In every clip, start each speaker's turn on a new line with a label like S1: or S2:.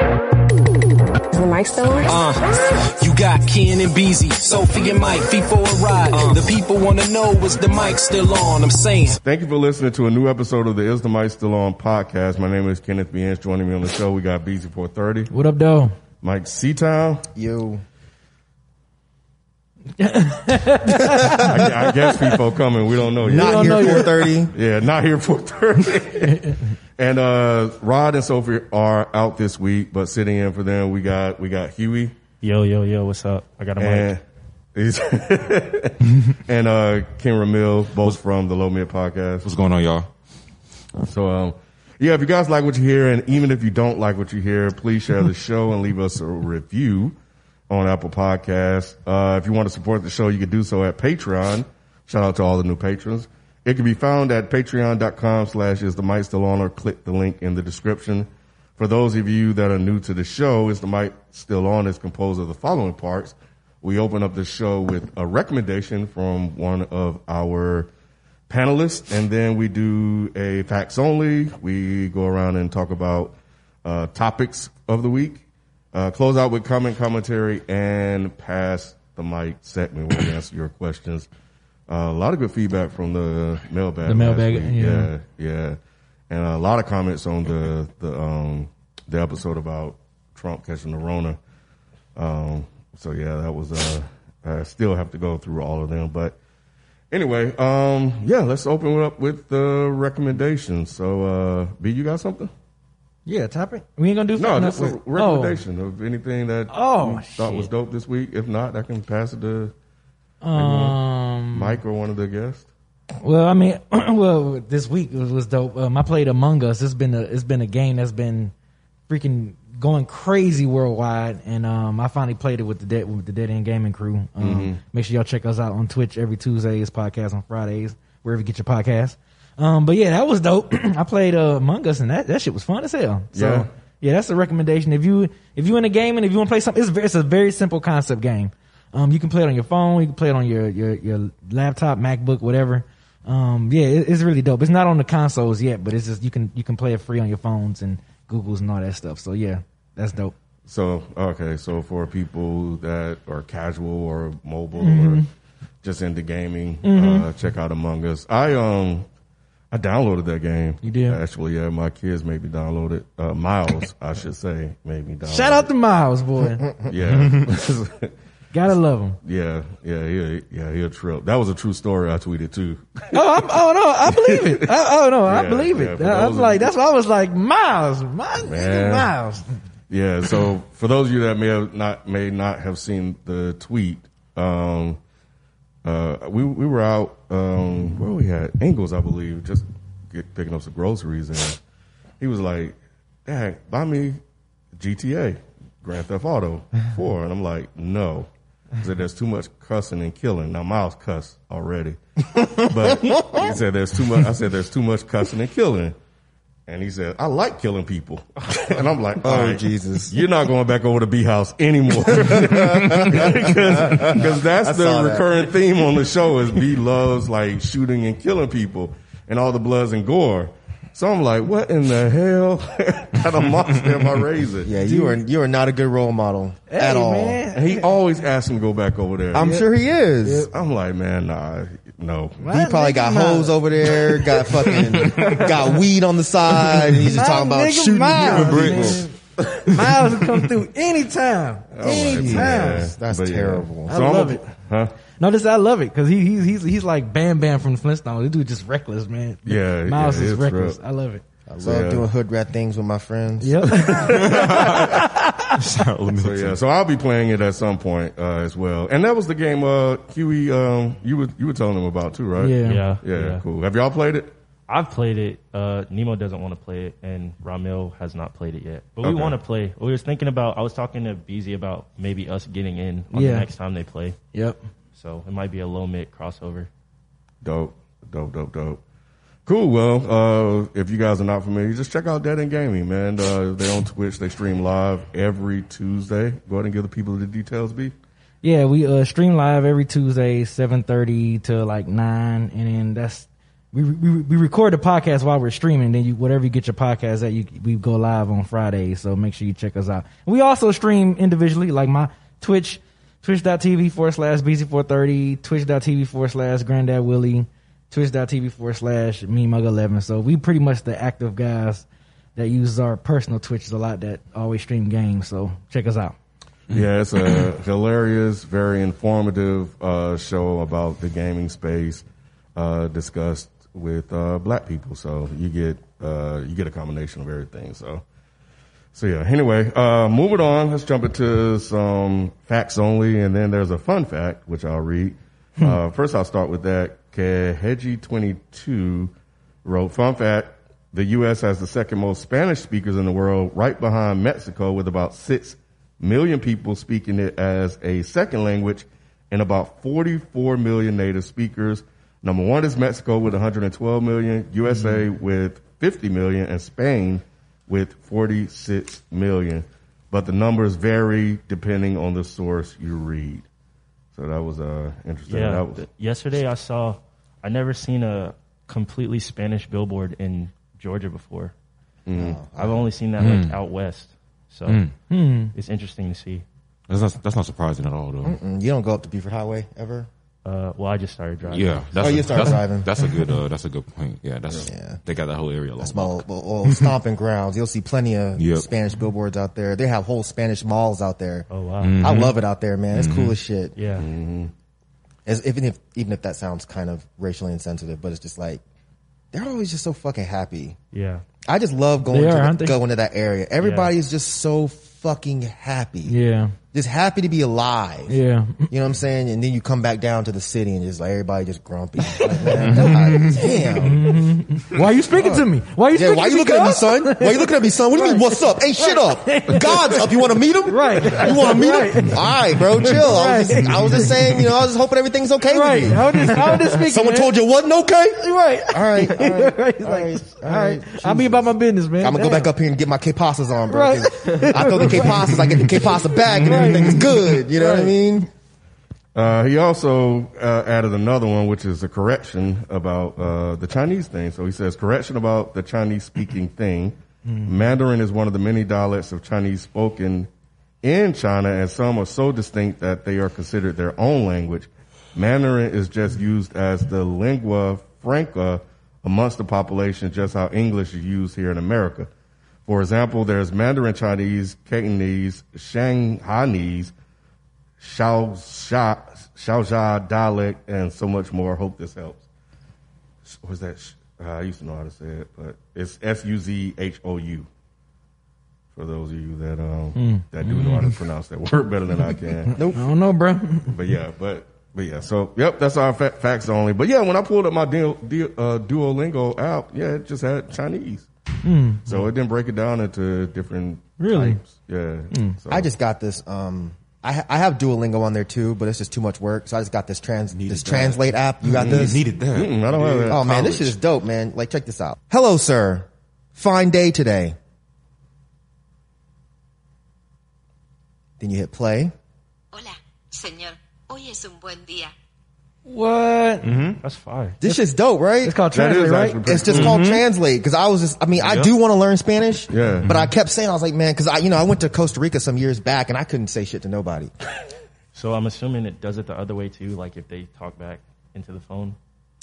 S1: Is the mic still on?
S2: Uh, you got Ken and Beezy, Sophie and Mike, feet for a ride.
S3: Uh.
S2: the people wanna know is the mic still on? I'm saying.
S4: Thank you for listening to a new episode of the Is the Mic Still On podcast. My name is Kenneth Beans. Joining me on the show, we got BZ430,
S5: What up, though?
S4: Mike Seatown.
S6: Yo.
S4: I, I guess people coming. We don't know yet.
S6: Not
S5: don't know
S6: here
S5: yet.
S6: 430.
S4: Yeah, not here for Thursday. and uh, Rod and Sophie are out this week, but sitting in for them, we got we got Huey
S5: Yo, yo, yo, what's up? I got a
S4: and
S5: mic.
S4: he's- and uh, Ken Ramil, both from the Low Mid Podcast.
S7: What's going on, y'all?
S4: So, um, yeah, if you guys like what you hear, and even if you don't like what you hear, please share the show and leave us a review on Apple Podcasts. Uh, if you want to support the show, you can do so at Patreon. Shout out to all the new patrons. It can be found at patreon.com slash is the mic still on or click the link in the description. For those of you that are new to the show, is the mic still on is composed of the following parts. We open up the show with a recommendation from one of our panelists, and then we do a facts only. We go around and talk about uh, topics of the week. Uh, close out with comment commentary and pass the mic segment where we answer your questions. Uh, a lot of good feedback from the mailbag.
S5: The mailbag,
S4: last week.
S5: yeah.
S4: yeah, yeah. and a lot of comments on the the um, the episode about Trump catching the Rona. Um, so yeah, that was uh, I still have to go through all of them, but Anyway, um, yeah, let's open it up with the recommendations. So, uh, B, you got something?
S6: Yeah, topic.
S5: We ain't gonna do
S4: No,
S5: fucking
S4: just
S5: up
S4: a
S5: with-
S4: recommendation of anything that
S5: Oh,
S4: you thought was
S5: shit.
S4: dope this week. If not, I can pass it to
S5: Oh, um,
S4: Mike or one of the guests.
S5: Oh, well, I mean, well, this week was, was dope. Um, I played Among Us. It's been a, it's been a game that's been freaking going crazy worldwide, and um, I finally played it with the dead with the Dead End Gaming crew. Um,
S4: Mm-hmm.
S5: Make sure y'all check us out on Twitch every Tuesdays, podcast on Fridays, wherever you get your podcast. Um, but yeah, that was dope. I played uh, Among Us, and that that shit was fun as hell. So,
S4: Yeah.
S5: Yeah, that's a recommendation. If you if you in a game and if you want to play something, it's, very, it's a very simple concept game. Um, you can play it on your phone, you can play it on your your, your laptop, MacBook, whatever. Um, yeah, it, it's really dope. It's not on the consoles yet, but it's just you can you can play it free on your phones and Google's and all that stuff. So yeah, that's dope.
S4: So, okay, so for people that are casual or mobile
S5: Mm-hmm.
S4: or just into gaming, uh, check out Among Us. I um, I downloaded that game.
S5: You did?
S4: actually. Yeah, my kids made me download it. Uh, Miles, I should say, made me download.
S5: Shout out to Miles, boy.
S4: it. yeah.
S5: Gotta love him.
S4: Yeah, yeah, he, yeah, he a trip. That was a true story. I tweeted too.
S5: Oh, I'm, oh no, I believe it. I, oh no, I
S4: Yeah,
S5: believe
S4: yeah,
S5: it.
S4: for
S5: I,
S4: those
S5: was
S4: of-
S5: like, that's why I was like, Miles, my
S4: Man.
S5: nigga, Miles.
S4: Yeah. So for those of you that may have not may not have seen the tweet, um, uh, we we were out um, where we at Ingles, I believe, just get, picking up some groceries, and he was like, "Dad, buy me GTA, Grand Theft Auto 4. and I'm like, "No." He said, "There's too much cussing and killing." Now Miles cussed already, but he said, "There's too much." I said, "There's too much cussing and killing." And he said, I like killing people. and I'm like,
S6: Oh,
S4: all right,
S6: Jesus.
S4: You're not going back over to B House anymore. Because that's the
S6: saw that.
S4: recurrent theme on the show is B loves like shooting and killing people and all the bloods and gore. So I'm like, what in the hell kind of monster am I raising?
S6: Yeah, you are you are not a good role model at
S5: Hey,
S6: all.
S5: man.
S4: And he always asks him to go back over there.
S6: I'm sure he is.
S4: I'm like, man, nah, no.
S5: My
S6: He probably got
S5: nigga Miles.
S6: hoes over there, got fucking got weed on the side, and he's just talking
S5: My
S6: about
S5: nigga
S6: shooting
S5: Miles,
S6: different bricks.
S5: man. Miles will come through anytime,
S4: Like,
S5: anytime.
S4: man,
S6: That's
S4: but yeah.
S6: terrible.
S5: I
S4: I'm
S5: love
S4: a-
S5: it.
S4: Huh?
S5: No, this I love it because he, he's he's he's like Bam Bam from the Flintstones. This dude just reckless, man.
S4: Yeah,
S5: Miles
S4: yeah,
S5: is
S4: it's
S5: reckless.
S4: rough.
S5: I love it.
S6: I love doing hood rat things with my friends.
S5: Yep.
S7: so,
S4: So yeah, so I'll be playing it at some point uh, as well. And that was the game, uh, Huey. Um, you were you were telling him about too, right?
S5: Yeah.
S8: Yeah.
S4: yeah, cool. Have y'all played it?
S8: I've played it. Uh, Nemo doesn't want to play it, and Ramil has not played it yet. But we
S4: Okay.
S8: want to play. We was thinking about. I was talking to BZ about maybe us getting in on
S5: Yeah.
S8: the next time they play.
S5: Yep.
S8: So it might be a low mid crossover.
S4: Dope, dope, dope, dope. Cool. Well, uh, if you guys are not familiar, just check out Dead End Gaming, man. Uh, they're on Twitch. They stream live every Tuesday. Go ahead and give the people the details, B.
S5: Yeah, we uh, stream live every Tuesday, seven thirty to like nine, and then that's we, we we record the podcast while we're streaming. Then you whatever you get your podcast at, you we go live on Friday. So make sure you check us out. We also stream individually, like my Twitch, twitch.tv forward slash bz430, twitch.tv forward slash granddad willie, twitch.tv forward slash me mug eleven. So we pretty much the active guys that use our personal Twitches a lot that always stream games. So check us out.
S4: Yeah, it's a hilarious, very informative uh, show about the gaming space uh, discussed with uh, black people. So you get uh, you get a combination of everything. So so yeah. Anyway, uh, moving on. Let's jump into some facts only, and then there's a fun fact which I'll read. uh, first, I'll start with that. Keheji twenty two wrote fun fact. The U.S. has the second most Spanish speakers in the world, right behind Mexico, with about six million people speaking it as a second language and about 44 million native speakers. Number one is Mexico with 112 million, USA with 50 million, and Spain with 46 million. But the numbers vary depending on the source you read. So that was uh, interesting.
S8: Yeah.
S4: That was,
S8: th- yesterday I saw. I never seen a completely Spanish billboard in Georgia before.
S4: Mm.
S8: Uh, I've only seen that like out west. So
S5: Hmm.
S8: it's interesting to see.
S7: that's not that's not surprising at all, though.
S6: Mm, You don't go up to Beaufort Highway ever.
S8: Uh, well, I just started driving.
S7: Yeah, that's
S6: Oh, you
S7: a,
S6: start
S7: that's,
S6: driving.
S7: That's a good. Uh, that's a good point. Yeah, that's
S6: Yeah.
S7: they got that whole area. That's
S6: Small, well, well, stomping grounds. You'll see plenty of
S7: Yep.
S6: Spanish billboards out there. They have whole Spanish malls out there.
S8: Oh wow.
S4: Mm.
S6: I love it out there, man. It's cool as shit.
S8: Yeah.
S6: As, even if even if that sounds kind of racially insensitive, but it's just like they're always just so fucking happy.
S8: Yeah.
S6: I just love going
S5: They are,
S6: to
S5: aren't
S6: the,
S5: they?
S6: going to that area. Everybody is just so fucking happy.
S5: Yeah.
S6: Just happy to be alive.
S5: Yeah.
S6: You know what I'm saying? And then you come back down to the city and just like everybody just grumpy. Like, man, God
S5: Mm-hmm.
S6: damn.
S5: Why are you speaking to me? Why are you
S6: Yeah,
S5: speaking
S6: why
S5: to
S6: you
S5: me,
S6: looking at me,
S5: cuz?
S6: son? Why you looking at me, son? What do you mean, what's up? Ain't shit up. God's up. You want to meet him?
S5: Right.
S6: You want to meet him? All right, bro, chill. I, was just, I was just saying, you know, I was just hoping everything's okay
S5: Right.
S6: with you.
S5: How did how did speak?
S6: Someone told you it wasn't okay?
S5: you. Right.
S6: All right, all right.
S5: right.
S6: All right, all right.
S5: I'll be about my business, man.
S6: I'm gonna go back up here and get my K-Pasas on, bro.
S5: Right.
S6: 'cause I throw the K-Pasas, I get the K-Pasa back and everything's good. You know what I
S5: Right.
S6: mean?
S4: uh, he also uh, added another one, which is a correction about uh, the Chinese thing. So he says, correction about the Chinese speaking thing. Mandarin is one of the many dialects of Chinese spoken in China, and some are so distinct that they are considered their own language. Mandarin is just used as the lingua franca amongst the population, just how English is used here in America. For example, there's Mandarin Chinese, Cantonese, Shanghainese, Shao Sha Shao Sha dialect and so much more. Hope this helps. Was that? sh- Uh, I used to know how to say it, but it's S U Z H O U. For those of you that um
S6: Hmm.
S4: that do know how to pronounce that word better than I can.
S5: I don't know, bro.
S4: But yeah, but but yeah. So yep, that's our fa- facts only. But yeah, when I pulled up my Duo- Du- uh, Duolingo app, yeah, it just had Chinese.
S6: Hmm.
S4: So it didn't break it down into different
S5: Really?
S4: types. Yeah. So-
S6: Hmm. I just got this. Um, I ha- I have Duolingo on there too, but it's just too much work. So I just got this trans this translate app. You got this?
S7: needed that.
S4: Mm, I don't have that.
S6: Oh man, this shit is dope, man. Like, check this out. Hello, sir. Fine day today. Then you hit play.
S9: Hola, señor. Hoy es un buen día.
S5: What?
S8: That's fire.
S6: This shit's dope, right?
S5: It's called
S4: That is
S5: translate,
S4: actually
S5: right?
S4: pretty
S6: It's just called translate because I was just. I mean, I do want to learn Spanish.
S4: Yeah.
S6: But I kept saying I was like, man, because I, you know, I went to Costa Rica some years back and I couldn't say shit to nobody.
S8: So I'm assuming it does it the other way too. Like if they talk back into the phone,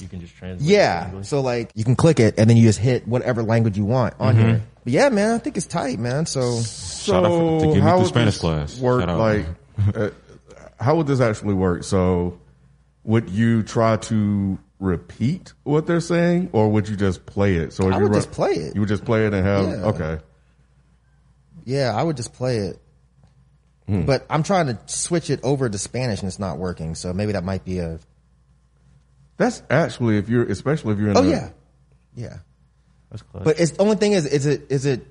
S8: you can just translate. it to
S6: Yeah.
S8: English.
S6: So like, you can click it and then you just hit whatever language you want on here. But yeah, man, I think it's tight, man. So
S7: Shout out for- to get me
S4: how
S7: through
S4: would
S7: Spanish
S4: this
S7: class.
S4: Work
S7: Shout out.
S4: like, uh, how would this actually work? So, would you try to repeat what they're saying, or would you just play it? So if
S6: I
S4: you
S6: would
S4: run-
S6: just play it.
S4: You would just play it and have
S6: Yeah.
S4: okay.
S6: yeah, I would just play it. But I'm trying to switch it over to Spanish and it's not working. So maybe that might be a.
S4: That's actually if you're, especially if you're in.
S6: Oh
S4: a-
S6: yeah, yeah.
S8: That's close.
S6: But it's the only thing is, is it is it?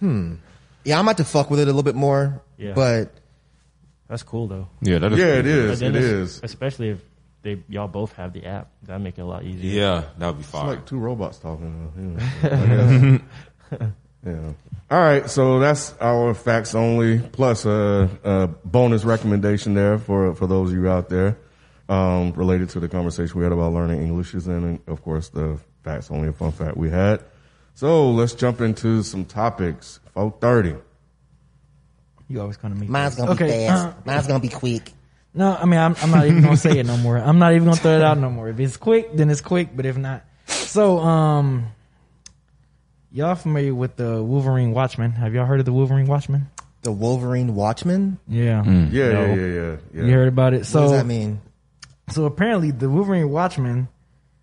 S6: Hmm. Yeah, I'm about to fuck with it a little bit more.
S8: Yeah.
S6: But
S8: That's cool though.
S7: Yeah, that is.
S4: yeah, it is.
S8: But
S4: It
S8: then it's-
S4: is. It's
S8: Especially if they y'all both have the app. That'd make it a lot easier.
S7: Yeah, that would be fire.
S4: like two robots talking. uh, Yeah. I guess. yeah. All right, so that's our facts only plus a, a bonus recommendation there for for those of you out there um, related to the conversation we had about learning Englishes and of course the facts only fun fact we had. So let's jump into some topics. Four thirty.
S5: You always come to me.
S6: mine's
S5: first.
S6: gonna
S5: Okay,
S6: be fast.
S5: uh,
S6: mine's gonna be quick.
S5: no, I mean, I'm, I'm not even gonna say it no more. I'm not even gonna throw it out no more. If it's quick, then it's quick. But if not, so um, y'all familiar with the Wolverine Watchman? Have y'all heard of the Wolverine Watchman?
S6: The Wolverine Watchman.
S5: Yeah,
S4: Yeah, yeah, yeah, yeah, yeah.
S5: you heard about it. So
S6: Mm. What does that mean?
S5: So apparently, the Wolverine Watchmen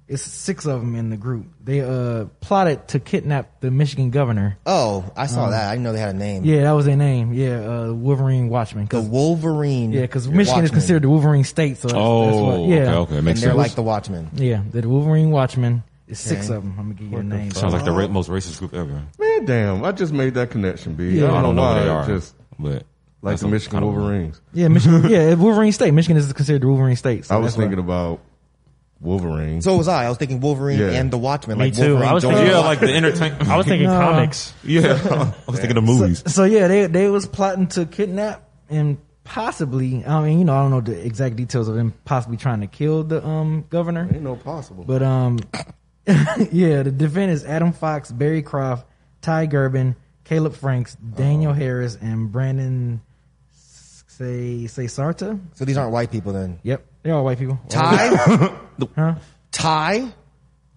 S5: is six of them in the group. They uh plotted to kidnap the Michigan governor.
S6: Oh, I saw that. I didn't know they had a name.
S5: Uh. Yeah, that was their name. Yeah, uh, Wolverine Watchmen.
S6: The
S5: 'Cause-
S6: Wolverine.
S5: yeah, because Michigan is
S6: Watchmen.
S5: considered the Wolverine state. So that's, that's
S7: oh,
S5: why- yeah,
S7: okay, okay,
S6: And
S7: makes
S6: they're
S7: sense.
S6: like the Watchmen.
S5: yeah. The Wolverine Watchmen is six
S6: Okay.
S5: of them. I'm gonna give you a name.
S7: Sounds like the ra- most racist group ever.
S4: Man, damn! I just made that connection, B.
S5: Yeah.
S4: I
S7: I don't know
S4: why.
S7: who they
S4: it
S7: are,
S4: Just
S7: but
S4: like
S7: that's
S4: the
S7: a-
S4: Michigan
S7: I don't know.
S4: Wolverines.
S5: Yeah, Michigan. yeah, Wolverine state. Michigan is considered the Wolverine state. So
S4: I was
S5: that's why-
S4: thinking about Wolverine.
S6: So was I. I was thinking Wolverine
S4: Yeah.
S6: and the Watchmen.
S8: Me
S6: like
S8: too.
S6: Wolverine
S8: I was
S6: joined
S8: thinking-
S7: Yeah,
S6: the
S7: like the entertainment.
S8: I was thinking
S5: No.
S8: comics.
S7: Yeah, I was thinking of movies.
S5: So yeah, they they was plotting to kidnap and possibly. I mean, you know, I don't know the exact details of them possibly trying to kill the um governor.
S4: Ain't no possible.
S5: But um, yeah, the defendants: Adam Fox, Barry Croft, Ty Gerben, Caleb Franks, Daniel Harris, and Brandon say say Sarta.
S6: So these aren't white people then.
S5: Yep, they're all white people.
S6: Ty? Ty?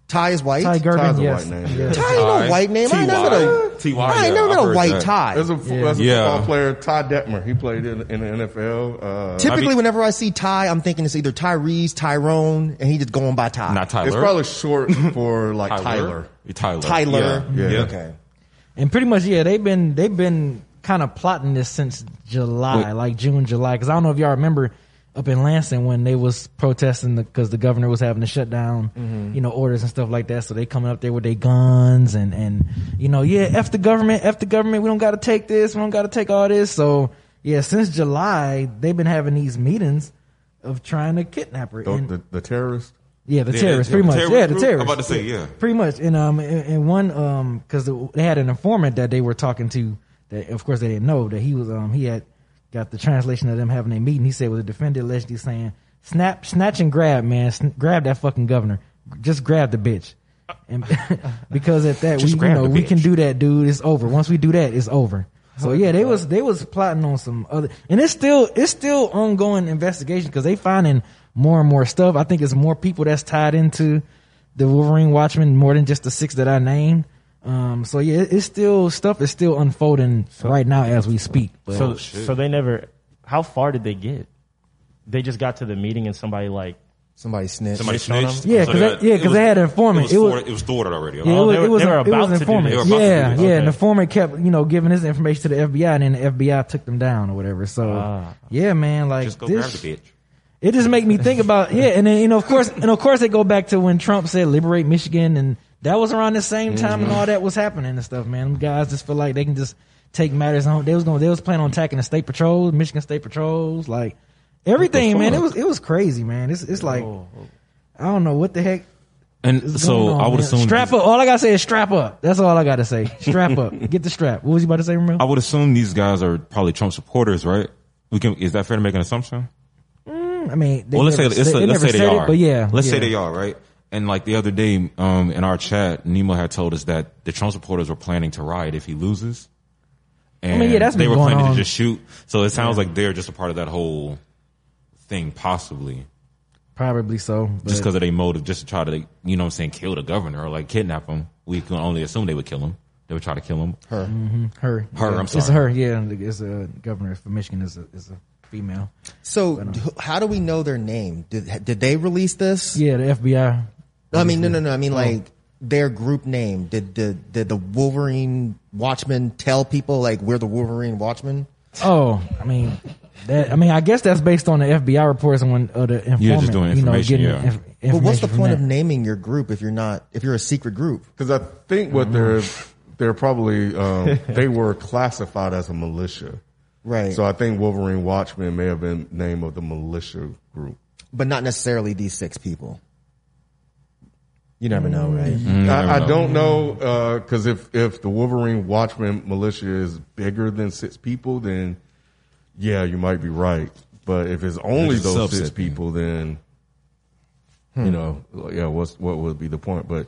S6: Ty is white?
S5: Ty Gerben,
S4: Ty's a
S5: yes.
S4: white name, yeah.
S5: Yes.
S6: Ty ain't no white name. I ain't never know.
S7: T-Y,
S6: I ain't
S7: yeah,
S6: never
S7: I've
S6: know
S7: heard
S6: white
S7: that.
S6: tie.
S4: As a, as a
S7: Yeah.
S4: football player, Todd Detmer, he played in, in the NFL. Uh,
S6: Typically,
S7: I mean-
S6: whenever I see Ty, I'm thinking it's either Tyrese, Tyrone, and he just going by Ty.
S7: Not Tyler.
S4: it's probably short for like Tyler.
S7: Tyler.
S6: Tyler.
S4: Yeah. Yeah.
S6: Okay.
S5: And pretty much, yeah, they've been they've been kind of plotting this since July,
S7: Wait.
S5: like June, July. Because I don't know if y'all remember up in Lansing when they was protesting because the governor was having to shut down, you know, orders and stuff like that. So they coming up there with their guns and and you know, yeah, f the government, f the government. We don't got to take this. We don't got to take all this. So yeah, since July, they've been having these meetings of trying to kidnap her.
S4: The,
S5: And-
S4: the, the terrorist.
S5: yeah, the
S7: Yeah,
S5: terrorists,
S7: yeah,
S5: pretty
S7: the
S5: much.
S7: terrorist
S5: yeah, the
S7: group?
S5: terrorists.
S7: I'm about to say, yeah.
S5: pretty much. And um, and, and one um, because they had an informant that they were talking to. That of course they didn't know that he was um he had got the translation of them having a meeting. He said was a defendant allegedly saying snap, snatch and grab, man, Sn- grab that fucking governor, just grab the bitch. And because at that we
S7: Just
S5: you
S7: grab
S5: know
S7: the
S5: we
S7: bitch.
S5: can do that, dude. It's over. Once we do that, it's over. So yeah, they was they was plotting on some other, and it's still it's still ongoing investigation because they finding more and more stuff. I think it's more people that's tied into the Wolverine Watchmen more than just the six that I named. Um, so yeah, it- it's still stuff is still unfolding right now as we speak. But
S8: So so they never. How far did they get? They just got to the meeting and somebody like
S6: Somebody snitched.
S7: Somebody
S8: They showed
S7: snitched.
S5: him? Yeah, 'cause they-
S7: that-
S5: yeah,
S7: it
S5: 'cause
S7: was-
S5: they had an informant.
S7: It
S5: It was-
S7: was, thwarted- it was thwarted already.
S5: Yeah,
S7: Oh,
S5: it was,
S8: they were-
S5: it was,
S8: they were
S5: a- it
S8: about
S5: was
S8: to do
S5: informant.
S8: this.
S7: They were about to
S5: Yeah,
S7: do this.
S5: yeah.
S7: Okay.
S5: An informant kept, you know, giving his information to the FBI, and then the FBI took them down or whatever. So, yeah, man, like
S7: Ah. Just go
S5: this,
S7: grab the bitch.
S5: it just make me think about yeah, and then you know, of course, and of course, they go back to when Trump said liberate Michigan, and that was around the same time and all that was happening and stuff. Man, them guys just feel like they can just take matters on. They was going, they was planning on attacking the state patrols, Michigan state patrols, like everything, man. It was it was crazy, man. It's it's like I don't know what the heck.
S7: And
S5: is
S7: so
S5: going on,
S7: I would
S5: man.
S7: assume
S5: strap up. All I gotta say is strap up. That's all I gotta say. Strap up. Get the strap. What was you about to say, Ramil?
S7: I would assume these guys are probably Trump supporters, right? We can. Is that fair to make an assumption?
S5: I mean, they
S7: well, let's say
S5: never
S7: let's,
S5: said-
S7: say-
S5: they
S7: let's
S5: never
S7: say they
S5: said it,
S7: are.
S5: but yeah,
S7: let's say
S5: yeah.
S7: they are, right? And like the other day, um, in our chat, Nemo had told us that the Trump supporters were planning to riot if he loses. And
S5: mean, yeah, that's
S7: they
S5: been
S7: were
S5: going
S7: planning
S5: on.
S7: to just shoot. So it sounds like they're just a part of that whole thing, possibly
S5: Probably so.
S7: just
S5: but-
S7: because of their motive, just to try to, like, you know, what I'm saying, kill the governor or like kidnap him. We can only assume they would kill him. They would try to kill him.
S6: her.
S5: Her.
S7: Her,
S5: Yeah.
S7: I'm
S5: It's
S7: sorry.
S5: her. Yeah, it's a governor for Michigan is a is a female.
S6: So wh- how do we know their name? Did did they release this?
S5: Yeah, the FBI.
S6: I mean, no, no, no. I mean, like, their group name? Did the did the Wolverine Watchmen tell people like we're the Wolverine Watchmen?
S5: Oh, I mean, that, I mean, I guess that's based on the FBI reports and when uh, the informant,
S7: Yeah, just doing
S5: you know,
S7: information,
S5: getting
S7: yeah.
S5: inf-
S6: But what's the
S5: information from
S6: point of
S5: that.
S6: naming your group if you're not if you're a secret group?
S4: Because I think
S5: Mm.
S4: what they're they're probably um, they were classified as a militia,
S6: Right.
S4: so I think Wolverine Watchmen may have been name of the militia group.
S6: but not necessarily these six people. You never know, right?
S4: I, I don't know because if if the Wolverine Watchmen militia is bigger than six people, then yeah, you might be right. But if it's only
S7: It's a
S4: those
S7: subset,
S4: six
S7: yeah.
S4: people, then you know, like, yeah, what's what would be the point? But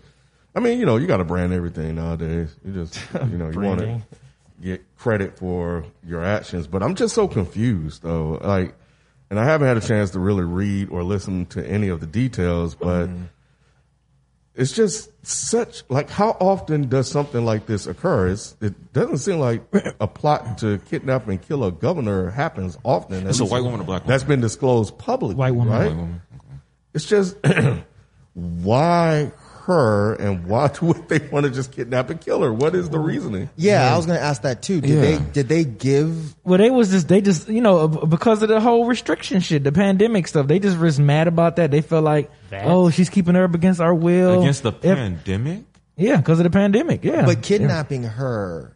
S4: I mean, you know, you got to brand everything nowadays. You just you know you want to
S8: Branding.
S4: get credit for your actions. But I'm just so confused though, like. And I haven't had a chance to really read or listen to any of the details, but it's just such like how often does something like this occur? It's, it doesn't seem like a plot to kidnap and kill a governor happens often.
S7: It's a
S4: At least
S7: white woman or black woman?
S4: that's been disclosed publicly.
S5: White woman.
S4: right?
S7: White woman.
S4: It's just why her and why would they want to just kidnap and kill her? What is the reasoning?
S6: Yeah, I was going to ask that too. Did
S7: Yeah.
S6: they did they give
S5: Well, they was just they just you know b- because of the whole restriction shit, the pandemic stuff. They just was mad about that. They felt like
S8: That?
S5: oh, she's keeping her up against our will
S7: Against the
S5: If-
S7: pandemic?
S5: yeah, because of the pandemic. Yeah,
S6: but kidnapping her?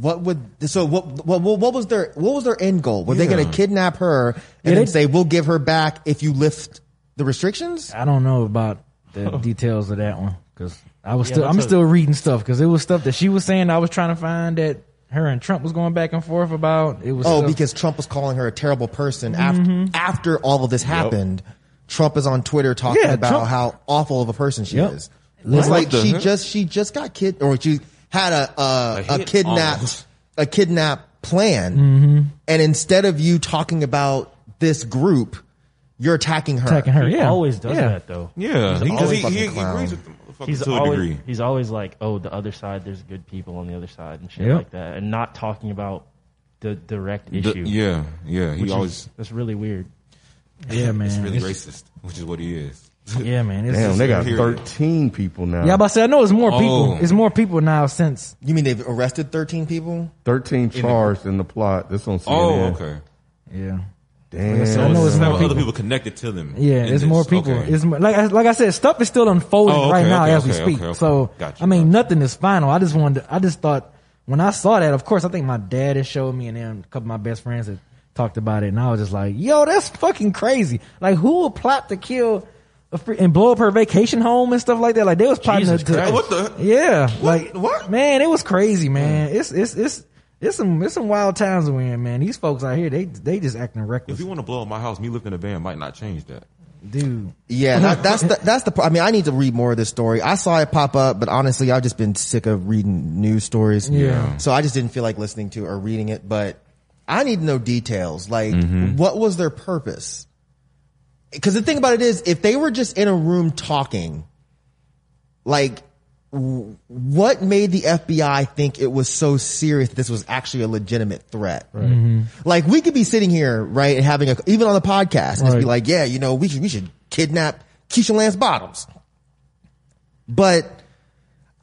S6: What would so what what what what was their what was their end goal? Were they going
S7: Yeah.
S6: to kidnap her and
S5: Yeah,
S6: then
S5: they-
S6: say we'll give her back if you lift the restrictions?
S5: I don't know about the details of that one because I was
S8: Yeah,
S5: still
S8: that's
S5: I'm
S8: a-
S5: still reading stuff because it was stuff that she was saying I was trying to find that her and Trump was going back and forth about. It was
S6: Oh,
S5: stuff-
S6: because Trump was calling her a terrible person
S5: Mm-hmm.
S6: after after all of this happened. Trump is on Twitter talking
S5: Yeah,
S6: about
S5: Trump-
S6: how awful of a person she
S5: Yep.
S6: is.
S5: What
S6: It's like
S7: the
S6: she
S7: heck?
S6: just she just got kid or she had a a,
S7: A
S6: a,
S7: hit
S6: kidnap
S7: almost.
S6: a kidnap plan,
S5: Mm-hmm.
S6: and instead of you talking about this group, you're attacking her.
S5: attacking her.
S8: He
S5: Yeah,
S8: always does
S5: yeah.
S8: that though.
S7: Yeah, because
S6: always
S7: he,
S6: fucking
S7: he, he
S6: clown.
S7: agrees with the motherfucker
S8: He's
S7: to a
S8: always
S7: degree.
S8: he's always like, oh, the other side. There's good people on the other side and shit
S5: Yep.
S8: like that, and not talking about the direct
S7: The-
S8: issue.
S7: yeah, yeah. He
S8: which is-
S7: always
S8: that's really weird.
S5: Yeah, man.
S7: is really
S5: It's-
S7: racist, which is what he is.
S5: Yeah, man. It's
S4: Damn,
S5: just-
S4: they got
S7: Period.
S4: thirteen people now.
S5: yeah, but I said I know it's more
S7: Oh.
S5: people. It's more people now since
S6: You mean they've arrested thirteen people?
S4: thirteen charged in the plot. This on CNN.
S7: Oh, okay.
S5: yeah.
S4: Damn.
S5: I know
S7: So
S5: it's
S7: it's
S5: more
S7: have other
S5: people.
S7: people connected to them.
S5: Yeah,
S7: in
S5: it's
S7: this.
S5: more people.
S7: Okay.
S5: It's more, like I- like I said, stuff is still unfolding
S7: Oh, okay,
S5: right now
S7: okay,
S5: as we
S7: okay,
S5: speak.
S7: okay, okay.
S5: So
S7: Gotcha,
S5: I mean,
S7: gotcha.
S5: nothing is final. I just wanted. I just thought when I saw that, of course, I think my dad had showed me, and then a couple of my best friends had talked about it, and I was just like, "Yo, that's fucking crazy! Like, who would plot to kill a free, and blow up her vacation home and stuff like that? Like, they was plotting
S8: Jesus
S5: to,
S8: Christ.
S7: What the-
S5: Yeah, like
S7: what?
S5: Man, it was crazy, man. It's it's it's. It's some it's some wild times we're in, man. These folks out here, they they just acting
S7: If
S5: reckless,
S7: you want to blow up my house, me living in a van might not change that.
S5: dude.
S6: Yeah, that, that's the, that's the. part- I mean, I need to read more of this story. I saw it pop up, but honestly, I've just been sick of reading news stories.
S5: Yeah.
S6: So I just didn't feel like listening to or reading it. But I need to know details. Like, what was their purpose? Because the thing about it is, if they were just in a room talking, like, w- what made the FBI think it was so serious? This was actually a legitimate threat. Right.
S5: Mm-hmm.
S6: Like, we could be sitting here, right, and having a even on the podcast, and just be
S5: Right.
S6: like, yeah, you know, we should we should kidnap Keisha Lance Bottoms, but.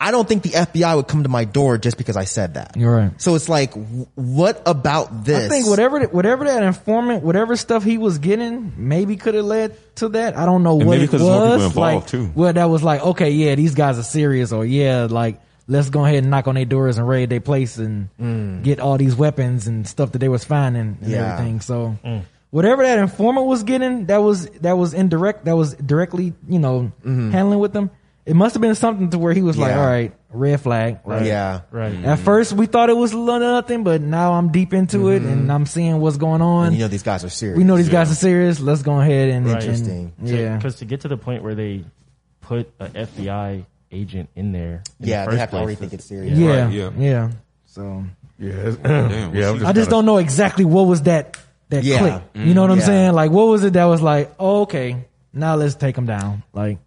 S6: I don't think the FBI would come to my door just because I said that.
S5: You're right.
S6: So it's like, w- what about this?
S5: I think whatever that- whatever that informant, whatever stuff he was getting, maybe could have led to that. I don't know
S7: And
S5: what
S7: maybe
S5: it was.
S7: because there's more people involved,
S5: like,
S7: too.
S5: Well, that was like, okay, yeah, these guys are serious, or yeah, like let's go ahead and knock on their doors and raid their place and get all these weapons and stuff that they was finding and
S6: Mm. Yeah. Mm.
S5: everything. So whatever that informant was getting, that was that was indirect, that was directly, you know, handling with them. It must have been something to where he was like,
S6: Mm-hmm. Yeah.
S5: all right, red flag, right?
S6: Yeah.
S8: Right.
S5: At first, we thought it was little nothing, but now I'm deep into it and I'm seeing what's going on.
S6: And you know, these guys are serious.
S5: we know these guys are serious. Let's go ahead and
S8: Right.
S6: Interesting.
S5: and- yeah,
S8: Because to get to the point where they put an FBI agent in there, in
S6: Yeah, they
S8: the first
S6: have to
S8: place,
S6: already think it's serious.
S5: yeah,
S7: Right,
S5: yeah,
S7: yeah.
S5: So
S4: Yeah,
S7: Damn,
S4: yeah. I'm
S5: I
S7: what's
S5: just
S4: kinda-
S5: don't know exactly what was that that
S6: Yeah.
S5: click. You know what I'm
S6: Yeah.
S5: saying? Like, what was it that was like? Oh, okay, now let's take them down. Like,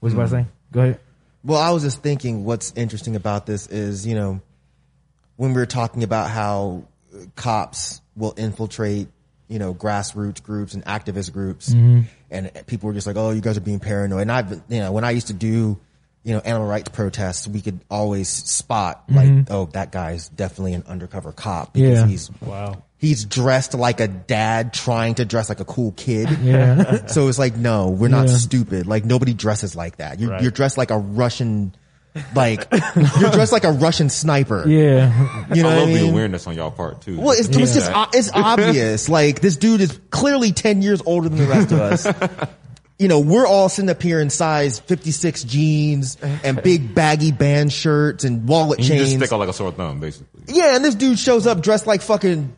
S5: what you about to say? Go ahead.
S6: Well, I was just thinking what's interesting about this is, you know, when we were talking about how uh, cops will infiltrate, you know, grassroots groups and
S5: Mm-hmm.
S6: activist groups and people were just like, Oh, you guys are being paranoid. And I've, been- you know, when I used to do you know, animal rights protests, we could always spot like, oh, that guy's definitely an undercover cop because
S5: Mm-hmm. Yeah.
S6: he's
S8: Wow.
S6: he's dressed like a dad trying to dress like a cool kid.
S5: Yeah.
S6: so it's like, no, we're not
S5: Yeah.
S6: stupid. Like nobody dresses like that. You're,
S8: Right.
S6: you're dressed like a Russian, like you're dressed like a Russian sniper.
S5: yeah.
S6: You know
S7: I
S6: what
S7: love
S6: I
S7: the
S6: mean?
S7: awareness on y'all part too.
S6: Well, it's, it's just o- it's obvious. Like this dude is clearly ten years older than the rest of us. You know, we're all sitting up here in size fifty six jeans and big baggy band shirts and wallet
S7: you
S6: chains.
S7: just stick out like a sore thumb, basically.
S6: Yeah, and this dude shows up dressed like fucking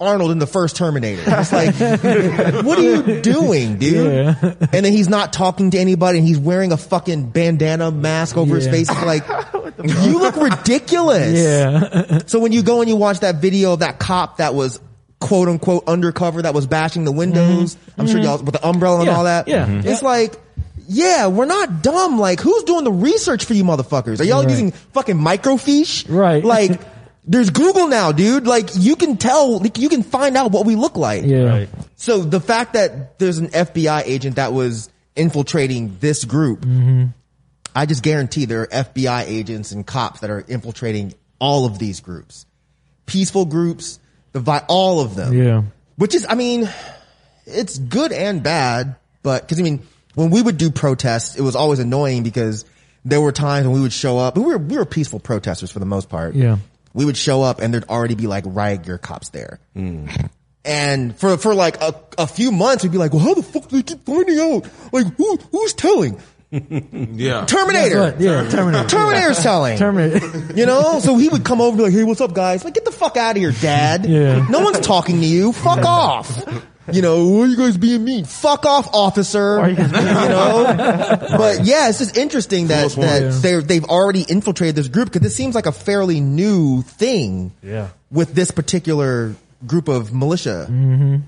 S6: Arnold in the first Terminator. It's like, what are you doing, dude?
S5: Yeah.
S6: And then he's not talking to anybody and he's wearing a fucking bandana mask over his
S5: Yeah.
S6: face. It's like, you look ridiculous.
S5: Yeah.
S6: So when you go and you watch that video of that cop that was quote unquote undercover that was bashing the windows, I'm sure y'all with the umbrella and
S5: Mm-hmm. Yeah,
S6: all that.
S5: yeah, Mhm.
S6: It's
S5: yeah.
S6: like, yeah, we're not dumb. Like, who's doing the research for you motherfuckers? Are y'all all
S5: Right.
S6: using fucking microfiche?
S5: Right.
S6: Like, there's Google now, dude. Like, you can tell, like, you can find out what we look like.
S5: Yeah.
S8: Right.
S6: So the fact that there's an FBI agent that was infiltrating this group, I just guarantee there are FBI agents and cops that are infiltrating all of these groups, peaceful groups, the vi- all of them.
S5: Yeah.
S6: Which is, I mean, it's good and bad, but cause I mean, when we would do protests, it was always annoying because there were times when we would show up, we were, we were peaceful protesters for the most part.
S5: Yeah.
S6: We would show up and there'd already be like riot gear cops there. And for, for like a, a few months, we'd be like, well, how the fuck do they keep finding out? Like, who, who's telling?
S7: Yeah.
S6: Terminator!
S5: But, yeah. Terminator.
S6: Terminator's telling.
S5: Terminator.
S6: You know, so he would come over and be like, "Hey, what's up, guys? Like, get the fuck out of here, Dad.
S5: Yeah.
S6: No one's talking to you. Fuck off. You know, why are you guys being mean? Fuck off, officer. You, know, but yeah, it's just interesting that
S5: one.
S6: that
S5: Yeah.
S6: they they've already infiltrated this group because this seems like a fairly new thing.
S8: Yeah.
S6: with this particular group of militia.
S5: Mm.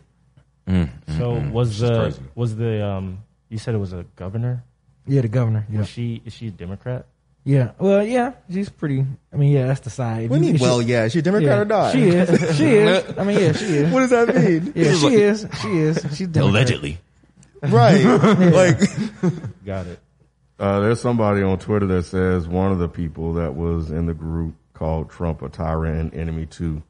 S5: Mm-hmm.
S8: So was the
S7: crazy.
S8: was the um you said it was a governor?
S5: Yeah, the governor. Yeah.
S8: Was she is she a Democrat?
S5: Yeah. Well, yeah. She's pretty. I mean, yeah, that's the side.
S6: What do you mean?
S5: She-
S6: Well, yeah, is she a Democrat
S5: yeah,
S6: or not?
S5: She is. She is. I mean, yeah, she is.
S6: What does that mean?
S5: Yeah, she is. She is. She's Democrat.
S6: right. Like,
S8: Got it.
S4: Uh, there's somebody on Twitter that says one of the people that was in the group called Trump a tyrant and enemy too.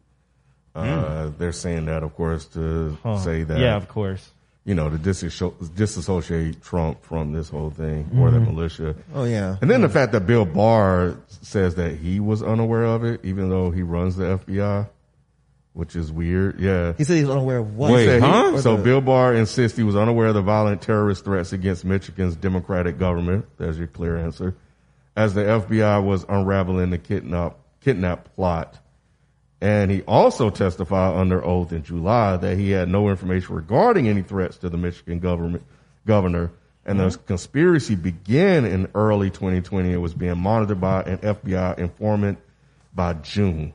S4: Uh, They're saying that, of course, to
S8: Hmm. Huh.
S4: say that,
S8: Yeah, of course.
S4: you know, to disasso- disassociate Trump from this whole thing or the
S8: Mm-hmm.
S4: militia.
S6: oh yeah.
S4: And then the fact that Bill Barr says that he was unaware of it, even though he runs the FBI, which is weird. Yeah.
S6: He said he's unaware of what.
S7: Wait,
S4: Said he-
S7: huh?
S4: So Bill Barr insists he was unaware of the violent terrorist threats against Michigan's democratic government. There's your clear answer. As the FBI was unraveling the kidnap kidnap plot. And he also testified under oath in July that he had no information regarding any threats to the Michigan government governor. And the conspiracy began in early 2020. It was being monitored by an FBI informant by June.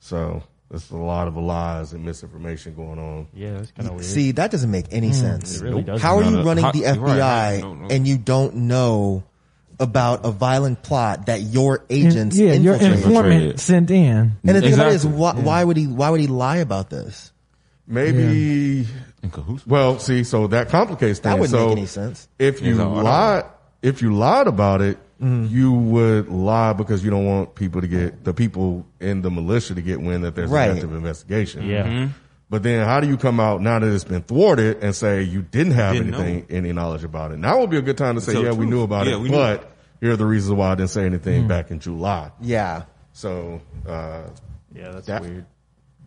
S4: So there's a lot of lies and misinformation going on.
S8: Yeah, that's
S7: Oh,
S8: kind of weird.
S6: See, that doesn't make
S7: Hmm.
S6: any sense.
S8: it really does.
S6: How are
S7: No,
S6: you
S7: no,
S6: running
S7: how-
S6: the
S7: you're
S6: FBI
S7: right. No, no.
S6: and you don't know about a violent plot that your agents
S5: yeah, your
S6: infiltrated?
S5: informant
S7: Infiltrated.
S5: sent in.
S6: and the thing about it is,
S7: Exactly.
S6: why, why would he? Why would he lie about this?
S4: Maybe.
S7: In cahoots.
S4: Well, see, so that complicates things.
S6: That wouldn't
S4: So
S6: make any sense.
S4: If you
S7: Yeah, no, I don't
S4: lied, if you lied about it,
S6: Mm-hmm.
S4: you would lie because you don't want people to get the people in the militia to get wind that there's
S6: Right.
S4: an active investigation.
S8: Yeah.
S6: mm-hmm.
S4: But then, how do you come out now that it's been thwarted and say you didn't have
S7: Didn't
S4: anything, any knowledge about it? Now would be a good time to say,
S7: Tell the
S4: yeah, we
S7: truth.
S4: knew about
S7: Yeah,
S4: it,
S7: we knew.
S4: but here are the reasons why I didn't say
S6: Mm.
S4: anything back in July.
S6: Yeah,
S4: So, uh,
S8: Yeah, that's
S4: That-
S8: weird.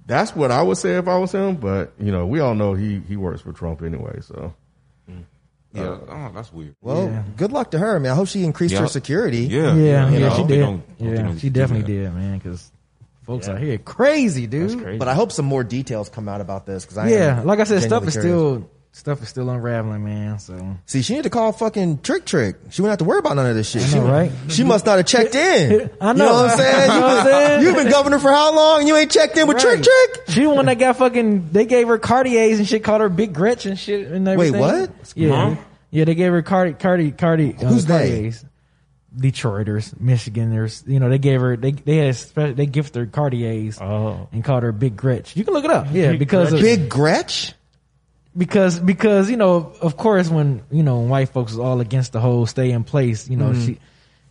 S4: that's what I would say if I was him. But you know, we all know he he works for Trump anyway. So
S7: Yeah. oh, that's weird.
S6: Well, good luck to her. I mean, I hope she increased her
S7: Yeah.
S6: security.
S5: Yeah,
S7: Yeah.
S5: yeah,
S7: You know, I
S5: she
S7: hope they
S5: did.
S7: don't- I hope they
S5: Yeah,
S7: don't
S5: she
S7: do
S5: definitely
S7: that.
S5: did, man. Because folks
S8: Yeah.
S5: out here crazy, dude.
S8: That's crazy.
S6: But I hope some more details come out about this because I
S5: Yeah,
S6: am
S5: like I said, stuff
S6: genuinely
S5: is
S6: curious.
S5: still stuff is still unraveling, man. So
S6: See, she need to call fucking Trick Trick. She wouldn't have to worry about none of this shit.
S5: I know,
S6: she,
S5: right?
S6: She must not have checked in.
S5: I know.
S6: You know what I'm saying?
S5: You know what I'm saying?
S6: You've been governor for how long and you ain't checked in with Trick Trick?
S5: She the one that got fucking. They gave her Cartiers and shit. Called her Big Gretch and shit. And everything.
S6: what?
S5: Yeah, yeah. They gave her Cardi, Cardi, Cardi. uh,
S6: Who's they?
S5: Cartiers. Detroiters, Michiganders. You know, they gave her. They they had spe- they gifted her Cartiers
S8: Oh.
S5: and called her Big Gretch. You can look it up. Yeah,
S8: Big
S5: because of,
S6: Big Gretch?
S5: because
S6: Mm-hmm.
S5: because you know of course when you know when white folks was all against the whole stay in place you know she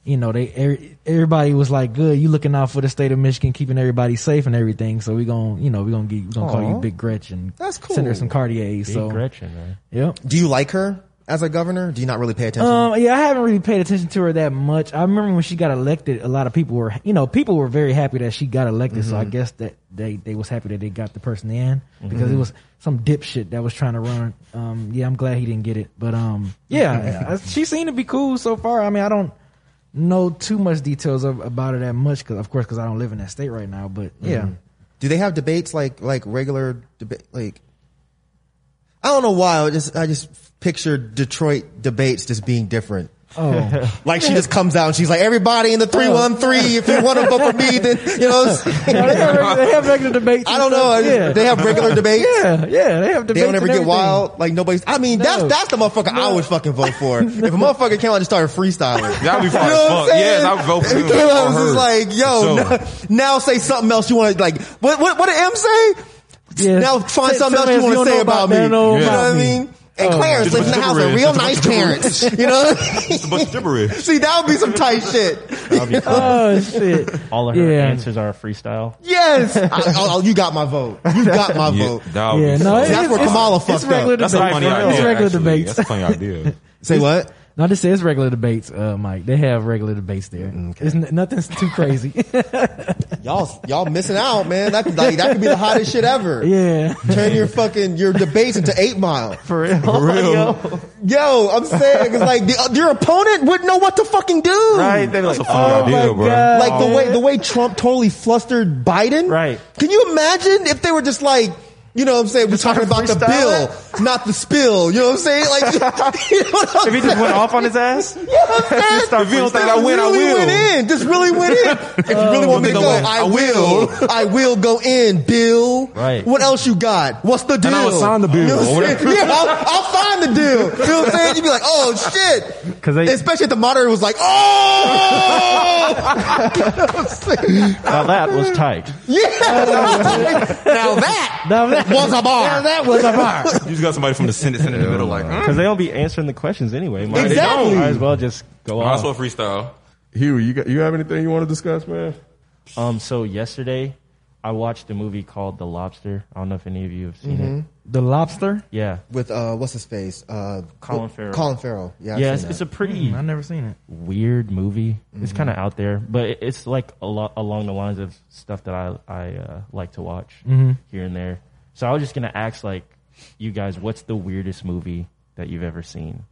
S5: you know, they every- everybody was like, "Good, you looking out for the state of Michigan, keeping everybody safe and everything." So we gonna, you know, we gonna get, we gonna call
S6: Aw.
S5: you Big Gretchen.
S6: That's
S5: Send her
S6: cool.
S5: some Cartiers.
S8: Big
S5: so
S8: Gretchen, man.
S5: yep.
S6: Do you like her as a governor? Do you not really pay attention?
S5: Um, yeah, I haven't really paid attention to her that much. I remember when she got elected, a lot of people were, you know, people were very happy that she got elected. So I guess that they, they was happy that they got the person in because it was some dipshit that was trying to run. Um, yeah, I'm glad he didn't get it, but, um, yeah, I- she seemed to be cool so far. I mean, I don't know too much details of, about her that much. Cause of course, cause I don't live in that state right now, but yeah.
S6: Do they have debates like like regular debate? Like I don't know why. I just I just pictured Detroit debates just being different.
S5: Oh,
S6: Like she just comes out and she's like, everybody in the three one three, if you want to vote for me, then you know. it's-
S5: No, they have reg- they have regular debates.
S6: I
S5: and
S6: don't know.
S5: stuff.
S6: I just- They have regular debates.
S5: yeah, yeah, they have debates.
S6: They don't ever
S5: and
S6: get
S5: everything.
S6: wild. Like nobody's. I mean, that's
S5: No.
S6: that's the motherfucker I would fucking vote for. If a motherfucker came out and started freestyling,
S7: That'd be fun
S6: You
S7: as
S6: know what I'm
S7: fuck.
S6: saying?
S7: Yes, I would vote for
S6: It
S7: him.
S6: came out
S7: or
S6: and
S7: her.
S6: was like, yo,
S7: For sure.
S6: now, now say something else you want to like. What what what did M say?
S5: Yeah.
S6: Now find
S5: Say-
S6: something else
S5: something else
S6: you want
S5: you don't
S6: to say
S5: know
S6: about
S5: about
S6: me.
S5: that, know
S6: You know
S7: about
S6: what I
S5: me.
S6: mean? And
S5: Oh,
S6: Clarence
S7: just a
S6: lives in the
S7: bunch of
S6: house of
S7: gibberish.
S6: real
S7: Just a
S6: nice
S7: bunch of gibberish.
S6: parents. You know.
S7: It's a bunch of gibberish.
S6: See, that would be some tight shit.
S7: That'd be fun.
S5: Oh shit!
S8: All of her
S5: Yeah.
S8: answers are a freestyle.
S6: Yes, I, oh, you got my vote. You got my
S7: Yeah,
S6: vote.
S7: that would
S5: Yeah,
S7: be
S5: no,
S7: fun.
S5: it-
S6: That's where
S5: it's-
S6: Kamala
S5: it's
S6: fucked
S5: regular
S6: up.
S7: That's a
S5: debates.
S7: funny
S5: for real.
S7: idea.
S5: It's regular
S7: actually.
S5: debates.
S7: That's a funny idea.
S6: Say what?
S5: No, this is regular debates, uh, Mike. They have regular debates there.
S6: Mm,
S5: It's n- nothing's too crazy.
S6: Y'all, y'all missing out, man. That, like, that could be the hottest shit ever.
S5: yeah,
S6: Turn your fucking your debates into eight mile.
S5: for real.
S6: Yo, I'm saying because like the, uh, your opponent wouldn't know what to fucking do.
S7: That's a funny idea, bro.
S5: God.
S6: Like the way the way Trump totally flustered Biden.
S8: Right.
S6: Can you imagine if they were just like, you know what I'm saying? We're talking about the bill, not the spill. You know what I'm saying? Like you know what I'm
S8: If he just went off on his ass,
S6: saying?
S7: If you don't think I
S6: Just
S7: win, I
S6: really
S7: will.
S6: went in. Just really went in. If you really want me to
S7: think I
S6: go,
S7: win,
S6: I
S7: I
S6: will. I will go in, Bill.
S8: Right.
S6: What else you got? What's the deal?
S7: I will sign the bill,
S6: You know what I'm
S7: or whatever.
S6: saying? yeah, I'll, I'll sign the deal. You know what I'm saying? You'd be like, oh shit.
S8: 'Cause they-
S6: Especially if the moderator was like, oh!
S8: now that was tight.
S6: yeah! now that
S5: Now that-
S6: was a bar.
S5: now that was a bar.
S7: You just got somebody from the Senate sitting in the middle, like, mm,
S8: Because they don't be answering the questions anyway. Might,
S6: Exactly.
S8: Might as well just go
S7: might as well
S8: off.
S7: freestyle.
S4: Hugh, you got, you have anything you want to discuss, man?
S8: Um, so yesterday, I watched a movie called The Lobster. I don't know if any of you have seen it.
S5: The lobster.
S8: Yeah.
S6: With, uh, what's his face? Uh,
S8: Colin
S6: wh-
S8: Farrell.
S6: Colin Farrell. Yeah. I've
S8: yeah, it's,
S6: seen
S8: it's
S6: that.
S8: a pretty
S5: I've Hmm. never seen it.
S8: weird movie. It's kind of out there, but it- it's like a lot along the lines of stuff that I I uh, like to watch here and there. So I was just gonna ask like you guys, what's the weirdest movie that you've ever seen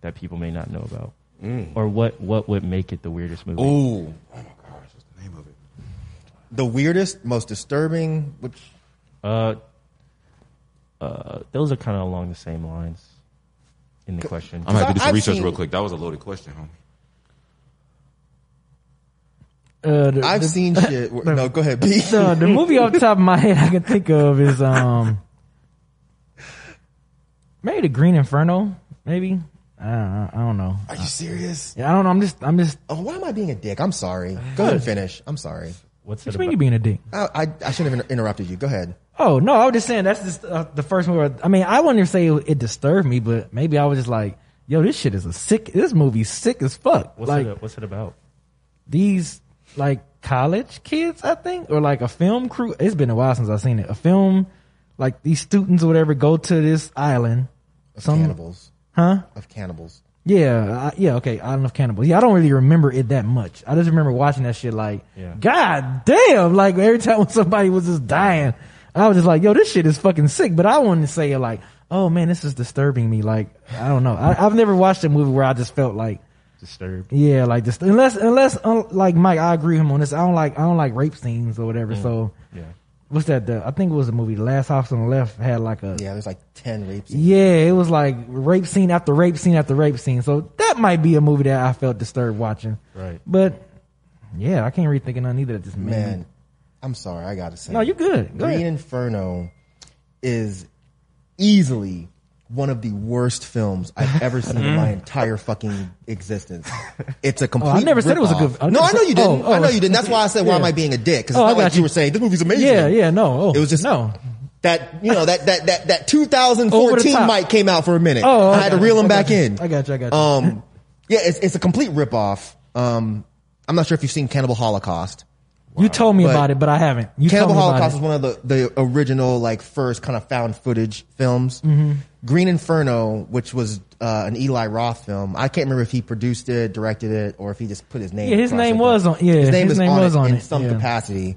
S8: that people may not know about, or what what would make it the weirdest movie?
S7: Ooh. Oh my gosh, what's the name of it?
S6: the weirdest, most disturbing. Which,
S8: Uh, uh, those are kind of along the same lines in the question.
S7: I'm gonna have to do
S6: I've
S7: some research
S6: seen-
S7: real quick. That was a loaded question, homie.
S5: Uh, the,
S6: I've
S5: the-
S6: seen shit. where- no, go ahead, B.
S5: the, the movie off the top of my head I can think of is um maybe the Green Inferno. Maybe I don't, I don't know.
S6: Are you serious?
S5: Yeah, I don't know. I'm just I'm just.
S6: Oh, why am I being a dick? I'm sorry. Go ahead and finish. I'm sorry.
S8: What's
S5: What you
S8: it
S5: mean
S8: about?
S5: you being a dick?
S6: I, I, I shouldn't have interrupted you. Go ahead.
S5: Oh no, I was just saying that's just uh, the first movie. I, I mean, I wouldn't even say it, it disturbed me, but maybe I was just like, "Yo, this shit is a sick. This movie's sick as fuck."
S8: what's,
S5: like
S8: it, what's it about?
S5: these, like college kids, I think, or like a film crew. It's been a while since I've seen it. A film, like these students or whatever, go to this island. Some
S6: Cannibals.
S5: huh?
S6: Of cannibals.
S5: Yeah, I, yeah, okay. Island of Cannibals. Yeah, I don't really remember it that much. I just remember watching that shit like,
S8: Yeah.
S5: God damn! Like every time when somebody was just dying, I was just like, Yo, this shit is fucking sick. But I wouldn't say it like, Oh man, this is disturbing me. Like I don't know. I, I've never watched a movie where I just felt like,
S8: Disturbed.
S5: Yeah, like this. Unless, unless, uh, like Mike, I agree with him on this. I don't like, I don't like rape scenes or whatever. So
S8: Mm. Yeah.
S5: what's that? The I think it was a movie, The Last House on the Left, had like a
S6: Yeah, there's like 10 rapes.
S5: yeah, it was like rape scene after rape scene after rape scene. So that might be a movie that I felt disturbed watching.
S8: Right.
S5: But yeah, I can't really think of none either at this
S6: Man,
S5: moment.
S6: I'm sorry. I got to say.
S5: No, you're good. Go
S6: Green
S5: ahead.
S6: Inferno is easily one of the worst films I've ever seen in my entire fucking existence. It's a complete.
S5: Oh, never said it was a
S6: rip-off.
S5: good- I
S6: No, I
S5: never
S6: know
S5: said-
S6: you didn't.
S5: oh,
S6: I know
S5: oh.
S6: you didn't. That's why I said, "Why am I being a dick?" Because
S5: Oh,
S6: it's
S5: I
S6: not like
S5: got
S6: you
S5: you.
S6: were saying this movie's amazing.
S5: Yeah, yeah, no. Oh,
S6: It was just
S5: no.
S6: That you know that that that that
S5: Over the
S6: 2014
S5: top.
S6: mic came out for a minute.
S5: Oh,
S6: I
S5: I
S6: had to
S5: got
S6: reel
S5: you.
S6: him
S5: I got
S6: back
S5: you.
S6: in.
S5: I got you, I got you.
S6: Um, yeah, it's it's a complete ripoff Um, I'm not sure if you've seen Cannibal Holocaust.
S5: You told me
S6: But-
S5: about it, but I haven't. You
S6: Cannibal
S5: told me about
S6: Holocaust
S5: it.
S6: was one of the, the original, like, first kind of found footage films.
S5: Mm-hmm.
S6: Green Inferno, which was uh, an Eli Roth film. I can't remember if he produced it, directed it, or if he just put his name.
S5: Yeah, his
S6: across
S5: name
S6: it, but
S5: was on- yeah,
S6: his name,
S5: his
S6: is
S5: name
S6: on
S5: was
S6: it
S5: on
S6: in
S5: it,
S6: some
S5: yeah.
S6: capacity.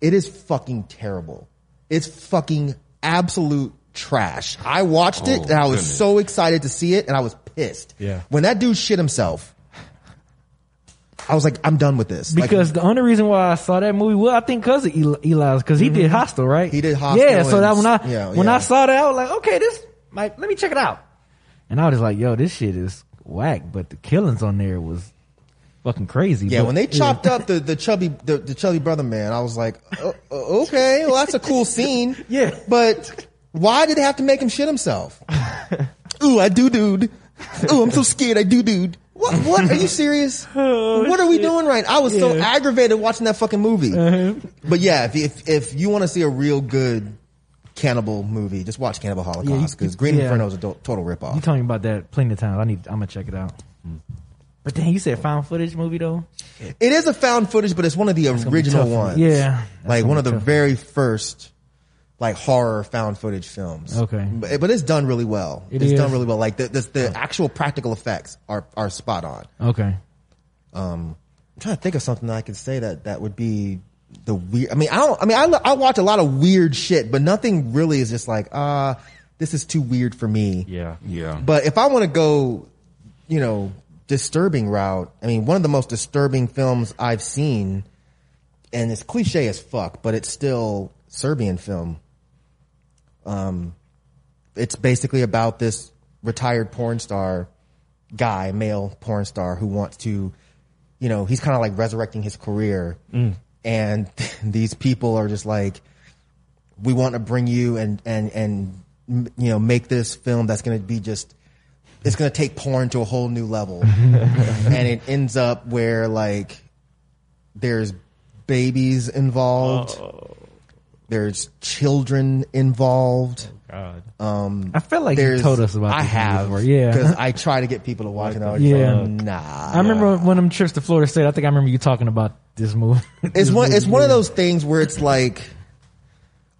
S6: It is fucking terrible. It's fucking absolute trash. I watched it
S7: Oh,
S6: and I was
S7: goodness.
S6: so excited to see it, and I was pissed.
S5: Yeah.
S6: when that dude shit himself. I was like, I'm done with this. Like,
S5: Because the only reason why I saw that movie, well, I think because of Eli, Eli's, because he did Hostel, right?
S6: Mm-hmm. He did Hostel
S5: Yeah, so
S6: and-
S5: that when I
S6: yeah,
S5: when
S6: yeah.
S5: I saw that, I was like, okay, this might let me check it out. And I was just like, yo, this shit is whack, but the killings on there was fucking crazy.
S6: Yeah,
S5: But-
S6: when they chopped up the, the chubby the, the chubby brother man, I was like, "O- o- okay, well that's a cool scene.
S5: Yeah.
S6: but why did they have to make him shit himself? Ooh, I do, dude. Ooh, I'm so scared. I do, dude. What? What? Are you serious?
S5: Oh,
S6: what are we doing right? I was so aggravated watching that fucking movie.
S5: Uh-huh.
S6: But yeah, if if, if you want to see a real good cannibal movie, just watch Cannibal Holocaust because
S5: could-
S6: Green
S5: yeah.
S6: Inferno is a do- total ripoff.
S5: You told me about that plenty of times. I need. I'm gonna check it out. But then you said found footage movie though.
S6: It is a found footage, but it's one of the
S5: be
S6: original
S5: tough one.
S6: ones.
S5: Yeah. That's
S6: Like
S5: gonna
S6: one
S5: be
S6: of the
S5: tough.
S6: very first like horror found footage films.
S5: Okay.
S6: But, but it's done really well.
S5: It is.
S6: it's
S5: Oh.
S6: done really well. Like the, the, the actual practical effects are, are spot on.
S5: Okay.
S6: I'm trying to think of something that I could say that, that would be the weird. I mean, I don't, I mean, I, lo- I watch a lot of weird shit, but nothing really is just like, uh, this is too weird for me.
S8: Yeah.
S7: Yeah.
S6: But if I want to go, you know, disturbing route, I mean, one of the most disturbing films I've seen, and it's cliche as fuck, but it's still Serbian film. Um, it's basically about this retired porn star guy, male porn star who wants to, you know, he's kind of like resurrecting his career. And these people are just like, we want to bring you and and and m- you know make this film that's going to be just it's going to take porn to a whole new level and it ends up where like there's babies involved there's children involved
S8: God.
S5: I felt like you
S6: there's
S5: told us about. this
S6: i
S5: movie
S6: have
S5: before. Yeah.
S6: because i try to get people to watch it and i was
S5: Yeah.
S6: yeah. like nah
S5: I remember when them trips to Florida State. I think I remember you talking about this movie.
S6: it's
S5: This
S6: one
S5: movie.
S6: it's one of
S8: Mm-hmm.
S6: those things where it's like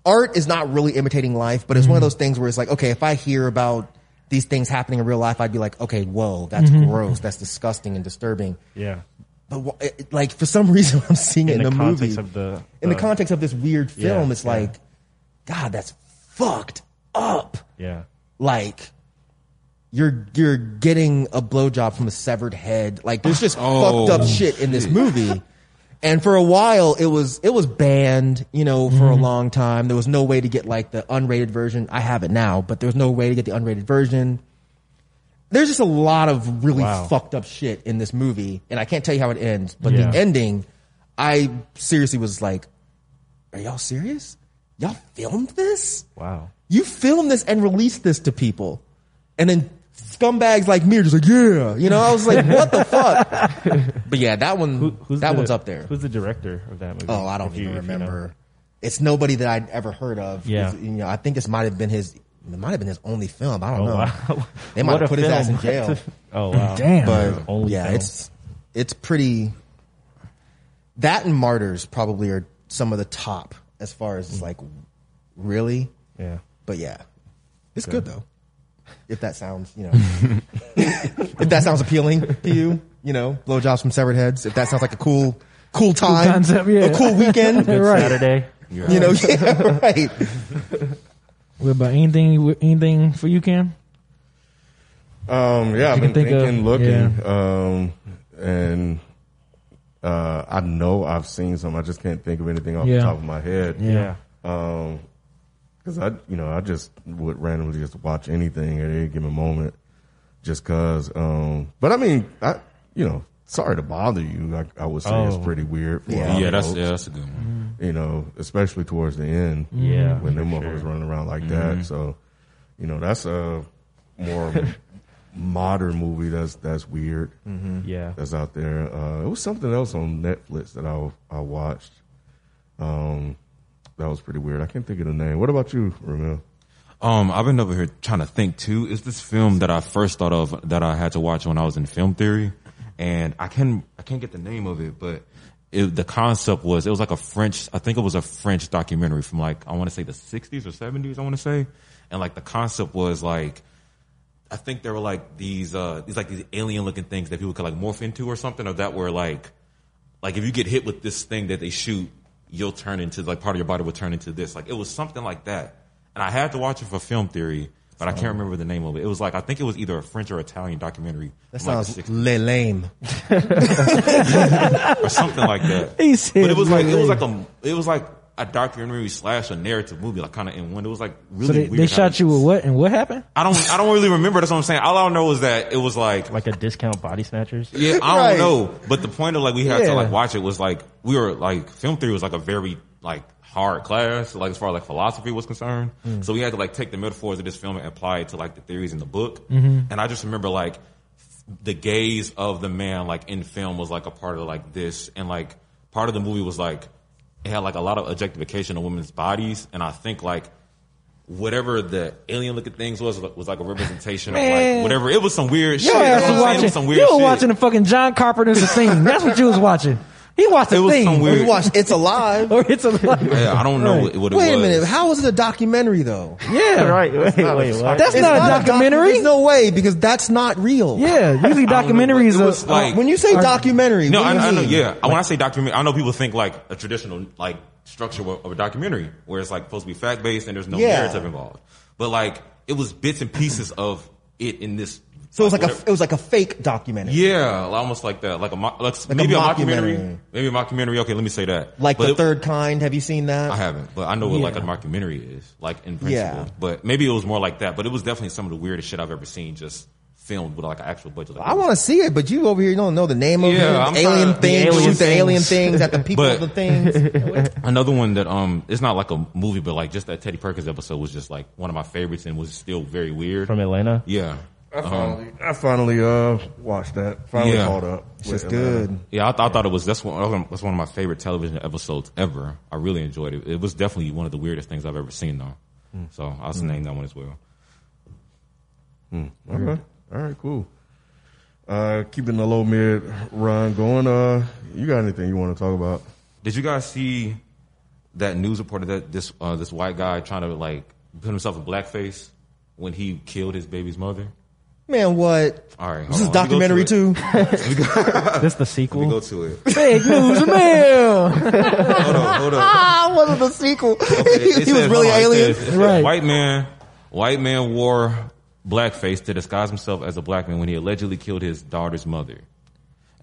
S6: art is not really imitating life, but it's
S8: Mm-hmm.
S6: one of those things where it's like, okay, if I hear about these things happening in real life, I'd be like, okay, whoa, that's
S8: Mm-hmm.
S6: gross, that's disgusting and disturbing.
S8: Yeah.
S6: But wh- it- it- like for some reason, I'm seeing it
S8: In
S6: in a
S8: the
S6: movie
S8: context of the-
S6: in the
S8: uh,
S6: context of this weird
S8: yeah,
S6: film. it's
S8: yeah.
S6: like, God, that's fucked up.
S8: Yeah.
S6: Like. You're you're getting a blowjob from a severed head. Like there's just
S7: Oh,
S6: fucked up shit in this movie. And for a while, it was it was banned, you know, for a long time. There was no way to get like the unrated version. I have it now, but there was no way to get the unrated version. There's just a lot of really
S8: Wow.
S6: fucked up shit in this movie, and I can't tell you how it ends. But
S8: Yeah.
S6: the ending, I seriously was like, "Are y'all serious? Y'all filmed this?
S8: Wow.
S6: You filmed this and released this to people, and then scumbags like me are just like, yeah, you know." I was like, "What the fuck?" But yeah, that one
S8: Who, who's
S6: that
S8: the-
S6: one's up there.
S8: Who's the director of that movie?
S6: Oh, I don't
S8: If you-
S6: even
S8: if you know.
S6: remember. It's nobody that I'd ever heard of.
S8: Yeah.
S6: It's- you know, I think this might have been his. It might have been his only film. I don't
S8: Oh,
S6: know.
S8: wow.
S6: They might
S8: What
S6: have
S8: a
S6: put his ass in
S8: film.
S6: jail.
S8: oh, wow.
S5: Damn.
S6: But
S8: Only
S6: yeah,
S8: film.
S6: it's it's pretty. That and Martyrs probably are some of the top as far as like really.
S8: Yeah.
S6: But yeah, it's good though. If that sounds, you know, if that sounds appealing to you, you know, blowjobs from severed heads. If that sounds like a cool, cool time,
S5: concept, yeah.
S6: a cool weekend,
S5: Right.
S8: Saturday.
S6: you know, yeah, right.
S5: What about anything? Anything for you, Cam?
S4: Um, yeah, I've
S5: You can
S4: been
S5: think of-
S4: thinking, looking, um, and uh, I know I've seen some. I just can't think of anything off
S5: Yeah.
S4: the top of my head.
S5: Yeah.
S8: Yeah.
S4: Um 'cause because I, you know, I just would randomly just watch anything at any given moment, just cause. Um, but I mean, I, you know, sorry to bother you. I, I would say it's
S8: Oh.
S4: pretty weird. For
S6: Yeah.
S4: all
S7: yeah, that's
S4: folks,
S7: yeah, that's a good one.
S4: you know, especially towards the end.
S8: Yeah,
S4: when them
S8: for
S4: motherfuckers
S8: sure.
S4: running around like that. So, you know, that's a more modern movie that's that's weird
S8: Yeah.
S4: that's out there. Uh, it was something else on Netflix that I I watched. Um, that was pretty weird. I can't think of the name. What about you, Ramil?
S7: Um, I've been over here trying to think too. Is this film that I first thought of that I had to watch when I was in film theory? and I can I can't get the name of it, but it, the concept was it was like a French I think it was a French documentary from like I want to say the 60s or 70s I want to say, and like the concept was like I think there were like these uh these like these alien looking things that people could like morph into or something or that were like like if you get hit with this thing that they shoot you'll turn into like part of your body will turn into this like it was something like that and I had to watch it for film theory. But I can't remember the name of it. It was like I think it was either a French or Italian documentary.
S6: That
S7: from, like,
S6: sounds
S7: the 60s.
S6: le lame.
S7: or something like that.
S5: He said
S7: but it was like it
S5: really.
S7: was like a it was like a documentary slash a narrative movie, like kind of in one. It was like really
S5: So they,
S7: weird.
S5: they shot you with what and what happened?
S7: I don't I don't really remember. That's what I'm saying. All I know is that it was like
S8: like a discount body snatchers.
S7: yeah, I
S6: Right.
S7: don't know. But the point of like we had
S5: Yeah.
S7: to like watch it was like we were like film theory was like a very like hard class, like as far as like philosophy was concerned. So we had to like take the metaphors of this film and apply it to like the theories in the book. And I just remember like the gaze of the man like in film was like a part of like this and like part of the movie was like it had like a lot of objectification of women's bodies and I think like whatever the alien looking things was was like a representation of
S5: Man.
S7: like whatever it was some weird shit.
S5: Your
S7: That's
S5: ass was
S7: what I'm saying. It
S5: watching.
S7: was some weird
S5: you were
S7: shit.
S5: watching the fucking John Carpenter's The Thing. That's what you was watching. He watched The
S7: It was
S5: Thing.
S7: some
S6: We
S7: weird-
S6: watched It's Alive.
S5: Or it's a
S7: Yeah, Uh, I don't
S5: Right.
S7: know what, what it
S6: Wait
S7: was.
S6: a minute. How is it a documentary though?
S5: yeah,
S8: Right. Wait, wait, what?
S5: That's not, a documentary.
S6: There's no way because that's not real.
S5: yeah, usually
S7: I don't know, but
S5: documentaries
S7: it was
S5: are
S7: like-
S6: When you say
S5: Are-
S6: documentary,
S7: No,
S6: what
S7: I,
S6: do you
S7: I know.
S6: mean?
S7: Yeah, when I say documentary, I know people think like a traditional like structure of of a documentary, where it's like supposed to be fact based and there's no
S6: Yeah.
S7: narrative involved. But like it was bits and pieces of it in this.
S6: So it was like a
S7: whatever-
S6: it was like a fake documentary.
S7: yeah, almost like that, like a mo- like,
S6: a
S7: maybe a,
S6: mockumentary.
S7: mockumentary, maybe a mockumentary. Okay, let me say that.
S6: Like
S7: But
S6: the
S7: it-
S6: third kind. Have you seen that?
S7: I haven't, but I know what like a
S5: Yeah.
S7: mockumentary is, like in principle.
S6: Yeah.
S7: But maybe it was more like that. But it was definitely some of the weirdest shit I've ever seen, just filmed with like an actual budget. Like,
S6: I want to see it, but you over here you don't know the name of
S7: Yeah,
S6: it.
S7: I'm
S6: alien
S7: trying
S6: things,
S7: to-
S8: the alien
S6: shoot the
S8: things.
S6: alien things at the people of
S7: But-
S6: the things.
S7: Another one that um, it's not like a movie, but like just that Teddy Perkins episode was just like one of my favorites and was still very weird.
S8: From Atlanta.
S7: yeah,
S4: I finally, I finally uh watched that. Finally
S7: Yeah.
S4: caught up.
S6: It's
S4: with
S6: just
S4: Atlanta.
S6: good.
S7: yeah, I, th- I thought it was that's one that's one of my favorite television episodes ever. I really enjoyed it. It was definitely one of the weirdest things I've ever seen though.
S6: Hmm.
S7: So I'll just name that one as well.
S4: Okay. All right. Cool. Uh, keeping the low mid run going. Uh, you got anything you want to talk about?
S7: Did you guys see that news reporter that this uh, this white guy trying to like put himself in blackface when he killed his baby's mother?
S6: Man, what?
S7: All right, hold
S6: This is
S7: on. Let me go
S6: documentary too.
S7: to it.
S8: That's the
S7: Let me
S8: sequel.
S7: go to it.
S5: fake news, man.
S7: Hold on, hold on.
S6: Ah, wasn't the sequel.
S7: It-
S6: he
S7: it
S6: was
S7: says-
S6: really
S7: hold on, it
S6: alien.
S7: says- it says,
S5: Right.
S7: White man, white man wore blackface to disguise himself as a black man when he allegedly killed his daughter's mother.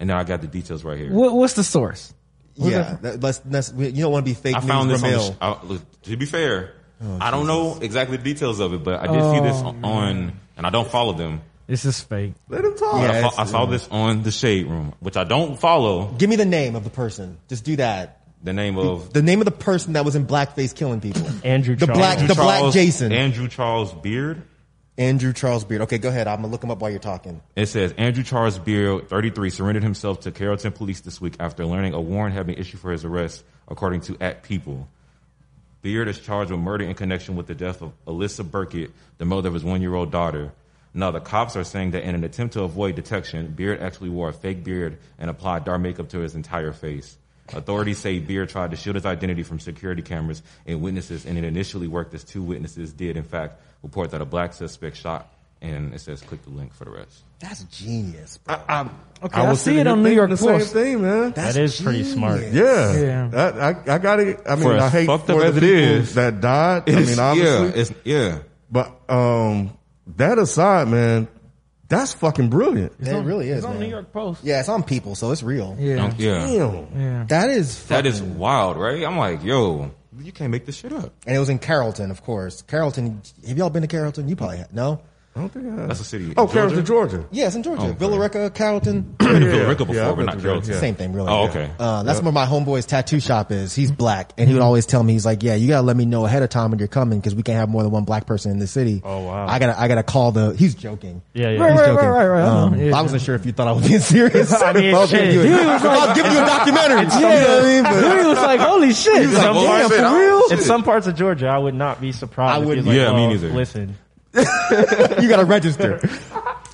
S7: And now I got the details right here.
S5: what, what's the source?
S6: yeah, that, let's, that's- we- you don't want to be fake
S7: I
S6: news
S7: found this
S6: from
S7: on. The,
S6: ill.
S7: sh- I, look, to be fair,
S6: Oh,
S7: I don't know exactly the details of it, but I did see this on, and I don't follow them.
S5: This is fake.
S4: Let him talk.
S7: But
S6: Yeah,
S7: I,
S6: it's-
S7: fo- I saw this on the Shade Room, which I don't follow.
S6: Give me the name of the person. Just do that.
S7: The name of
S6: The name of the person that was in blackface killing people.
S8: Andrew
S6: the
S8: Charles.
S6: black,
S7: Andrew
S6: the black
S7: Charles-
S6: Jason.
S7: Andrew Charles Beard.
S6: Andrew Charles Beard. Okay, go ahead. I'm gonna look him up while you're talking.
S7: It says Andrew Charles Beard, 33, surrendered himself to Carrollton police this week after learning a warrant had been issued for his arrest, according to At People. Beard is charged with murder in connection with the death of Alyssa Burkett, the mother of his one-year-old daughter. Now, the cops are saying that in an attempt to avoid detection, Beard actually wore a fake beard and applied dark makeup to his entire face. Authorities say Beard tried to shield his identity from security cameras and witnesses, and it initially worked as two witnesses did, in fact, report that a black suspect shot, and it says click the link for the rest.
S6: That's genius. Bro.
S5: Okay, I, see it on New
S4: Thinking
S5: York
S4: the
S5: Post.
S4: Same thing, man.
S6: That's
S8: That is pretty
S6: genius.
S8: smart.
S4: Yeah,
S5: Yeah.
S4: That- I, I got it. I mean,
S7: For
S4: I
S7: as
S4: hate
S7: fucked
S4: for
S7: up
S4: the
S7: as it
S4: people
S7: is,
S4: that died. I
S7: It's-
S4: mean, obviously,
S7: yeah, it's, yeah.
S4: but um, that aside, man, that's fucking brilliant.
S6: That really is.
S5: It's on
S6: man.
S5: New York Post.
S6: Yeah, it's on people, so it's real.
S5: Yeah.
S7: Don't- yeah.
S4: Damn.
S5: Yeah.
S6: That is
S7: That
S6: fucking,
S7: is wild, right? I'm like, yo, you can't make this shit up.
S6: and it was in Carrollton, of course. Carrollton. Have y'all been to Carrollton? You probably have. no.
S4: I don't think I
S7: That's a city. in
S4: Oh, Carrollton, Georgia.
S6: Yeah, it's in Georgia.
S7: Oh, Okay.
S6: Villa Rica, Carrollton.
S7: I've been to
S4: Yeah,
S7: Villarica before,
S4: yeah, I've
S7: but
S4: been
S7: not
S4: to
S7: Carrollton.
S4: Georgia,
S6: Same thing, really.
S7: Oh,
S6: yeah.
S7: okay. Mm-hmm.
S6: Uh, that's where my homeboy's tattoo shop is. He's black, and he would always tell me, he's like, "Yeah, you gotta let me know ahead of time when you're coming because we can't have more than one black person in the city."
S8: Oh, wow.
S6: I gotta, I gotta call the. He's joking.
S8: Yeah, yeah.
S6: He's
S8: Right, right,
S6: joking.
S5: right, right, I know.
S6: Um,
S5: Yeah.
S6: I wasn't sure if you thought I was being serious.
S8: I mean,
S6: If was giving
S8: shit.
S6: you a-
S8: You
S6: if I was giving you a documentary.
S5: Yeah. Louis was like, holy shit.
S4: was like,
S5: Damn,
S4: "Well, I said,
S5: for
S4: I-
S5: real?
S8: In some parts of Georgia, I would not be surprised.
S6: I
S8: if "Oh, he was
S6: wouldn't.
S8: Like,
S7: Yeah, me
S8: "Oh,
S7: neither."
S8: Listen,
S6: you gotta register.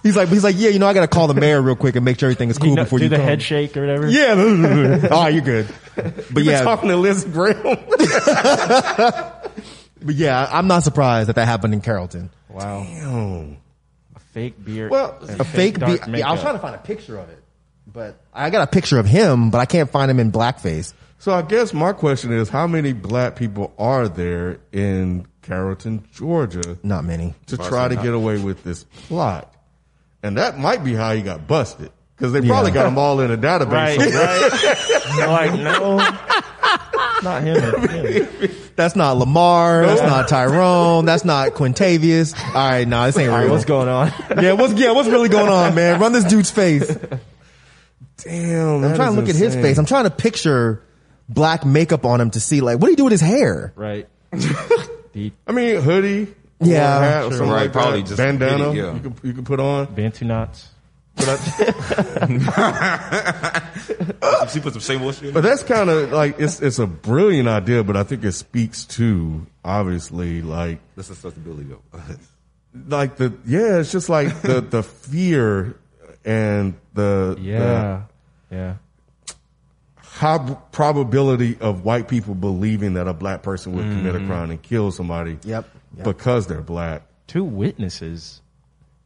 S6: He's like, he's like, yeah, you know, I got to call the mayor real quick and make sure everything is cool
S8: You know,
S6: before
S8: do
S6: you
S8: the
S6: come.
S8: head shake or whatever.
S6: Yeah, oh, you're good. But
S4: You're
S6: yeah,
S4: talking to Liz Graham.
S6: but yeah, I'm not surprised that that happened in Carrollton. Wow,
S8: fake beard.
S6: Well,
S8: and
S6: a fake.
S8: dark
S6: Be- yeah, I was
S8: makeup.
S6: trying to find a picture of it, but I got a picture of him, but I can't find him in blackface.
S4: So I guess my question is, how many black people are there in Carrollton, Georgia,
S6: Not many.
S4: to try to get away with this plot? And that might be how he got busted, because they probably
S6: Yeah.
S4: got them all in a database.
S8: Right,
S4: somewhere.
S8: right. They're like, no, not him. it's him.
S6: That's not Lamar. That's not Tyrone. That's not Quintavious. All right, nah, this ain't
S8: All right,
S6: real.
S8: what's going on?
S6: yeah, what's yeah, what's really going on, man? Run this dude's face.
S4: Damn,
S6: I'm trying to look at his face. I'm trying to picture black makeup on him to see like what do you do with his hair?
S8: right. The
S4: I mean, hoodie.
S6: Yeah,
S4: or hat or something
S7: Right,
S4: like that.
S7: probably just
S4: bandana.
S7: hoodie, yeah.
S4: You can you can put on.
S8: Bantu knots.
S7: She put some same old shit.
S4: But that's kind of like it's it's a brilliant idea, but I think it speaks to obviously like
S7: That's accessibility though.
S4: like the yeah, it's just like the the fear and the the
S8: Yeah, yeah.
S4: high probability of white people believing that a black person would commit
S8: Mm-hmm.
S4: a crime and kill somebody.
S6: Yep, yep.
S4: Because they're black.
S8: Two witnesses.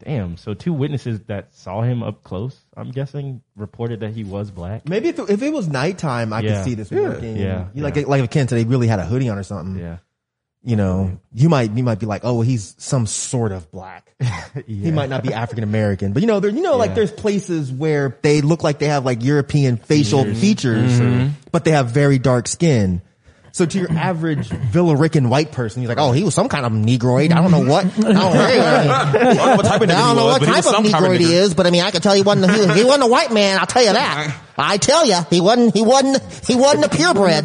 S8: Damn. So two witnesses that saw him up close. I'm guessing reported that he was black.
S6: Maybe if it, if it was nighttime, I
S8: Yeah.
S6: could see this working.
S8: Yeah,
S6: You like
S8: yeah.
S6: like if Ken said he really had a hoodie on or something.
S8: Yeah.
S6: You know, you might you might be like, oh, well, he's some sort of black. He might not be African American, but you know, there you know, like there's places where they look like they have like European facial features, Mm-hmm. but they have very dark skin. So to your average Villarican white person, he's like, oh, he was some kind of Negroid. I don't know what. I don't know, I don't know what type of,
S7: nigga he was, but he was some
S6: Negroid
S7: kind of
S6: he
S7: nigga.
S6: is, but I mean, I can tell you wasn't. He, he wasn't a white man. I'll tell you that. I tell you, he wasn't. He wasn't. He wasn't a purebred.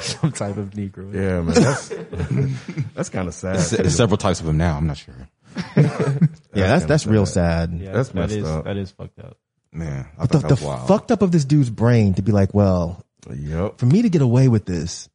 S8: Some type of Negro.
S4: Yeah, man. That's that's kind of sad. too.
S7: There's several types of them now. I'm not sure.
S6: Yeah, that's that's real sad.
S8: Yeah,
S4: That's
S8: that
S4: messed
S8: is-
S4: up.
S8: That is fucked up.
S7: Man, I
S6: The,
S7: thought that
S6: the
S7: was wild.
S6: fucked up of this dude's brain to be like, well,
S4: Yep.
S6: for me to get away with this,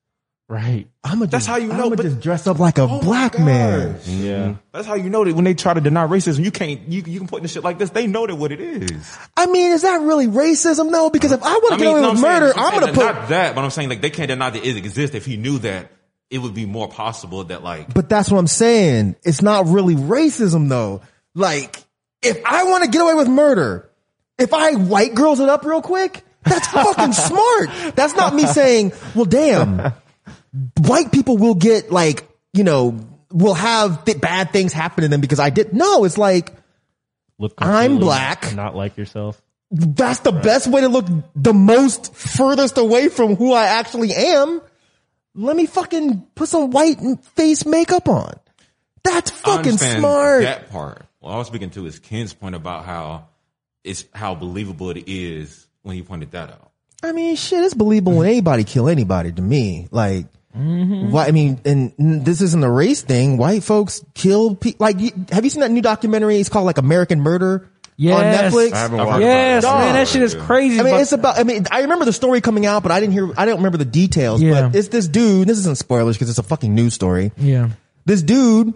S8: Right.
S6: I'm gonna.
S7: That's
S6: just,
S7: how Oh you
S6: I'm
S7: know,
S6: gonna
S7: but-
S6: just dress up like a black man.
S8: Yeah.
S7: Mm-hmm. That's how you know that when they try to deny racism, you can't. You, you can put in shit like this. They know that what it is.
S6: I mean, is that really racism? No, because if I want to get away
S7: no,
S6: with
S7: I'm saying-
S6: murder,
S7: I'm
S6: I'm,
S7: saying
S6: gonna
S7: that-
S6: put.
S7: not that, but I'm saying like they can't deny that it exists. If he knew that, it would be more possible that like
S6: But that's what I'm saying. It's not really racism though. Like, if I want to get away with murder, if I white girls it up real quick, that's fucking smart. That's not me saying, well, damn, white people will get like, you know, will have th- bad things happen to them because I did. No, it's like,
S8: Look.
S6: I'm
S8: completely
S6: black.
S8: Not like yourself.
S6: that's the best way to look the most furthest away from who I actually am. Let me fucking put some white face makeup on. That's
S7: I
S6: fucking
S7: understand
S6: smart.
S7: That part. What I was speaking to is Ken's point about how it's how believable it is when he pointed that out.
S6: I mean, shit, it's believable when anybody kill anybody to me. Like,
S5: Mm-hmm.
S6: why? I mean, and n- this isn't a race thing. White folks kill people. Like, you, have you seen that new documentary? It's called like American Murder on
S5: Yes.
S6: Netflix.
S4: I haven't
S7: I've
S4: watched
S7: heard about
S4: it.
S5: Yes,
S7: Dog.
S5: man, that shit is crazy.
S6: I mean,
S5: but-
S6: it's about. I mean, I remember the story coming out, but I didn't hear. I don't remember the details.
S5: Yeah.
S6: But it's this dude. This isn't spoilers because it's a fucking news story.
S5: yeah,
S6: This dude,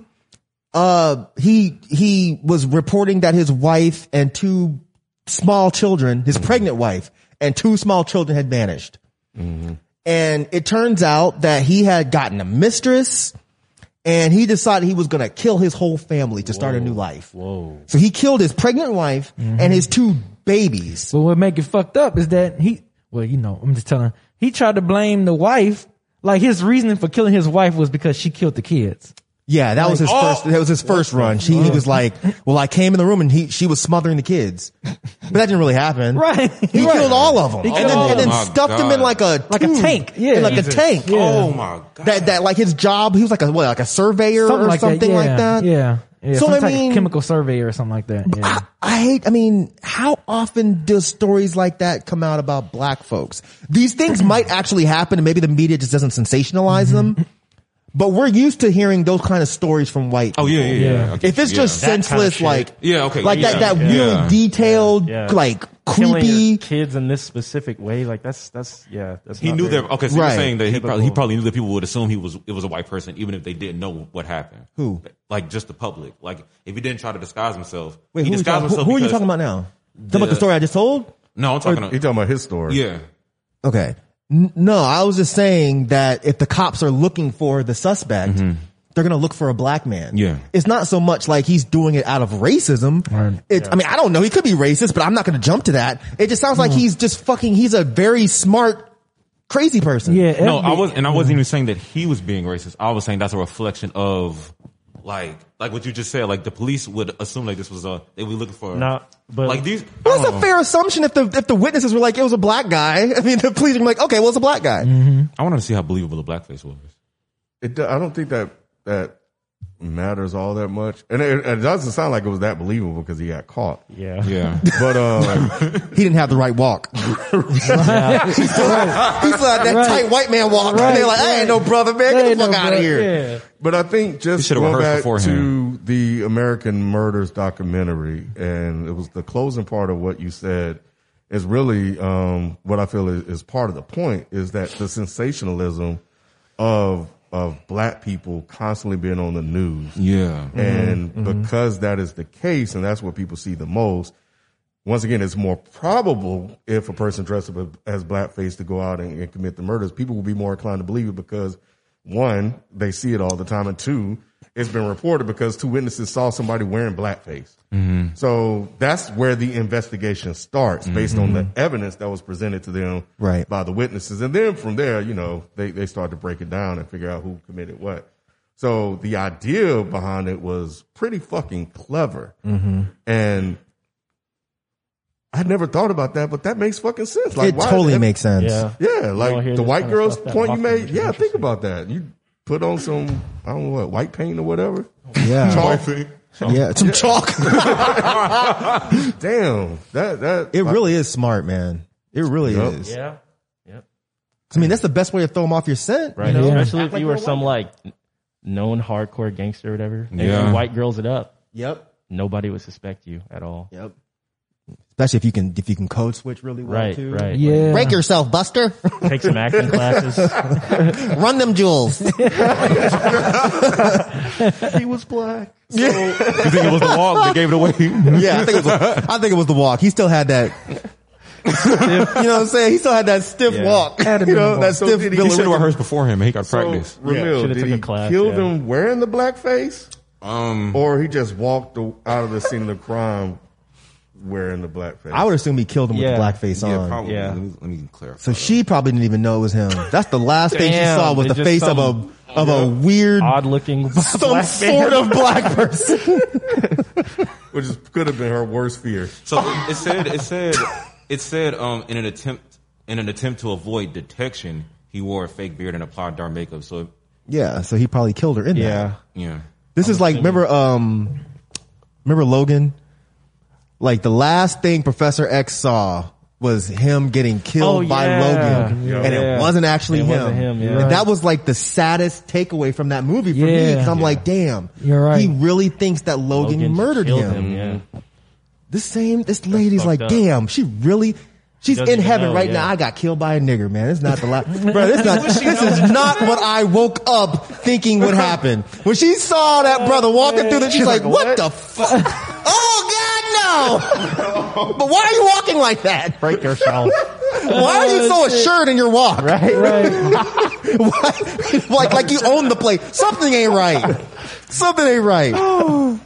S6: uh, he he was reporting that his wife and two small children, his pregnant wife and two small children, had vanished. And it turns out that he had gotten a mistress, and he decided he was going to kill his whole family to start a new life. Whoa! So he killed his pregnant wife and his two babies.
S5: but what make it fucked up is that he. Well, you know, I'm just telling. He tried to blame the wife. Like his reasoning for killing his wife was because she killed the kids.
S6: Yeah, that was his
S5: oh!
S6: first. That was his first run. She he was like, "Well, I came in the room and he she was smothering the kids," but that didn't really happen.
S5: Right.
S6: He
S5: Right.
S6: killed all of them, and
S5: killed
S6: then,
S5: all
S6: and
S5: of
S6: then
S7: 'em. Oh my
S6: stuffed them in
S7: God.
S6: like a
S5: Like a
S6: tube,
S5: tank, yeah.
S6: in like a
S5: Jesus.
S6: tank.
S7: Oh my god!
S6: That that like his job. He was like a what, like a surveyor or something
S5: yeah,
S6: like that.
S5: Yeah. yeah.
S6: So,
S5: Some
S6: I
S5: type of
S6: mean-
S5: chemical survey or something like that. Yeah.
S6: I, I hate. I mean, how often does stories like that come out about
S5: Mm-hmm.
S6: black folks? These things might actually happen, and maybe the media just doesn't sensationalize them. But we're used to hearing those kind of stories from white.
S7: Oh yeah, yeah, yeah.
S5: Yeah.
S7: Okay,
S6: If it's
S7: yeah.
S6: just
S8: That kind of
S6: senseless,
S8: shit.
S6: like
S7: yeah, okay,
S6: like
S7: yeah,
S6: that that
S7: yeah.
S6: real detailed,
S8: Yeah.
S6: like
S8: Killing your
S6: creepy.
S8: kids in this specific way, like that's that's yeah. That's
S7: He
S8: not
S7: knew
S8: very-
S7: that. Okay, so you're
S6: Right.
S7: saying that he
S8: Typical.
S7: probably he probably knew that people would assume he was it was a white person, even if they didn't know what happened.
S6: Who?
S7: Like just the public. Like if he didn't try to disguise himself.
S6: Wait,
S7: he
S6: who, are you
S7: disguised
S6: talking, who,
S7: himself
S6: who are you
S7: because-
S6: talking about now? Talking about the
S7: The-
S6: story I just told.
S7: No, I'm talking.
S4: He
S7: about,
S4: talking about his story.
S7: yeah,
S6: Okay. N- No, I was just saying that if the cops are looking for the suspect, they're going to look for a black man.
S7: Mm-hmm. Yeah.
S6: It's not so much like he's doing it out of racism. It's, I mean, I don't know. He could be racist, but I'm not going to jump to that. It just sounds like
S8: Mm.
S6: he's just fucking, he's a very smart, crazy person.
S5: Yeah,
S7: no, I
S5: every-
S7: was, and I wasn't even saying that he was being racist. I was saying that's a reflection of like, like what you just said. Like the police would assume like this was a they were looking for.
S8: Nah, but-
S7: like these.
S6: Well,
S7: I
S6: that's
S7: don't
S6: a
S7: know.
S6: fair assumption if the, if the witnesses were like, it was a black guy. I mean, the police were like, okay, well, it's a black guy.
S7: I wanted to see how believable the blackface was.
S4: It, do- I don't think that that matters all that much, and it, it doesn't sound like it was that believable because he got caught.
S8: Yeah.
S7: Yeah.
S4: But uh,
S6: He didn't have the right walk. he still had, he still had that
S5: Right.
S6: tight white man walk.
S5: Right,
S6: and they're like, I ain't no brother, man. Get
S5: Hey,
S6: the fuck
S5: no,
S6: out
S5: bro.
S6: of here.
S5: Yeah.
S4: But I think
S7: You
S4: just
S7: should've
S4: going back
S7: rehearsed
S4: to
S7: beforehand.
S4: the American Murders documentary, and it was the closing part of what you said is really um, what I feel is, is part of the point is that the sensationalism of of black people constantly being on the
S7: Mm-hmm.
S4: news,
S7: Yeah.
S4: and
S7: Mm-hmm.
S4: because that is the case, and that's what people see the most. Once again, it's more probable if a person dressed up as blackface to go out and, and commit the murders. People will be more inclined to believe it because one, they see it all the time, and two, it's been reported because two witnesses saw somebody wearing blackface. So that's where the investigation starts based on the evidence that was presented to them
S6: Right.
S4: by the witnesses. And then from there, you know, they, they start to break it down and figure out who committed what. So the idea behind it was pretty fucking clever. And I never thought about that, but that makes fucking sense. Like
S6: it
S4: why-
S6: totally
S4: and-
S6: makes sense.
S8: Yeah.
S4: Yeah,
S8: don't
S4: like
S8: hear
S4: the
S8: this
S4: white
S8: kind of
S4: girl's
S8: stuff that
S4: point you
S8: often,
S4: made.
S8: which is
S4: Yeah, think about that. You put on some I don't know what white paint or whatever.
S6: Yeah.
S4: Chalk.
S6: Yeah. Some chalk.
S4: Damn, that that
S6: it really is smart, man. It really
S4: Yup.
S6: is.
S8: Yeah.
S6: I mean, that's the best way to throw him off your scent.
S8: Right.
S5: You know?
S8: Especially if you were some like known hardcore gangster or whatever. And
S7: Yeah.
S8: you white girls it up.
S6: Yep.
S8: Nobody would suspect you at all.
S6: Yep. Especially if you can, if you can code switch really well
S8: Right,
S6: too.
S8: right.
S5: yeah.
S6: Break yourself, Buster.
S8: Like, take some acting classes.
S6: Run them jewels.
S4: he was black.
S7: you think it was the wall that gave it away?
S6: Yeah, I think, it was a, I think it was the walk. He still had that. you know what I'm saying? He still had that stiff walk. you know, that
S4: So
S6: stiff
S4: did he-
S7: He
S6: Bill
S7: should have
S6: Wickham.
S7: rehearsed beforehand. Man, he got practice.
S4: Ramil,
S8: should've
S4: did
S8: took
S4: he
S8: a class,
S4: kill
S8: yeah.
S4: them wearing the blackface,
S7: Um,
S4: or he just walked o- out of the scene of the crime wearing the blackface?
S6: I would assume he killed him
S8: Yeah.
S6: with blackface
S7: yeah,
S6: on.
S7: probably.
S8: Yeah.
S7: Let, me, let me clarify.
S6: So she probably didn't even know it was him. That's the last thing she
S8: Damn,
S6: saw was
S8: they
S6: the
S8: just
S6: face of
S8: some-
S6: a of a weird,
S8: Odd looking
S6: some sort of black person.
S4: which is, could have been her worst fear.
S7: So it said, it said, it said, um, in an attempt, in an attempt to avoid detection, he wore a fake beard and applied dark makeup. So
S6: yeah, so he probably killed her in there.
S8: Yeah.
S7: yeah,
S6: This is like remember um remember Logan? Like the last thing Professor X saw was him getting killed
S8: Oh,
S6: by
S8: yeah.
S6: Logan.
S8: Yeah.
S6: And it
S8: Yeah.
S6: wasn't actually
S8: It
S6: him.
S8: wasn't him, yeah.
S6: And that was like the saddest takeaway from that movie for me.
S5: Yeah.
S6: Cause I'm like, damn,
S5: You're right.
S6: he really thinks that Logan,
S8: Logan
S6: murdered
S8: killed
S6: him.
S8: Yeah.
S6: This same this lady's like,
S8: fucked up.
S6: damn, she really She's
S8: Doesn't
S6: in
S8: even
S6: heaven
S8: know,
S6: right
S8: yeah.
S6: now. I got killed by a nigger, man. It's not the last, bro. This, not, this is not what I woke up thinking would happen. When she saw that brother walking through the, she's like, what the fuck? Oh God, no! But why are you walking like that?
S8: Break yourself.
S6: Why are you
S8: Oh,
S6: so assured in your walk? Right, right. like, like you own the place. Something ain't right. Something ain't right.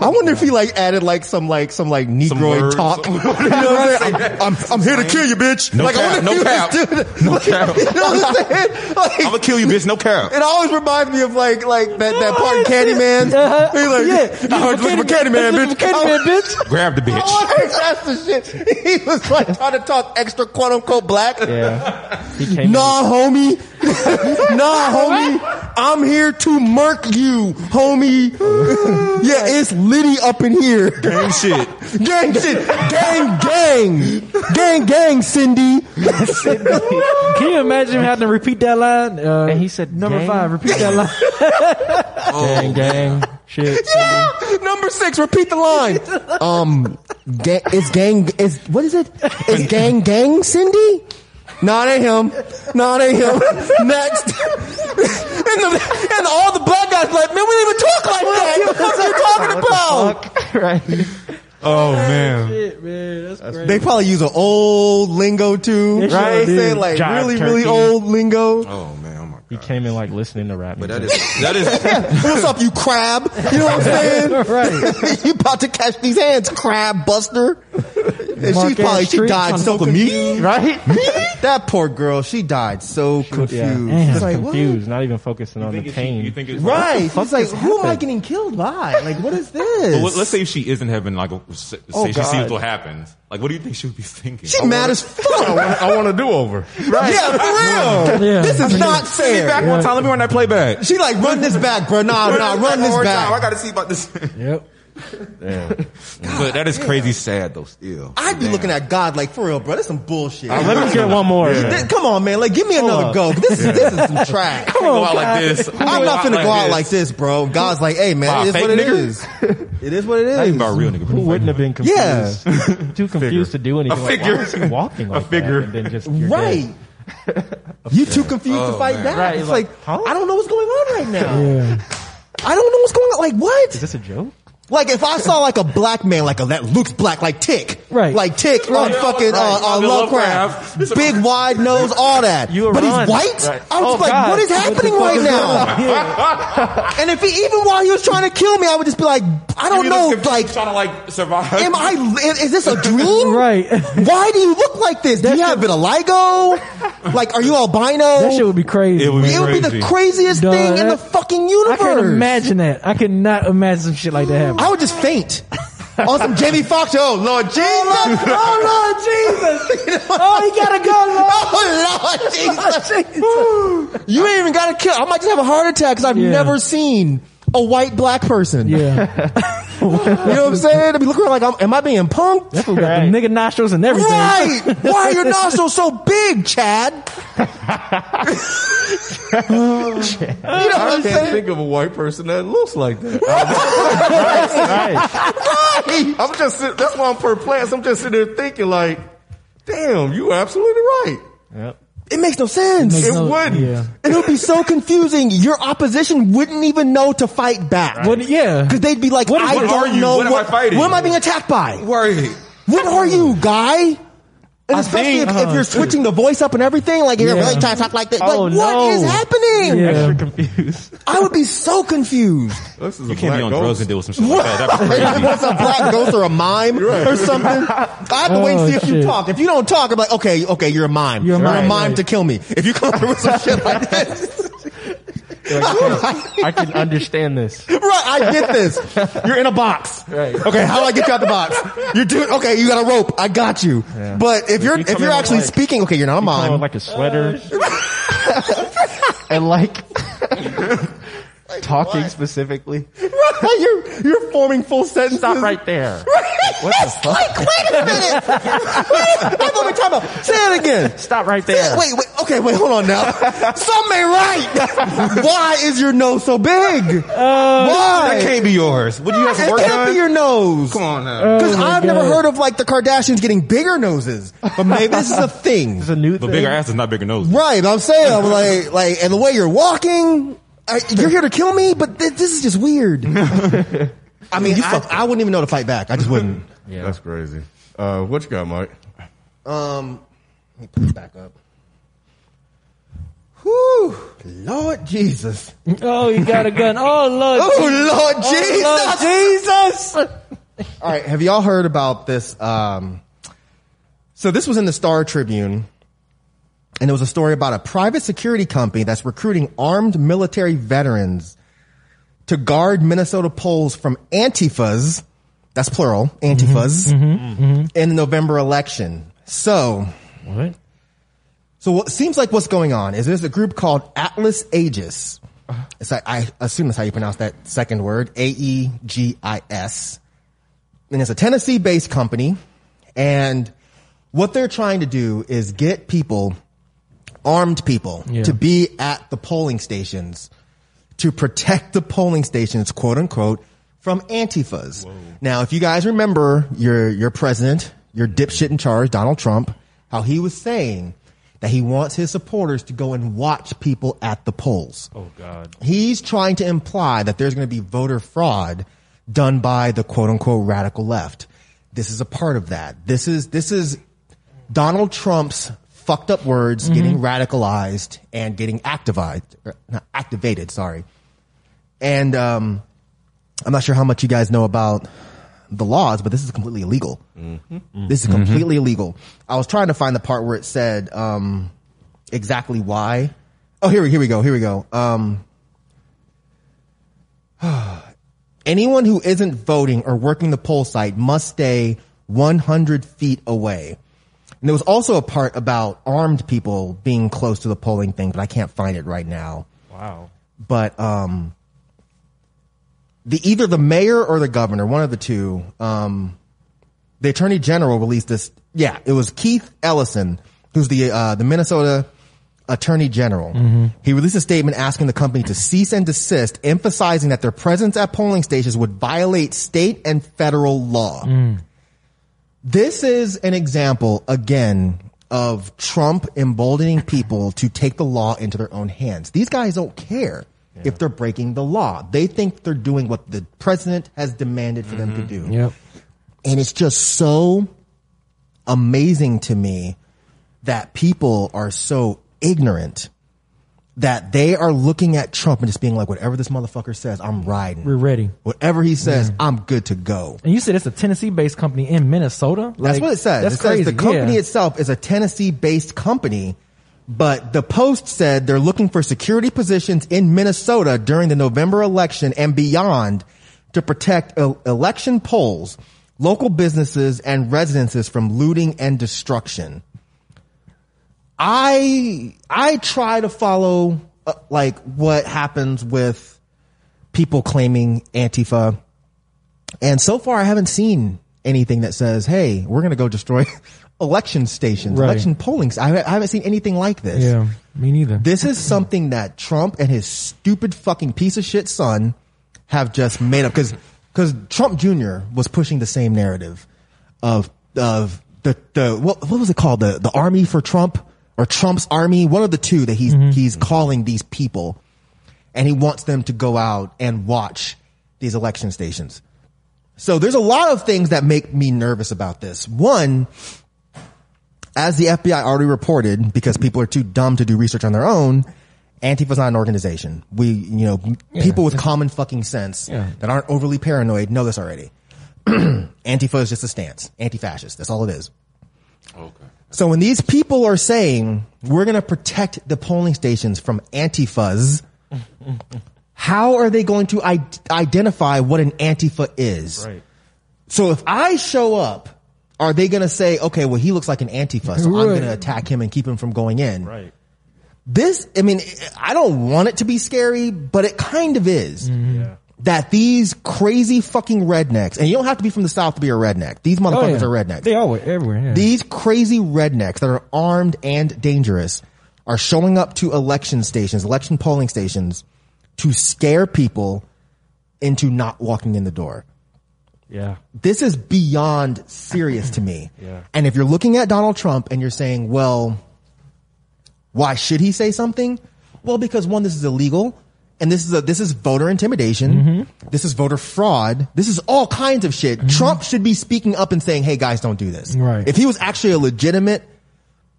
S6: I wonder if he like added like some like some like Negroid
S7: words.
S6: talk. you know what I'm saying? I'm, I'm, I'm here to kill you, bitch.
S7: No
S6: like, I
S7: cap,
S6: wonder if
S7: no cap.
S6: he was doing-
S7: No cap.
S6: You know what I'm saying? Like,
S7: I'm gonna kill you, bitch. No cap.
S6: it always reminds me of like like that, that part in Candyman. He's like, Uh-huh. yeah, I heard looking for Candyman, bitch. I-
S5: bitch.
S7: Grab the bitch.
S6: I wonder if that's the shit. He was like trying to talk extra quote unquote black.
S8: Yeah. He came
S6: Nah, homie. nah, homie. I'm here to murk you, homie. yeah, it's litty up in here.
S7: Gang shit.
S6: gang shit. Gang, gang. Gang, gang, Cindy.
S5: Can you imagine having to repeat that line? Uh,
S8: And he said,
S5: number
S8: "Gang."
S5: five, repeat that line.
S8: gang, gang, shit.
S6: Yeah. Number six, repeat the line. Um, gang, it's gang, is, what is it? It's gang, gang, Cindy? No, it ain't him. No, it ain't him. Next. and, the, and all the black guys be like, man, we didn't even talk like that. What the fuck are you talking about?
S8: right.
S4: Oh man.
S5: Shit, man, that's crazy.
S6: They probably use an old lingo too,
S5: They sure
S6: right?
S5: do.
S6: Saying like
S8: Jive
S6: really,
S8: turkey.
S6: really old lingo.
S7: Oh man, oh my
S8: He
S7: god.
S8: came in like listening to rap.
S7: But
S8: music.
S7: that is that is
S6: What's up, you crab? You know what I'm saying?
S5: right.
S6: you about to catch these hands, crab buster. And
S5: Mark
S6: she probably
S5: Ann
S6: she
S5: Street
S6: died
S5: on
S6: so
S5: Coca-
S6: confused.
S8: right.
S6: That poor girl, she died so confused.
S8: Yeah.
S6: It's
S8: Just
S6: like, what?
S8: confused, not even focusing on the
S7: think it's-
S8: pain.
S7: You think it's
S6: Right.
S8: fuck
S6: She's like,
S8: just
S6: who am I
S8: happened?
S6: getting killed by? Like, what is this?
S7: Well, let's say if she is in heaven, like say
S6: Oh,
S7: she
S6: God.
S7: sees what happens. Like, what do you think she would be thinking?
S6: she mad
S7: Oh,
S6: as
S4: I
S6: fuck.
S4: want, I want to do over.
S6: right. Yeah, for real.
S5: Yeah.
S6: This is not
S7: Send me back
S6: fair.
S7: one time. Let me run that playback.
S6: She like, run this back, bro. Nah, nah, run this
S7: One
S6: back.
S7: time. I gotta see about this.
S5: Yep.
S4: Damn.
S7: but that is crazy sad though. Still,
S6: I'd be looking at God like, for real, bro, that's some bullshit.
S8: Let me get one more.
S6: Th- come on, man. Like, give me another
S8: up.
S6: go. This is, this is some trash.
S7: I go out like this.
S6: I'm not finna go out like this, bro. God's like, hey,
S7: Wow,
S6: man, it is
S7: fake
S6: what it
S7: nigga.
S6: is. It is what it
S7: Not even
S6: is.
S7: about a real nigga.
S8: Who
S7: bro.
S8: wouldn't have been confused?
S6: Yeah.
S8: Too confused to do anything.
S7: A
S8: Like, why
S7: figure.
S8: was he walking like
S7: figure.
S8: That? And then just you're
S6: Right.
S8: dead.
S6: You too confused to fight back.
S8: Right,
S6: It's like,
S8: like, huh?
S6: I don't know what's going on right now.
S5: Yeah.
S6: I don't know what's going on. Like,
S8: Is
S6: what?
S8: this a joke?
S6: Like, if I saw like a black man, like a, that looks black, like Tick.
S5: Right.
S6: Like Tick on
S7: Right.
S6: fucking,
S7: Oh, Right.
S6: uh, on
S7: The
S6: Lovecraft.
S7: Lovecraft.
S6: Big wide nose, all that.
S8: You would
S6: but
S8: run.
S6: he's white?
S8: Right.
S6: I was
S8: Oh,
S6: like,
S8: God.
S6: what is
S5: What the
S6: happening
S5: fuck
S6: right
S5: is
S6: now?
S5: going on? Yeah.
S6: And if he, even while he was trying to kill me, I would just be like, I don't
S7: You
S6: know,
S7: look confused,
S6: like,
S7: trying to like survive.
S6: am I, is this a dream?
S5: Right.
S6: Why do you look like this? Do you have vitiligo? Like, are you albino?
S5: That shit would be crazy.
S7: It would be
S6: It would be the
S7: crazy.
S6: craziest
S5: Duh,
S6: thing in
S5: that-
S6: the fucking
S5: I
S6: universe.
S5: can't imagine that. I could not imagine some shit like that happening.
S6: I would just faint. On some Jamie Foxx, oh Lord Jesus, oh Lord Jesus, oh he gotta go, Lord, oh Lord Jesus, you ain't even gotta kill. I might just have a heart attack because I've
S5: Yeah.
S6: never seen a white black person.
S5: yeah.
S6: You know what I'm saying? I'd be looking around like, I'm, am I being punked?
S5: Who got the
S8: Right.
S5: nigga nostrils and everything.
S6: Right? Why are your nostrils so big, Chad? you know what
S4: I
S6: I'm
S4: can't
S6: saying?
S4: think of a white person that looks like that.
S8: Right.
S4: I'm just sit- that's why I'm perplexed. I'm just sitting there thinking like, damn, you absolutely right.
S8: yep.
S6: It makes no sense.
S5: Makes
S4: It
S5: no-
S4: wouldn't.
S5: Yeah.
S6: It would be so confusing. Your opposition wouldn't even know to fight back.
S5: What, yeah.
S6: Because they'd be like,
S5: What-
S6: I
S5: what
S6: don't
S7: are you?
S6: know
S7: What am I fighting?
S6: What am I being attacked by?
S7: worried?
S6: What are you, guy? And
S5: I
S6: especially
S5: think- uh-huh.
S6: if, if you're switching the voice up and everything, like you're
S5: Yeah.
S6: really trying to talk like this.
S8: Oh,
S6: like, what
S8: no.
S6: is happening?
S5: Yeah.
S8: Extra confused.
S6: I would be so confused.
S4: This is
S7: You
S4: a
S7: can't
S4: black
S7: be on
S4: ghost.
S7: drugs and deal with some shit like that. That's crazy.
S6: What's a black ghost or a mime or something? I have to wait and
S5: Oh,
S6: see if you
S5: shit.
S6: talk. If you don't talk, I'm like, okay, okay, you're a mime.
S5: You're a mime, right.
S6: to kill me. If you come through with some shit like this, Oh
S8: Like, okay, I can understand this.
S6: right? I get this. You're in a box.
S8: Right.
S6: Okay, how do I get you out the box? You're doing okay. You got a rope. I got you. But if you're
S8: you
S6: if
S8: come
S6: you're
S8: in with
S6: actually
S8: like-
S6: speaking, okay, you're not a
S8: Come
S6: mime.
S8: with Oh, like a sweater. and like, talking specifically.
S6: Right, you're you're forming full sentences.
S8: Stop right there.
S6: Yes, like wait a minute. I thought we were talking about. Say it again.
S8: Stop right
S6: Yeah,
S8: there.
S6: Wait, wait, okay, wait, hold on now. Something ain't right. Why is your nose so big? Why?
S7: That can't be yours. Would you have some
S6: It
S7: work
S6: can't be Uh,
S7: done?
S6: your nose.
S7: Come on now.
S6: Because I've never
S5: God.
S6: heard of like the Kardashians getting bigger noses, but maybe this is a thing,
S8: It's a new
S7: But
S8: thing.
S7: bigger ass is not bigger nose.
S6: right? I'm saying, I'm like, like, and the way you're walking, I, you're here to kill me, but th- this is just weird. I mean, I, I wouldn't even know to fight back. I just wouldn't.
S4: That's crazy. Uh, what you got, Mike?
S6: Um, let me put it back up. Whew, Lord Jesus.
S5: Oh, you got a gun. Oh, look.
S6: Oh Lord Jesus!
S5: Jesus. Lord Jesus.
S6: All right, have y'all heard about this? Um, so this was in the Star Tribune, and it was a story about a private security company that's recruiting armed military veterans to guard Minnesota polls from antifas. That's plural, antifas, in the November election. So
S5: What?
S6: so what seems like what's going on is there's a group called Atlas Aegis. It's like I assume that's how you pronounce that second word, A E G I S. And it's a Tennessee based company. And what they're trying to do is get people, armed people,
S5: Yeah.
S6: to be at the polling stations to protect the polling stations, quote unquote, from antifas. Now, if you guys remember your your president, your dipshit in charge, Donald Trump, how he was saying that he wants his supporters to go and watch people at the polls.
S7: Oh God.
S6: He's trying to imply that there's going to be voter fraud done by the quote unquote radical left. This is a part of that. This is, this is Donald Trump's fucked up words getting radicalized and getting activized, er, not activated, sorry. And, um, I'm not sure how much you guys know about the laws, but this is completely illegal. This is completely illegal. I was trying to find the part where it said, um, exactly why. Oh, here we, here we go. Here we go. Um, anyone who isn't voting or working the poll site must stay 100 feet away. And there was also a part about armed people being close to the polling thing, but I can't find it right now.
S8: Wow.
S6: But um, the either the mayor or the governor, one of the two, um, the attorney general released this. Yeah, it was Keith Ellison, who's the uh, the Minnesota attorney general. He released a statement asking the company to cease and desist, emphasizing that their presence at polling stations would violate state and federal law. This is an example again of Trump emboldening people to take the law into their own hands. These guys don't care if they're breaking the law. They think they're doing what the president has demanded for them to do.
S5: Yep.
S6: And it's just so amazing to me that people are so ignorant that they are looking at Trump and just being like, whatever this motherfucker says, I'm riding.
S5: We're ready.
S6: Whatever he says, I'm good to go.
S5: And you said it's a Tennessee-based company in Minnesota.
S6: That's
S5: Like,
S6: what it says.
S5: That's
S6: it
S5: crazy.
S6: says the company
S5: yeah.
S6: itself is a Tennessee based company, but the Post said they're looking for security positions in Minnesota during the November election and beyond to protect el- election polls, local businesses, and residences from looting and destruction. I I try to follow uh, like what happens with people claiming Antifa and so far, I haven't seen anything that says, "Hey, we're going to go destroy election stations,
S5: Right.
S6: election polling." st- I, I haven't seen anything like this.
S5: Yeah, me neither.
S6: This is something that Trump and his stupid fucking piece of shit son have just made up because Trump Jr. was pushing the same narrative of of the the what what was it called the the army for Trump or Trump's army one of the two that he's he's calling these people and he wants them to go out and watch these election stations. So there's a lot of things that make me nervous about this. One, as the FBI already reported, because people are too dumb to do research on their own, Antifa's not an organization. We, you know, people with common fucking sense that aren't overly paranoid know this already. Antifa is just a stance. Anti-fascist. That's all it is.
S7: Okay.
S6: So when these people are saying we're going to protect the polling stations from antifas, how are they going to I- identify what an antifa is?
S8: Right.
S6: So if I show up, are they going to say, okay, well he looks like an antifa, so I'm
S5: Right.
S6: going to attack him and keep him from going in?
S8: Right.
S6: This, I mean, I don't want it to be scary, but it kind of is.
S5: Mm-hmm.
S6: That these crazy fucking rednecks, and you don't have to be from the south to be a redneck. These
S5: Oh,
S6: motherfuckers
S5: yeah.
S6: are rednecks.
S5: They always everywhere. Yeah.
S6: These crazy rednecks that are armed and dangerous are showing up to election stations, election polling stations to scare people into not walking in the door.
S8: Yeah.
S6: This is beyond serious to me.
S8: Yeah.
S6: And if you're looking at Donald Trump and you're saying, well, why should he say something? Well, because one, this is illegal. And this is a, this is voter intimidation.
S5: Mm-hmm.
S6: This is voter fraud. This is all kinds of shit. Trump should be speaking up and saying, "Hey guys, don't do this."
S5: Right.
S6: If he was actually a legitimate,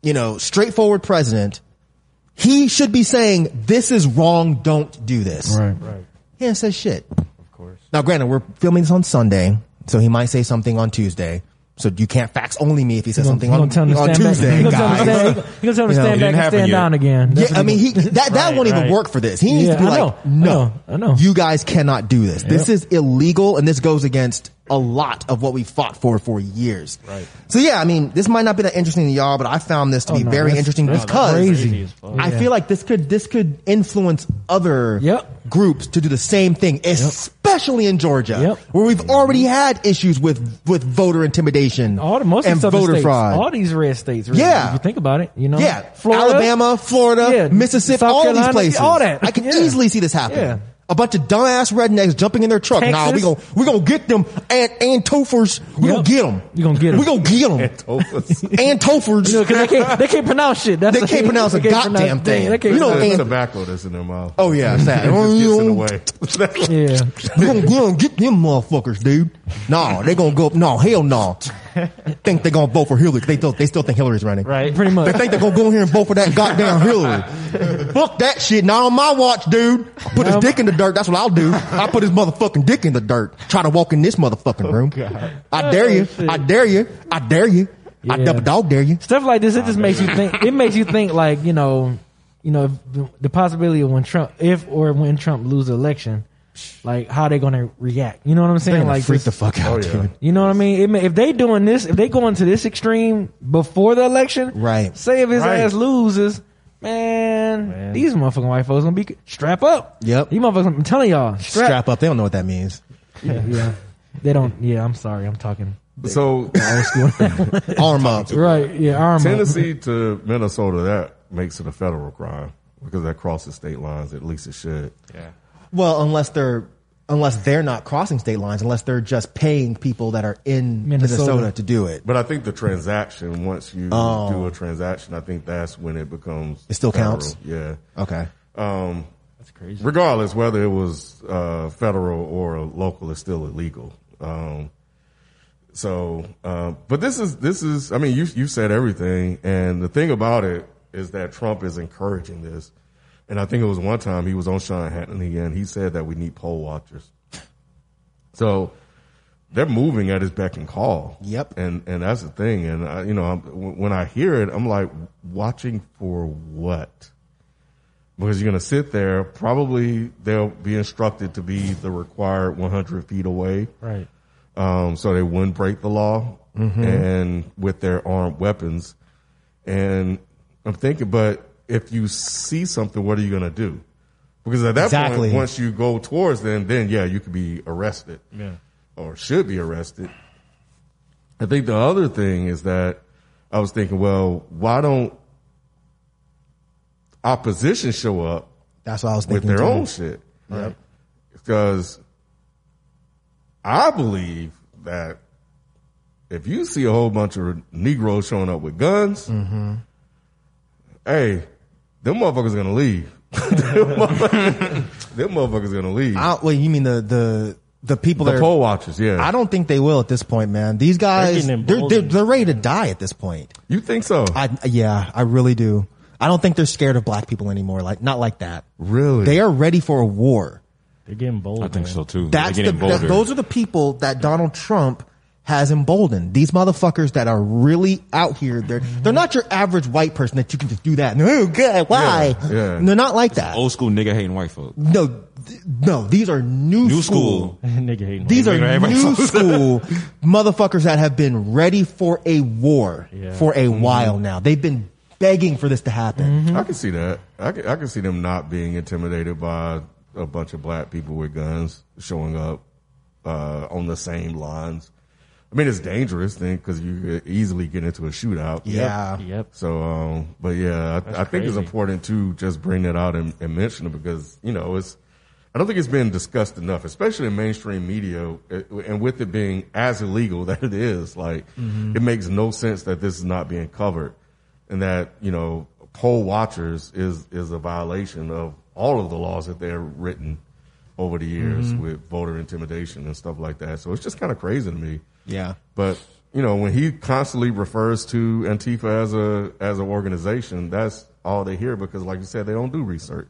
S6: you know, straightforward president, he should be saying, "This is wrong. Don't do this."
S5: right.
S8: Right.
S6: He hasn't said shit. Of course. Now, granted, we're filming this on Sunday, so he might say something on Tuesday. So you can't fax only me if he says
S5: Gonna-
S6: something
S5: he
S6: on,
S5: gonna tell him to
S6: on
S5: stand back-
S6: Tuesday,
S5: he gonna tell him to
S6: guys.
S5: stand- He gonna tell him to
S6: You
S5: stand
S6: know, it
S5: back
S7: didn't
S5: and
S7: happen
S5: stand
S7: yet.
S5: down again. That's
S6: Yeah, I
S5: what
S6: mean, he, that, that
S8: Right,
S6: won't even
S8: right.
S6: work for this. He needs
S5: Yeah,
S6: to be
S5: I
S6: like,
S5: know, I
S6: no,
S5: know, I know.
S6: you guys cannot do this. This is illegal and this goes against a lot of what we fought for for years. Right. So yeah, I mean, this might not be that interesting to y'all, but I found this to
S5: Oh,
S6: be
S5: no,
S6: very
S5: that's-
S6: interesting
S5: that's
S6: because
S5: crazy.
S8: as fuck.
S6: I
S5: Yeah.
S6: feel like this could, this could influence other
S5: Yep.
S6: groups to do the same thing, especially in Georgia,
S5: Yep.
S6: where we've already had issues with, with voter intimidation
S5: all the most of the
S6: and
S5: southern
S6: voter
S5: states,
S6: fraud.
S5: all these red states. Really,
S6: Yeah.
S5: if you think about it, you know,
S6: Yeah, Alabama, Florida,
S5: Yeah,
S6: Mississippi,
S5: South
S6: all these
S5: Carolina,
S6: places.
S5: all that.
S6: I could
S5: Yeah.
S6: easily see this happen.
S5: Yeah.
S6: A bunch of dumbass rednecks jumping in their truck. Nah, we
S5: Texas.
S6: gonna we gonna get them and and Tofers. We
S5: Yep.
S6: gonna get them.
S5: You gonna get 'em.
S6: We gonna get them
S4: Oh,
S6: and Tofers.
S5: You know, 'cause they can't, they can't pronounce shit. That's
S6: They
S5: the-
S6: can't pronounce a
S5: they can't
S6: goddamn
S5: pronounce-
S6: thing.
S5: They can't
S6: You know,
S5: pronounce-
S4: That's
S6: and-
S4: tobacco that's in their mouth.
S6: oh yeah, it's that.
S4: It just gets in the way.
S5: yeah.
S6: we gonna, we gonna get them motherfuckers, dude. No, they gonna go. No, hell no. think they gonna vote for Hillary? 'cause They still they still think Hillary's running.
S8: Right.
S5: Pretty
S6: They
S5: much.
S6: think they're gonna go in here and vote for that goddamn Hillary. Fuck that shit. Not on my watch, dude. I Put his dick in the dirt. That's what I'll do. I put his motherfucking dick in the dirt. Try to walk in this motherfucking room.
S5: Oh,
S6: I dare you. I dare you. I dare you. I
S5: Yeah.
S6: double dog dare you.
S5: Stuff like this, it just makes you think. It makes you think, like you know, you know, the, the possibility of when Trump, if or when Trump loses the election, like how they gonna react. You know what I'm saying? Like
S6: freak
S5: this- Oh,
S6: the fuck out, dude.
S5: You know what I mean? It may- if they doing this, if they going to this extreme before the election,
S6: Right.
S5: Say if his
S8: Right.
S5: ass loses, man,
S8: Man.
S5: these motherfucking white folks gonna be strap up.
S6: Yep.
S5: you motherfuckers. I'm telling y'all, strap.
S6: Strap up. They don't know what that means.
S5: yeah, they don't. Yeah, I'm sorry, I'm talking.
S4: So
S6: Arm up.
S5: Right? Yeah, arm up.
S4: Tennessee to Minnesota, that makes it a federal crime because that crosses state lines. At least it should.
S7: Yeah.
S6: Well, unless they're unless they're not crossing state lines, unless they're just paying people that are in
S5: Minnesota.
S6: Minnesota, to do it.
S4: But I think the transaction, once you do a transaction, I think that's when it becomes.
S6: Oh. It still counts?
S4: Yeah.
S6: Okay.
S4: Um,
S8: That's crazy.
S4: regardless whether it was uh, federal or local, it's still illegal. Um, so, um, but this is this is. I mean, you you said everything, and the thing about it is that Trump is encouraging this. And I think it was one time he was on Sean Hannity, and he said that we need poll watchers. So they're moving at his beck and call.
S6: Yep.
S4: And and that's the thing. And I, you know, I'm, when when I hear it, I'm like, watching for what? because you're going to sit there. Probably they'll be instructed to be the required 100 feet away.
S5: Right.
S4: Um, so they wouldn't break the law and with their armed weapons. And I'm thinking, but if you see something, what are you going to do? Because at that
S6: Exactly.
S4: point, once you go towards them, then yeah, you could be arrested
S8: Yeah.
S4: or should be arrested. I think the other thing is that I was thinking, well, why don't opposition show up
S6: That's what I was
S4: with
S6: thinking.
S4: their
S6: too.
S4: own shit. Right. Because I believe that if you see a whole bunch of Negroes showing up with guns,
S6: Mm-hmm.
S4: hey, them motherfuckers gonna leave. them, motherfuckers, them motherfuckers gonna leave.
S6: I, wait, you mean the the the people that
S4: the
S6: are-
S4: poll watchers, yeah.
S6: I don't think they will at this point, man. These guys,
S8: getting
S6: they're, they're,
S8: emboldened.
S6: they're ready to die at this point.
S4: you think so?
S6: I, yeah, I really do. I don't think they're scared of black people anymore. Like, not like that.
S4: really?
S6: They are ready for a war.
S8: They're getting bold.
S7: I think
S8: man.
S7: so too.
S6: That's
S7: They're
S6: the,
S7: getting bolder.
S6: that, those are the people that Donald Trump has emboldened. These motherfuckers that are really out here. They're, they're not your average white person that you can just do that. and, Oh, God, why?
S4: Yeah, yeah.
S6: They're not like that.
S7: old school nigga hating white folk.
S6: No, th- no, these are new,
S7: New
S6: school.
S7: school.
S8: Nigga hating.
S6: These
S7: Nigga,
S6: are
S7: everybody
S6: new
S7: knows.
S6: school motherfuckers that have been ready for a war
S8: Yeah.
S6: for
S7: Mm-hmm.
S6: a while now. They've been begging for this to happen.
S4: I can see that. I can, I can see them not being intimidated by a bunch of black people with guns showing up uh, on the same lines. I mean, it's dangerous thing because you could easily get into a shootout.
S6: Yeah.
S8: Yep.
S4: So, um, but yeah, I, I think it's
S8: crazy.
S4: important to just bring that out and, and mention it because you know it's. I don't think it's been discussed enough, especially in mainstream media, uh, and with it being as illegal that it is. Like,
S8: Mm-hmm.
S4: it makes no sense that this is not being covered, and that you know poll watchers is is a violation of all of the laws that they're written over the years
S8: Mm-hmm.
S4: with voter intimidation and stuff like that. So it's just kind of crazy to me.
S6: Yeah.
S4: But you know, when he constantly refers to Antifa as a as an organization, that's all they hear because, like you said, they don't do research.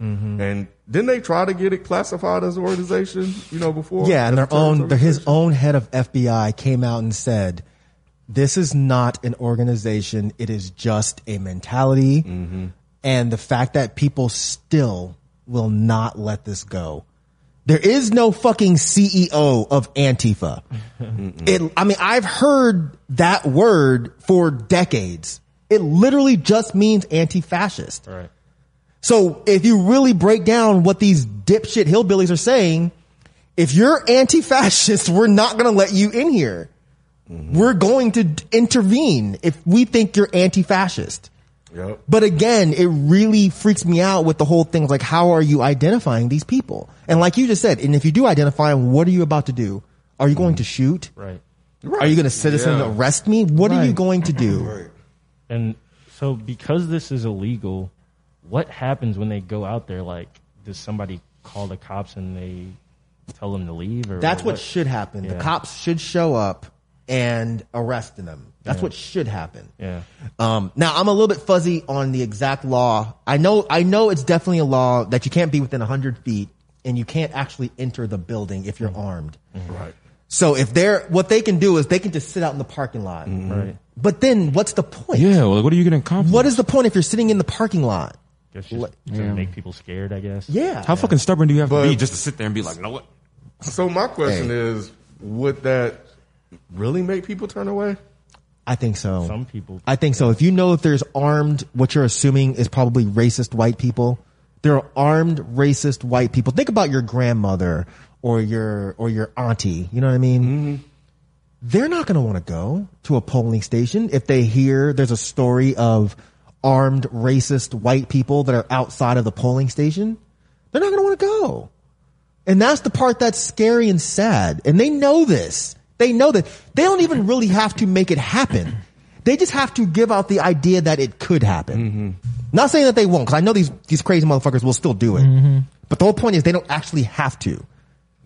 S6: Mm-hmm.
S4: And didn't they try to get it classified as an organization? You know, before
S6: Yeah, and
S4: As a
S6: their own,
S4: terrorist
S6: their, his
S4: organization?
S6: own head of FBI came out and said This is not an organization. It is just a mentality. And the fact that people still will not let this go. There is no fucking CEO of Antifa. It, I mean, I've heard that word for decades. It literally just means anti-fascist.
S7: Right.
S6: So if you really break down what these dipshit hillbillies are saying, if you're anti-fascist, we're not going to let you in here. We're going to d- intervene if we think you're anti-fascist.
S4: Yep.
S6: But again, it really freaks me out with the whole thing. Like, how are you identifying these people? And like you just said, and if you do identify them, what are you about to do? Are you going to shoot?
S8: right.
S6: Are you going to citizen
S7: Yeah.
S6: arrest me? What are you
S5: Right.
S6: going to do?
S8: And so because this is illegal, what happens when they go out there? Like, does somebody call the cops and they tell them to leave? Or
S6: That's what should happen. The
S8: Yeah.
S6: cops should show up and arrest them. That's what should happen.
S8: Yeah.
S6: Um, now I'm a little bit fuzzy on the exact law. I know, I know it's definitely a law that you can't be within hundred feet and you can't actually enter the building if you're armed.
S4: Right.
S6: So if they're, what they can do is they can just sit out in the parking lot.
S8: Right.
S6: But then what's the point?
S7: Yeah, well, what are you going to accomplish?
S6: What is the point if you're sitting in the parking lot?
S8: Guess just to make people scared, I guess.
S6: Yeah.
S7: How fucking stubborn do you have
S4: But-
S7: to be just to sit there and be like, you know what?
S4: So my question is, would that really make people turn away?
S6: I think so.
S8: Some people.
S6: I think so. If you know if there's armed, what you're assuming is probably racist white people. There are armed racist white people. Think about your grandmother or your or your auntie. You know what I mean?
S8: Mm-hmm.
S6: They're not going to want to go to a polling station if they hear there's a story of armed racist white people that are outside of the polling station. They're not going to want to go. And that's the part that's scary and sad. And they know this. They know that they don't even really have to make it happen. They just have to give out the idea that it could happen. Not saying that they won't, because I know these, these crazy motherfuckers will still do it. But the whole point is they don't actually have to.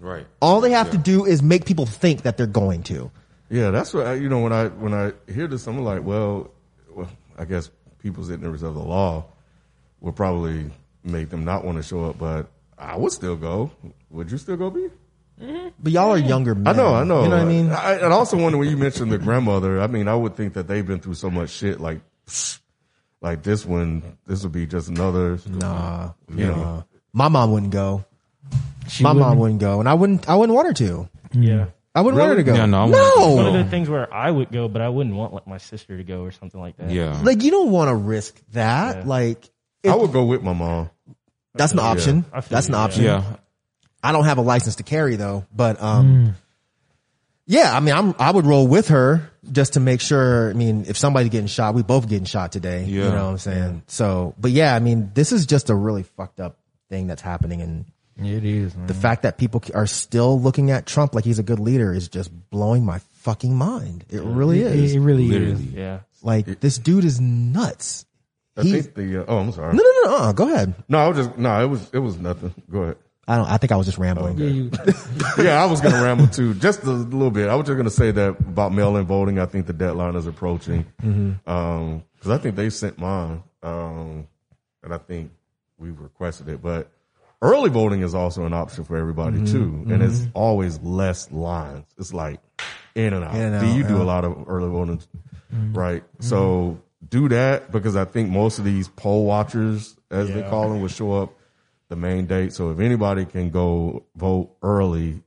S7: Right.
S6: All they have to do is make people think that they're going to.
S4: Yeah, that's what I, you know when I when I hear this, I'm like, well, well, I guess people's ignorance of the law will probably make them not want to show up. But I would still go. Would you still go, be?
S6: But y'all are younger men.
S4: I know, I know.
S6: You know what I mean?
S4: I, and I also wonder when you mentioned the grandmother. I mean, I would think that they've been through so much shit. Like, psh, like this one, this would be just another. Nah, you know.
S6: My mom wouldn't go.
S5: She
S6: My mom
S5: wouldn't-
S6: wouldn't go. And I wouldn't, I wouldn't want her to.
S8: Yeah.
S6: I wouldn't want her to go.
S7: Yeah, no, I
S6: no.
S7: wouldn't.
S8: One of the things where I would go, but I wouldn't want like my sister to go or something like that.
S7: Yeah.
S6: Like you don't want to risk that. Like
S4: I would go with my mom.
S6: that's an option.
S8: I feel
S6: That's an
S8: you, yeah.
S6: option.
S7: yeah.
S6: I don't have a license to carry though, but
S8: Hmm.
S6: um, yeah, I mean, I'm I would roll with her just to make sure. I mean, if somebody's getting shot, we both getting shot today. You
S7: Yeah.
S6: know what I'm saying? So, but yeah, I mean, this is just a really fucked up thing that's happening, and
S5: It is. Man.
S6: the fact that people are still looking at Trump like he's a good leader is just blowing my fucking mind. It really
S5: It,
S6: is.
S5: it really is.
S7: Literally.
S8: Yeah.
S6: Like this dude is nuts.
S4: I
S6: He-
S4: think the. Uh, oh, I'm sorry.
S6: No, no, no, no. uh, Go ahead.
S4: No, I was just no. It was it was nothing. Go ahead.
S6: I don't. I think I was just rambling.
S5: Yeah, you-
S4: Yeah, I was going to ramble too, just a little bit. I was just going to say that about mail-in voting. I think the deadline is approaching
S6: Mm-hmm.
S4: because I think they sent mine, um, and I think we requested it. But early voting is also an option for everybody
S6: Mm-hmm.
S4: too, and it's always less lines. It's like in and out.
S6: In and
S4: Do
S6: out,
S4: you do
S6: yeah. Mm-hmm.
S4: a lot of early voting, right? So do that because I think most of these poll watchers, as they call them, will show up the main date. So if anybody can go vote early,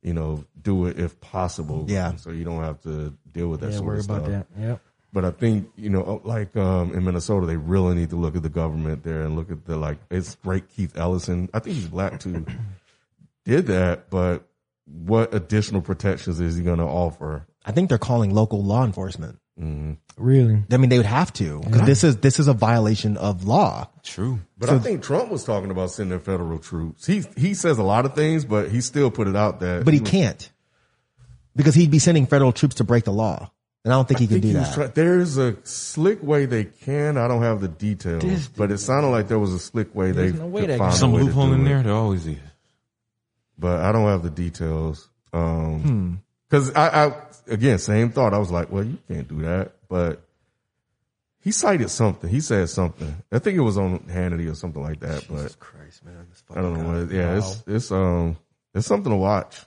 S4: you know, do it if possible.
S6: Yeah.
S4: So you don't have to deal with that
S5: yeah,
S4: sort
S5: worry
S4: of
S5: about
S4: stuff.
S5: that. Yep.
S4: But I think, you know, like um, in Minnesota, they really need to look at the government there and look at the, like, it's great Keith Ellison. I think he's black too. Did that, but what additional protections is he going to offer?
S6: I think they're calling local law enforcement.
S5: Really.
S6: I mean, they would have to. 'cause This is this is a violation of law.
S7: True.
S4: But I think Trump was talking about sending federal troops. He he says a lot of things, but he still put it out that.
S6: But he can't because he'd be sending federal troops to break the law, and I don't think he can
S4: think
S6: do
S4: he was
S6: that.
S4: try- there is a slick way they can. I don't have the details, but it sounded like there was a slick way they
S5: no way
S4: could
S5: they
S4: find
S5: can-
S4: a
S7: Some
S4: way to
S7: loophole
S4: do
S7: in
S4: it.
S7: there. There always is.
S4: But I don't have the details. Um 'cause because I, I again same thought. I was like, well, you can't do that. But he cited something. He said something. I think it was on Hannity or something like that. but
S6: Christ, man, this
S4: I
S6: fucking
S4: don't know
S6: guy.
S4: what. It, yeah, it's it's um it's something to watch.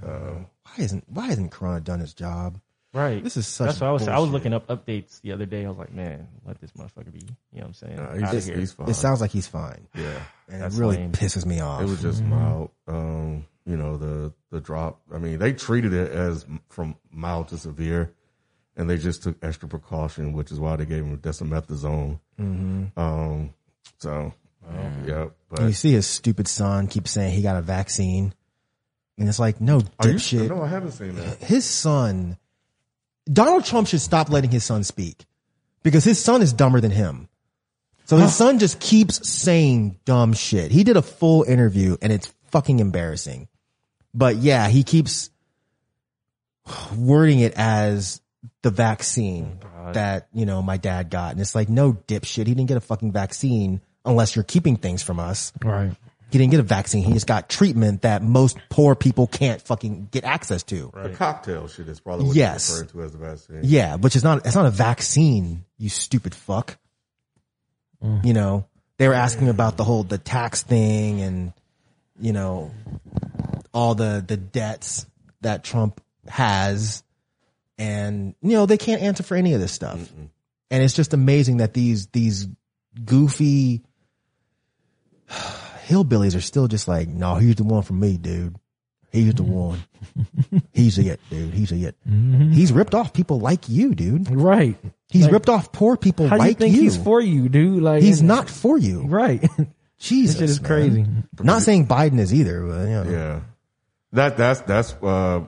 S6: Why isn't Why isn't Corona done his job?
S8: Right.
S6: This is such
S8: That's what I was I was
S6: bullshit.
S8: looking up updates the other day. I was like, man, let this motherfucker be. You know what I'm saying?
S4: Nah, Uh, he's-
S8: Outta
S4: he's-
S8: here.
S4: he's fine.
S6: It sounds like he's fine.
S4: yeah.
S6: And
S8: That's
S6: it really
S8: lame.
S6: pisses me off.
S4: It was just
S6: Mm-hmm.
S4: mild. Um, you know, the, the drop. I mean, they treated it as m- from mild to severe and they just took extra precaution, which is why they gave him dexamethasone.
S6: Mm-hmm.
S4: Um, so, um, yeah,
S6: And you
S4: but
S6: see his stupid son keep saying he got a vaccine. And it's like, no
S4: are you sure?
S6: dipshit.
S4: No, I haven't seen that.
S6: his son, Donald Trump should stop letting his son speak because his son is dumber than him. So his son just keeps saying dumb shit. He did a full interview and it's fucking embarrassing. But yeah, he keeps wording it as the vaccine that, you know, my dad got. And it's like, no dipshit. He didn't get a fucking vaccine unless you're keeping things from us
S5: Right.
S6: he didn't get a vaccine. He just got treatment that most poor people can't fucking get access to.
S4: The cocktail shit is probably what
S6: Yes.
S4: they referred to as the vaccine.
S6: Yeah, which is not, it's not a vaccine, you stupid fuck. You know, they were asking about the whole, the tax thing and, you know, all the, the debts that Trump has. And, you know, they can't answer for any of this stuff. And it's just amazing that these, these goofy hillbillies are still just like, no, he's the one for me, dude. He's the one. He's it, dude. He's it. He's ripped off people like you, dude.
S5: Right.
S6: He's
S5: Like,
S6: ripped off poor people
S5: How do you
S6: like
S5: think
S6: you.
S5: he's for you, dude? Like
S6: He's
S5: and-
S6: not for you.
S5: right. This
S6: Jesus,
S5: shit is
S6: man.
S5: crazy.
S6: Not saying Biden is either, but you know.
S4: Yeah, that that's that's. Uh,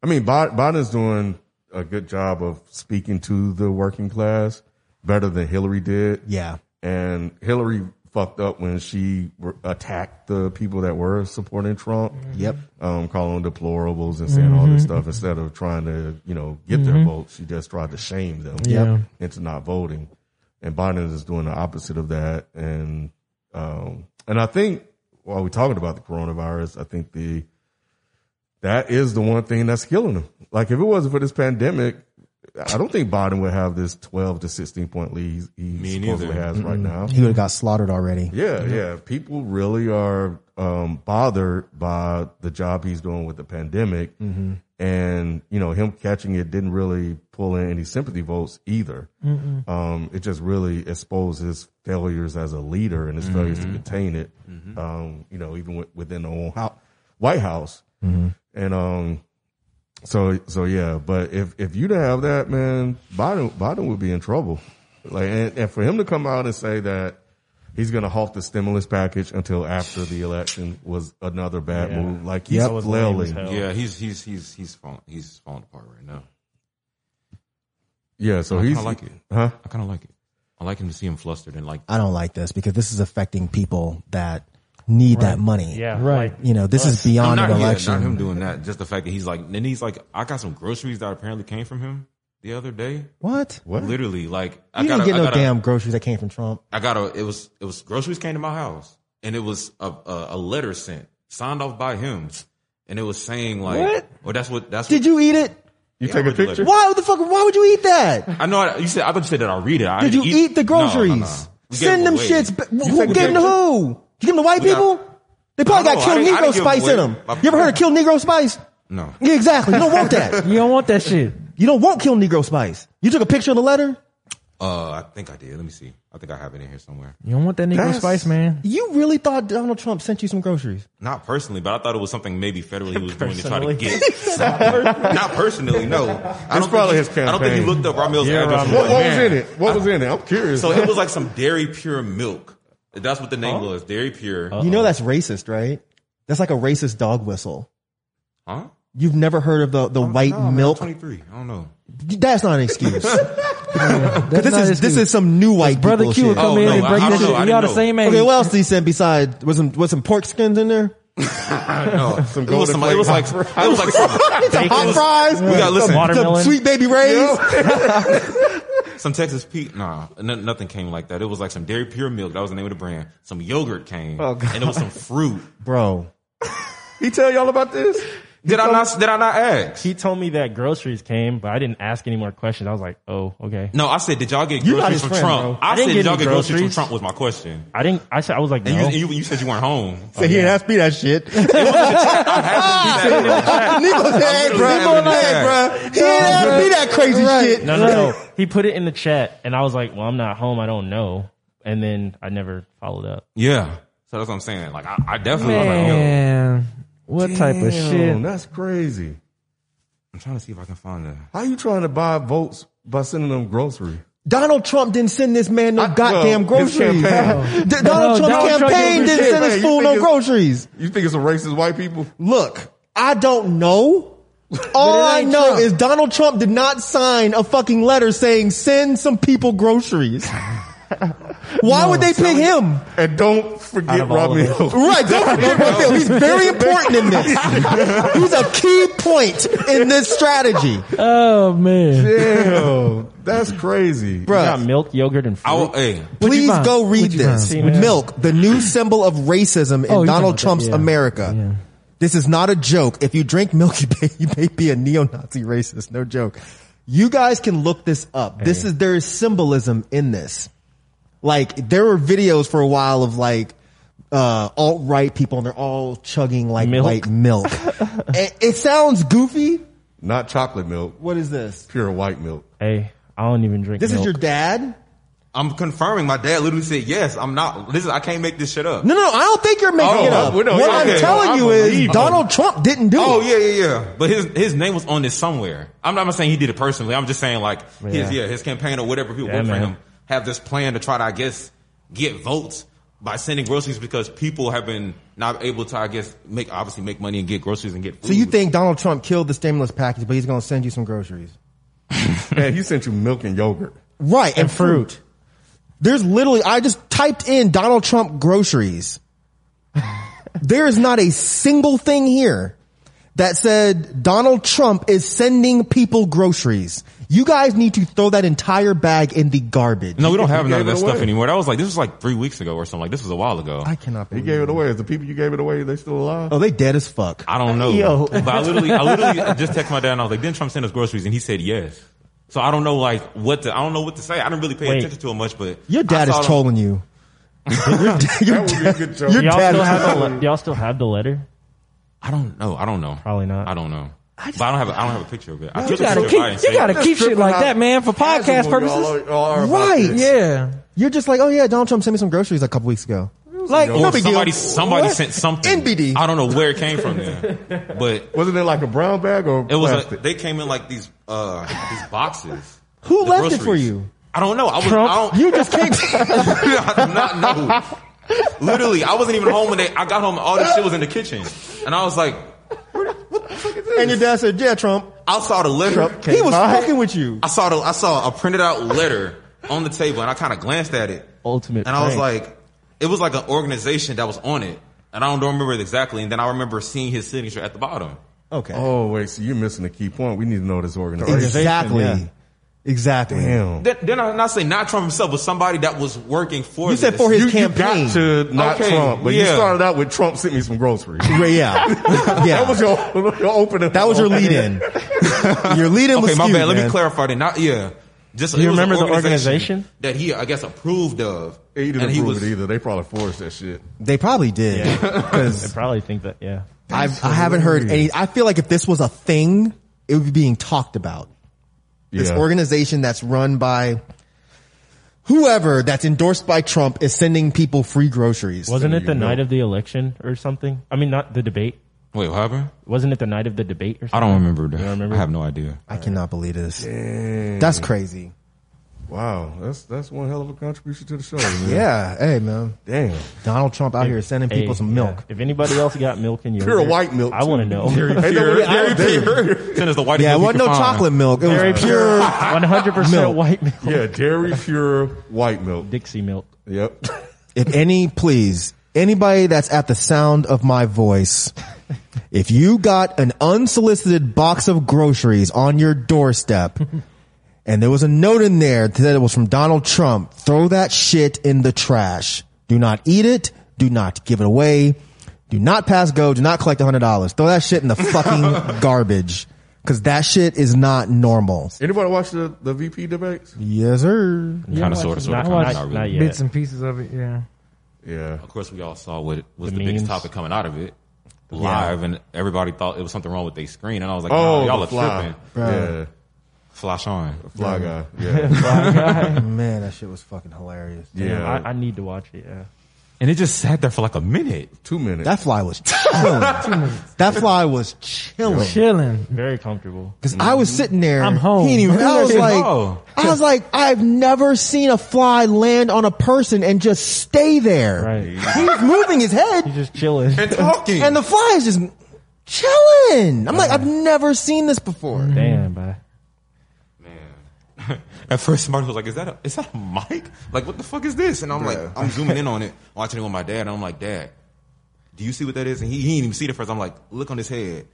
S4: I mean, Bi- Biden's doing a good job of speaking to the working class better than Hillary did.
S6: yeah,
S4: and Hillary fucked up when she re- attacked the people that were supporting Trump.
S6: Yep.
S4: um, calling them deplorables and saying all this stuff instead of trying to you know get their votes. She just tried to shame them
S5: Yeah.
S4: into not voting. And Biden is doing the opposite of that. And um, and I think while we're talking about the coronavirus, I think the that is the one thing that's killing them. Like if it wasn't for this pandemic, I don't think Biden would have this twelve to sixteen point lead he
S7: Me
S4: supposedly
S7: neither.
S4: has right now.
S6: He would have got slaughtered already.
S4: Yeah, yeah. People really are um, bothered by the job he's doing with the pandemic, and you know him catching it didn't really pull in any sympathy votes either. Um, it just really exposed his failures as a leader and his failures to contain it. Um, you know, even wi- within the own hou- White House, and um, so so yeah, but if if you didn't have that, man, Biden Biden would be in trouble. Like and, and for him to come out and say that he's gonna halt the stimulus package until after the election was another bad move. Like he's
S8: That was lame
S4: flailing.
S8: as hell.
S7: Yeah, he's he's he's he's falling he's falling apart right now.
S4: Yeah, so
S7: I
S4: he's
S7: kinda like it.
S4: Huh?
S7: I kind of like it. I like him to see him flustered and like
S6: I don't like this because this is affecting people that need that money.
S8: Yeah.
S5: Right.
S8: Like,
S6: you know, this is
S7: I'm
S6: beyond
S7: not,
S6: an
S7: yeah,
S6: election.
S7: not him doing that. Just the fact that he's like, and he's like, I got some groceries that apparently came from him the other day.
S6: what?
S4: What?
S7: Literally, like I
S6: You
S7: got
S6: didn't
S7: a,
S6: get
S7: I
S6: no
S7: got a-
S6: damn groceries that came from Trump.
S7: I got a. It was it was groceries came to my house, and it was a a, a letter sent, signed off by him, and it was saying like,
S6: What?
S7: Or that's what that's.
S6: Did
S7: what,
S6: you eat it?
S4: You
S7: Yeah,
S4: take a
S7: but like-
S4: picture?
S6: Why the fuck? Why would you eat that?
S7: I know. I, you said I thought you said that I read it. I
S6: Did you
S7: didn't
S6: eat, the
S7: No, no, no,
S6: groceries?
S7: no. We gave
S6: Send them
S7: away.
S6: shits. But
S7: take
S6: Who
S7: a
S6: gave them to
S7: picture?
S6: who? Did you give them to white
S7: We got-
S6: people? they probably got
S7: I don't
S6: killed
S7: know. I didn't- I
S6: Negro
S7: didn't give
S6: spice in them.
S7: away my-
S6: You ever heard of killed Negro spice?
S7: No.
S6: Yeah, exactly. You don't want that.
S5: You don't want that shit.
S6: You don't want killed Negro spice. You took a picture of the letter.
S7: Uh, I think I did. Let me see. I think I have it in here somewhere.
S5: You don't want that Negro
S4: That's-
S5: spice, man.
S6: You really thought Donald Trump sent you some groceries?
S7: Not personally, but I thought it was something maybe federally he was doing to try to get. Not personally, no. I
S4: It's
S7: don't
S4: probably
S7: think
S4: his
S7: he, I don't think he
S4: campaign.
S7: looked up Romil's address.
S4: What,
S7: and was
S4: what
S7: like,
S4: was
S7: "Man."
S4: in it? What was in it? I'm curious.
S7: So it was like some Dairy Pure milk. That's what the name was. Dairy Pure.
S6: You know that's racist, right? That's like a racist dog whistle.
S7: Huh?
S6: You've never heard of the, the white
S7: Oh, No, man, I'm
S6: milk.
S7: 23. I don't know.
S6: That's not an excuse. 'Cause
S5: That's
S6: this
S5: not
S6: is
S5: his
S6: this
S5: dude.
S6: is some new white
S5: brother
S6: people
S5: Q
S6: shit.
S5: would come
S7: Oh,
S5: in
S7: no,
S5: and
S7: I-
S5: break that
S7: I don't know.
S5: shit.
S7: I
S5: Y'all
S7: didn't
S5: the
S7: know.
S5: same age.
S6: Okay, what else did he send besides was some was some pork skins in there?
S7: No, some it was,
S4: golden
S7: some, it was like
S4: flake.
S7: it was like
S6: Some
S7: it
S6: hot
S7: was-
S6: fries.
S7: We got listen.
S8: Water-
S6: Some
S8: Watermelon.
S6: sweet baby rays.
S7: Some Texas Pete. Nah, n- nothing came like that. It was like some Dairy Pure milk. That was the name of the brand. Some yogurt came, and it was some fruit.
S6: Bro,
S4: he tell y'all about this?
S7: Did I not? Did I not ask?
S8: He told me that groceries came, but I didn't ask any more questions. I was like, oh, okay.
S7: No, I said, did y'all get
S6: You're not his
S7: groceries from
S6: friend,
S7: Trump?
S6: bro.
S7: I,
S8: I
S7: said,
S8: didn't
S7: did
S8: get
S7: y'all
S8: any
S7: get groceries from
S8: groceries.
S7: Trump? Was my question.
S8: I didn't. I said I was like, no.
S7: And you, you, you said you weren't home.
S6: So he didn't ask me that shit. Nico said,
S7: I had to do that.
S6: hey, bro.
S7: literally having an
S6: Hey,
S7: attack.
S6: bro. He didn't ask me that crazy shit.
S8: no, no, no. He put it in the chat, and I was like, well, I'm not home. I don't know. And then I never followed up.
S7: Yeah. So that's what I'm saying. Like I, I definitely was like, yo,
S5: Man, what type of
S4: Damn,
S5: shit?
S4: that's crazy.
S7: I'm trying to see if I can find a
S4: How you trying to buy votes by sending them grocery?
S6: Donald Trump didn't send this man no
S4: I-
S6: goddamn
S4: well, his
S6: groceries.
S4: campaign.
S6: D- Donald
S5: No,
S6: Trump's
S5: Donald Trump
S6: campaign
S5: didn't
S6: didn't
S4: do
S6: send
S4: shit.
S6: his
S4: You
S6: fool
S4: think
S6: no
S4: it's-
S6: groceries.
S4: You think it's some racist white people?
S6: Look, I don't know. All
S5: it
S6: I
S5: ain't
S6: know
S5: Trump.
S6: is Donald Trump did not sign a fucking letter saying send some people groceries. Why would they pick him?
S4: And don't
S8: Out
S4: forget
S8: of all
S4: Rob
S8: of us.
S4: Hill.
S6: Right, don't forget Rob Hill. He's very important in this. He's a key point in this strategy.
S5: Oh man,
S4: Damn, that's crazy.
S8: I got
S6: Bruh,
S8: milk, yogurd, and fruit.
S7: I will, hey,
S5: you
S6: please
S5: find?
S6: go read
S5: What'd you
S6: this.
S8: find? Yeah.
S6: Milk, the new symbol of racism in
S5: Oh, you talking about
S6: Donald
S5: that,
S6: Trump's
S5: yeah.
S6: America.
S5: Yeah.
S6: This is not a joke. If you drink milk, you may, you may be a neo-Nazi racist. No joke. You guys can look this up. This is, there is symbolism in this. Like, there were videos for a while of like, uh, alt-right people and they're all chugging like
S8: Milk.
S6: white milk. it, it sounds goofy.
S4: Not chocolate milk,
S6: What is this?
S4: pure white milk.
S8: hey, I don't even drink.
S6: This is
S8: milk.
S6: your dad?
S7: I'm confirming. My dad literally said, yes, I'm not, this is, I can't make this shit up.
S6: No, no, I don't think you're making
S7: Oh,
S6: it up.
S7: we know-
S6: what
S7: okay.
S6: I'm telling
S7: I
S6: you is
S7: believe-
S6: Donald Trump didn't do
S7: Oh
S6: it.
S7: yeah, yeah, yeah. But his his name was on this somewhere. I'm not, I'm not saying he did it personally. I'm just saying like his
S8: Yeah.
S7: yeah his campaign or whatever people
S8: Yeah,
S7: work
S8: man.
S7: for him have this plan to try to I guess get votes by sending groceries because people have been not able to I guess make obviously make money and get groceries and get. Food.
S6: So you think Donald Trump killed the stimulus package, but he's going to send you some groceries?
S4: Man, he sent you milk and yogurt.
S6: Right, and, fruit. There's literally, I just typed in Donald Trump groceries. there is not a single thing here that said Donald Trump is sending people groceries. You guys need to throw that entire bag in the garbage.
S7: No, we don't have none
S4: gave
S7: of that
S4: it
S7: stuff
S4: away.
S7: anymore. That was like this was like three weeks ago or something. Like this was a while ago.
S6: I cannot
S4: He
S6: believe
S4: gave it away. Is the people you gave it away, they still alive?
S6: Oh, they dead as fuck.
S7: I don't know.
S8: Yo.
S7: But I literally, I literally just texted my dad and I was like, didn't Trump send us groceries? And he said yes. So I don't know like what to, I don't know what to say. I didn't really pay
S8: Wait.
S7: attention to it much, but
S6: Your
S7: I
S6: dad
S7: saw
S6: is
S7: them-
S6: trolling you. your, your,
S4: That would be a good joke.
S6: your
S8: Y'all
S6: dad
S8: still
S6: is
S8: have the le- y'all still have the letter?
S7: I don't know. I don't know.
S8: Probably not.
S7: I don't know. but I don't have. A, I don't have a picture of it. I
S5: you
S7: took a
S5: gotta
S7: picture of it. I didn't
S5: keep you
S7: save
S5: gotta
S7: it.
S5: keep shit like that, man, for podcast purposes.
S6: Right.
S5: Yeah,
S6: You're just like, oh yeah, Donald Trump sent me some groceries a couple weeks ago.
S5: like
S7: Or
S6: No big deal.
S7: somebody somebody
S6: What?
S7: sent something.
S6: NBD.
S7: I don't know where it came from then, but
S4: Wasn't it like a brown bag or
S7: it was. A,
S4: plastic?
S7: they came in like these uh these boxes.
S6: Who
S7: The
S6: left it for
S7: groceries.
S6: you?
S7: I don't know. I was. I don't,
S6: You just came.
S7: I do not know. Literally, I wasn't even home when they. I got home. and All this shit was in the kitchen, and I was like,
S6: and your dad said, yeah, Trump.
S7: I saw the letter.
S6: he was fucking with you.
S7: I saw the. I saw a printed out letter on the table, and I kind of glanced at it.
S8: Ultimate.
S7: And I was
S8: prank.
S7: like, it was like an organization that was on it. And I don't, don't remember it exactly. And then I remember seeing his signature at the bottom.
S6: Okay.
S4: Oh wait, so you're missing a key point. We need to know this organization.
S6: exactly.
S8: yeah.
S6: Exactly.
S4: Damn.
S7: Then, then I not say not Trump himself, but somebody that was working for
S6: You said
S7: this.
S6: for his
S4: You, you
S6: campaign.
S4: got to not
S7: Okay,
S4: Trump, but you
S7: yeah.
S4: started out with Trump sent me some groceries.
S6: Right, yeah. yeah.
S4: That was your, your opening.
S6: That was your lead in. your lead in was
S7: Okay, my
S6: skewed,
S7: bad. Let me
S6: man.
S7: clarify that. Not yeah. Just
S8: You
S7: it was an
S8: remember the organization?
S7: that he I guess approved of.
S4: He didn't
S7: and
S4: approve
S7: he was
S4: it either. They probably forced that shit.
S6: They probably did.
S8: I
S6: Because
S8: probably think that. Yeah.
S6: I've, I haven't heard any, I feel like if this was a thing, it would be being talked about. This
S4: Yeah.
S6: organization that's run by whoever that's endorsed by Trump is sending people free groceries.
S8: Wasn't it the
S4: know.
S8: night of the election or something? I mean, not the debate.
S7: Wait, what happened?
S8: Wasn't it the night of the debate or something?
S7: I don't remember that.
S8: remember?
S7: I have no idea.
S6: I cannot believe this. That's crazy.
S4: Wow, that's that's one hell of a contribution to the show. Man.
S6: Yeah. Hey, man.
S4: damn.
S6: Donald Trump out here sending people
S8: Hey,
S6: some
S8: yeah.
S6: milk.
S8: If anybody else got milk in your
S4: Pure white milk,
S8: I
S4: too.
S8: want to know.
S4: Hey, no, wait, I don't think-
S7: Send us the whitest
S6: Yeah, it
S7: milk we
S6: wasn't no
S7: could find.
S6: chocolate milk. It
S8: Very
S6: was
S8: pure,
S6: pure.
S8: one hundred percent
S6: Milk.
S8: white milk.
S4: Yeah, dairy pure white milk.
S8: Dixie milk.
S4: Yep.
S6: If any, please, anybody that's at the sound of my voice, if you got an unsolicited box of groceries on your doorstep and there was a note in there that it was from Donald Trump, throw that shit in the trash. Do not eat it. Do not give it away. Do not pass go. Do not collect $100. Throw that shit in the fucking garbage. Cause that shit is not normal.
S4: Anybody watch the, the VP debates?
S6: Yes, sir.
S7: kind of, sort of, sort
S8: Not,
S7: of,
S8: not,
S7: kind
S8: not,
S7: of, not really.
S8: yet.
S5: Bits and pieces of it, yeah.
S4: Yeah.
S7: Of course, we all saw what was
S8: The
S7: the, biggest
S8: memes.
S7: topic coming out of it live, and everybody thought it was something wrong with their screen. And I was like,
S4: Oh,
S7: oh, y'all
S4: the
S7: are
S4: fly.
S7: tripping.
S4: Yeah.
S7: Flash on.
S4: Fly guy. Yeah.
S6: Man, that shit was fucking hilarious.
S8: Damn,
S4: yeah.
S8: I, I need to watch it. Yeah.
S7: And it just sat there for like a minute.
S4: Two minutes.
S6: That fly was chilling. that fly was chilling.
S5: Chilling.
S8: Very comfortable.
S6: Cause I was sitting there.
S5: I'm home.
S6: He didn't even- I was like,
S7: Oh.
S6: I was like, I've never seen a fly land on a person and just stay there.
S8: Right.
S6: He was moving his head
S8: He's just chilling.
S7: talking.
S6: and the fly is just chilling. I'm like, I've never seen this before.
S8: Damn, bye.
S7: Man. At first, somebody was like, "Is that a is that a mic? Like, what the fuck is this?" And I'm like, I'm zooming in on it, watching it with my dad, and I'm like, "Dad, do you see what that is?" And he, he didn't even see it at first. I'm like, "Look on his head.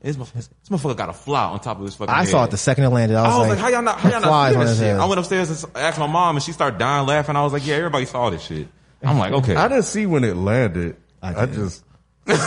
S7: This motherfucker, this motherfucker got a fly on top of his fucking."
S6: I
S7: head.
S6: saw it the second it landed. I was,
S7: I was like, Oh, "How y'all not? How
S6: the
S7: y'all
S6: flies
S7: not seeing
S6: on his
S7: this shit?"
S6: head.
S7: I went upstairs and s- asked my mom, and she started dying laughing. I was like, "Yeah, everybody saw this shit." I'm like, "Okay."
S4: I didn't see when it landed.
S6: I
S4: I,
S6: did.
S4: just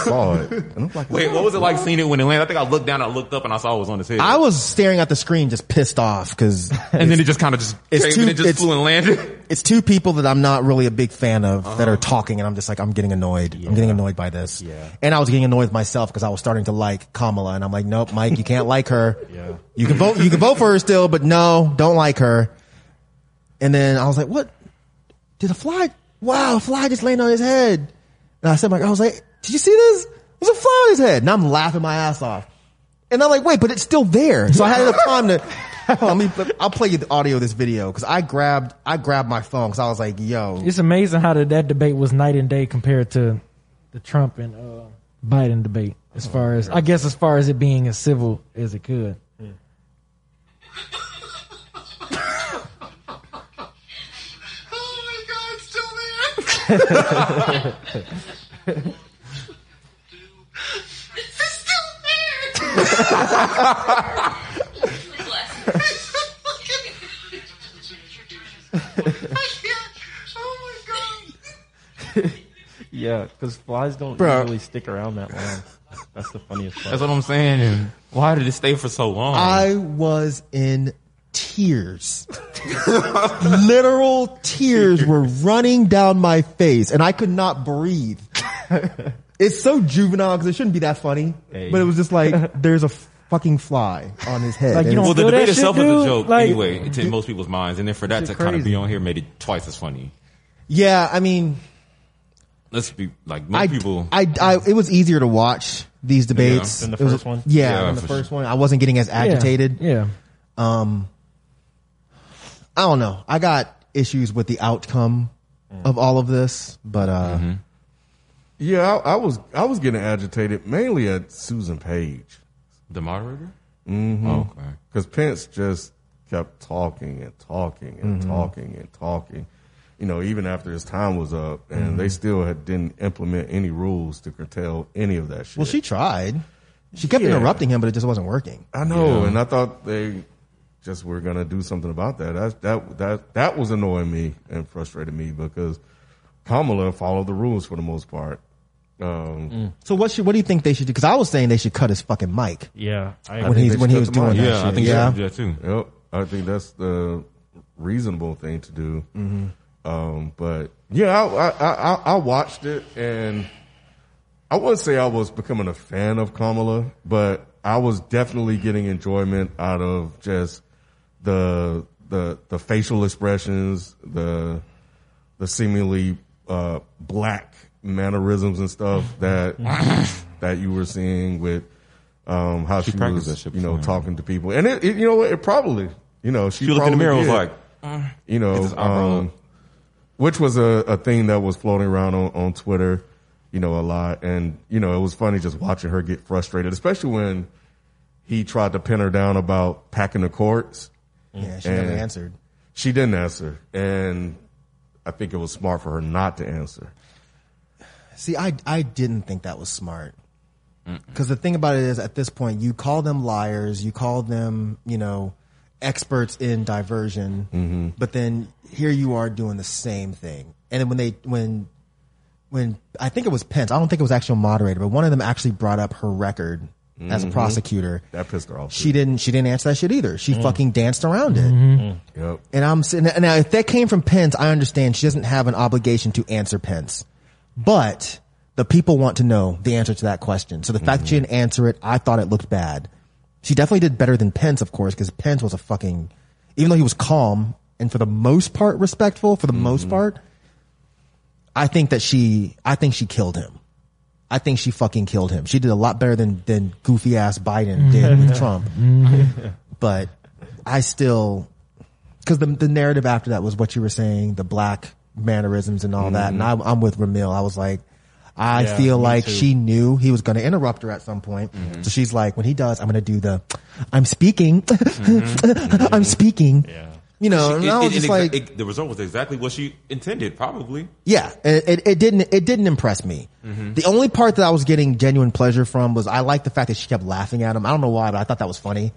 S4: saw it. And I'm like,
S7: Wait, what was it like seeing it when it landed? I think I looked down, I looked up, and I saw it was on his head.
S6: I was staring at the screen, just pissed off because
S7: and then it just kind of just
S6: it's
S7: came
S6: too-
S7: and it just
S6: it's-
S7: flew and landed.
S6: it's two people that I'm not really a big fan of that are talking, and I'm just like, I'm getting annoyed. I'm getting annoyed by this.
S8: Yeah.
S6: And I was getting annoyed with myself because I was starting to like Kamala, and I'm like, nope, Mike, you can't like her. Yeah. You can vote, you can vote for her still, but no, don't like her. And then I was like, what? Did a fly? Wow, a fly just landed on his head. And I said, like, I was like, did you see this? There's a fly on his head, and I'm laughing my ass off. And I'm like, wait, but it's still there. So I had enough time to. Hold on, let me, I'll play you the audio of this video because I grabbed I grabbed my phone because I was like, yo,
S5: It's amazing how that, that debate was night and day compared to the Trump and uh, Biden debate. As far as I guess, as far as it being as civil as it could.
S10: Oh my god, it's still there! it's still there! it's a fucking. I can't. Oh my god.
S8: Yeah, because flies don't
S6: Bruh.
S8: really stick around that long. That's the funniest part.
S7: That's what I'm saying. And why did it stay for so long?
S6: I was in tears. Literal tears were running down my face and I could not breathe. it's so juvenile because it shouldn't be that funny,
S8: Hey.
S6: but it was just like there's a fucking fly on his head.
S5: Like, you
S6: And
S5: don't
S7: well, the
S5: feel that
S7: debate
S5: shit,
S7: itself was
S5: dude?
S7: a joke
S5: Like-
S7: anyway to most people's minds, and then for that to
S5: shit
S7: kind of
S5: crazy.
S7: be on here made it twice as funny.
S6: yeah, I mean,
S7: Let's be like most
S6: I,
S7: people.
S6: I, I, it was easier to watch these debates
S8: Than the
S6: It was-
S8: first one?
S6: Yeah,
S7: Yeah,
S6: than the
S7: for
S6: first one, I wasn't getting as agitated.
S5: Yeah. yeah.
S6: I don't know. I got issues with the outcome of all of this, but uh,
S7: Mm-hmm.
S4: yeah, I, I was, I was getting agitated mainly at Susan Page
S7: the moderator. Mm-hmm. Okay.
S4: because Pence just kept talking and talking and
S6: Mm-hmm.
S4: talking and talking. You know, even after his time was up, and
S6: Mm-hmm.
S4: they still had, didn't implement any rules to curtail any of that shit.
S6: well, she tried. She kept
S4: Yeah.
S6: interrupting him, but it just wasn't working.
S4: I know,
S7: Yeah.
S4: and I thought they just were gonna do something about that. That that that that was annoying me and frustrated me because Kamala followed the rules for the most part. Um,
S6: So what should, what do you think they should do? Because I was saying they should cut his fucking mic
S8: yeah, I
S6: when
S8: agree.
S6: he
S4: they should
S6: when he
S4: cut
S6: was
S4: the
S6: doing
S4: mic.
S6: that.
S7: Yeah, I
S6: shit.
S7: think
S6: yeah.
S7: she did that too.
S4: Yep, I think that's the reasonable thing to do.
S7: Mm-hmm.
S4: Um, but yeah, I, I, I, I watched it, and I wouldn't say I was becoming a fan of Kamala, but I was definitely getting enjoyment out of just the the the facial expressions, the the seemingly uh, black mannerisms and stuff that that you were seeing with um, how she,
S7: practiced that
S4: was,
S7: shit
S4: you know,
S7: before.
S4: talking to people. And it, it- you know, what, it probably, you know, she,
S7: She looked
S4: probably
S7: in the mirror and was
S4: did,
S7: like,
S4: you know,
S7: this eyebrow
S4: um,
S7: up.
S4: which was a, a thing that was floating around on, on Twitter, you know, a lot. And, you know, it was funny just watching her get frustrated, especially when he tried to pin her down about packing the courts.
S6: Yeah, she
S4: And-
S6: never answered.
S4: She didn't answer. And I think it was smart for her not to answer.
S6: See, I I didn't think that was smart. Because the thing about it is, at this point, you call them liars, you call them, you know, experts in
S4: Mm-hmm.
S6: diversion, but then here you are doing the same thing. And then when they when when I think it was Pence. I don't think it was actual moderator, but one of them actually brought up her record as a prosecutor.
S4: Mm-hmm. That pissed her off. Mm.
S6: She didn't. She didn't answer that shit either. She fucking danced around it.
S4: Yep.
S6: And I'm sitting. Now, if that came from Pence, I understand she doesn't have an obligation to answer Pence, but the people want to know the answer to that question. So the fact that she didn't answer it, I thought it looked bad. She definitely did better than Pence, of course, because Pence was a fucking, even though he was calm and for the most part respectful, for the most part, I think that she, I think she killed him. I think she fucking killed him. She did a lot better than than goofy ass Biden
S7: Mm-hmm.
S6: did with Trump. but I still, because the the narrative after that was what you were saying, the black mannerisms and all that. And I,
S7: Mm-hmm.
S6: I'm with Ramil. I was like, I
S3: Yeah,
S6: feel
S3: me
S6: like
S3: too.
S6: she knew he was going to interrupt her at some point.
S7: Mm-hmm.
S6: So she's like, when he does, I'm going to do the, I'm speaking, I'm speaking.
S7: Mm-hmm. Yeah.
S6: You know, and I was just
S7: exa-
S6: like,
S7: it- the result was exactly what she intended, probably.
S6: yeah, it, it, it didn't it didn't impress me. The only part that I was getting genuine pleasure from was I liked the fact that she kept laughing at him. I don't know why, but I thought that was funny.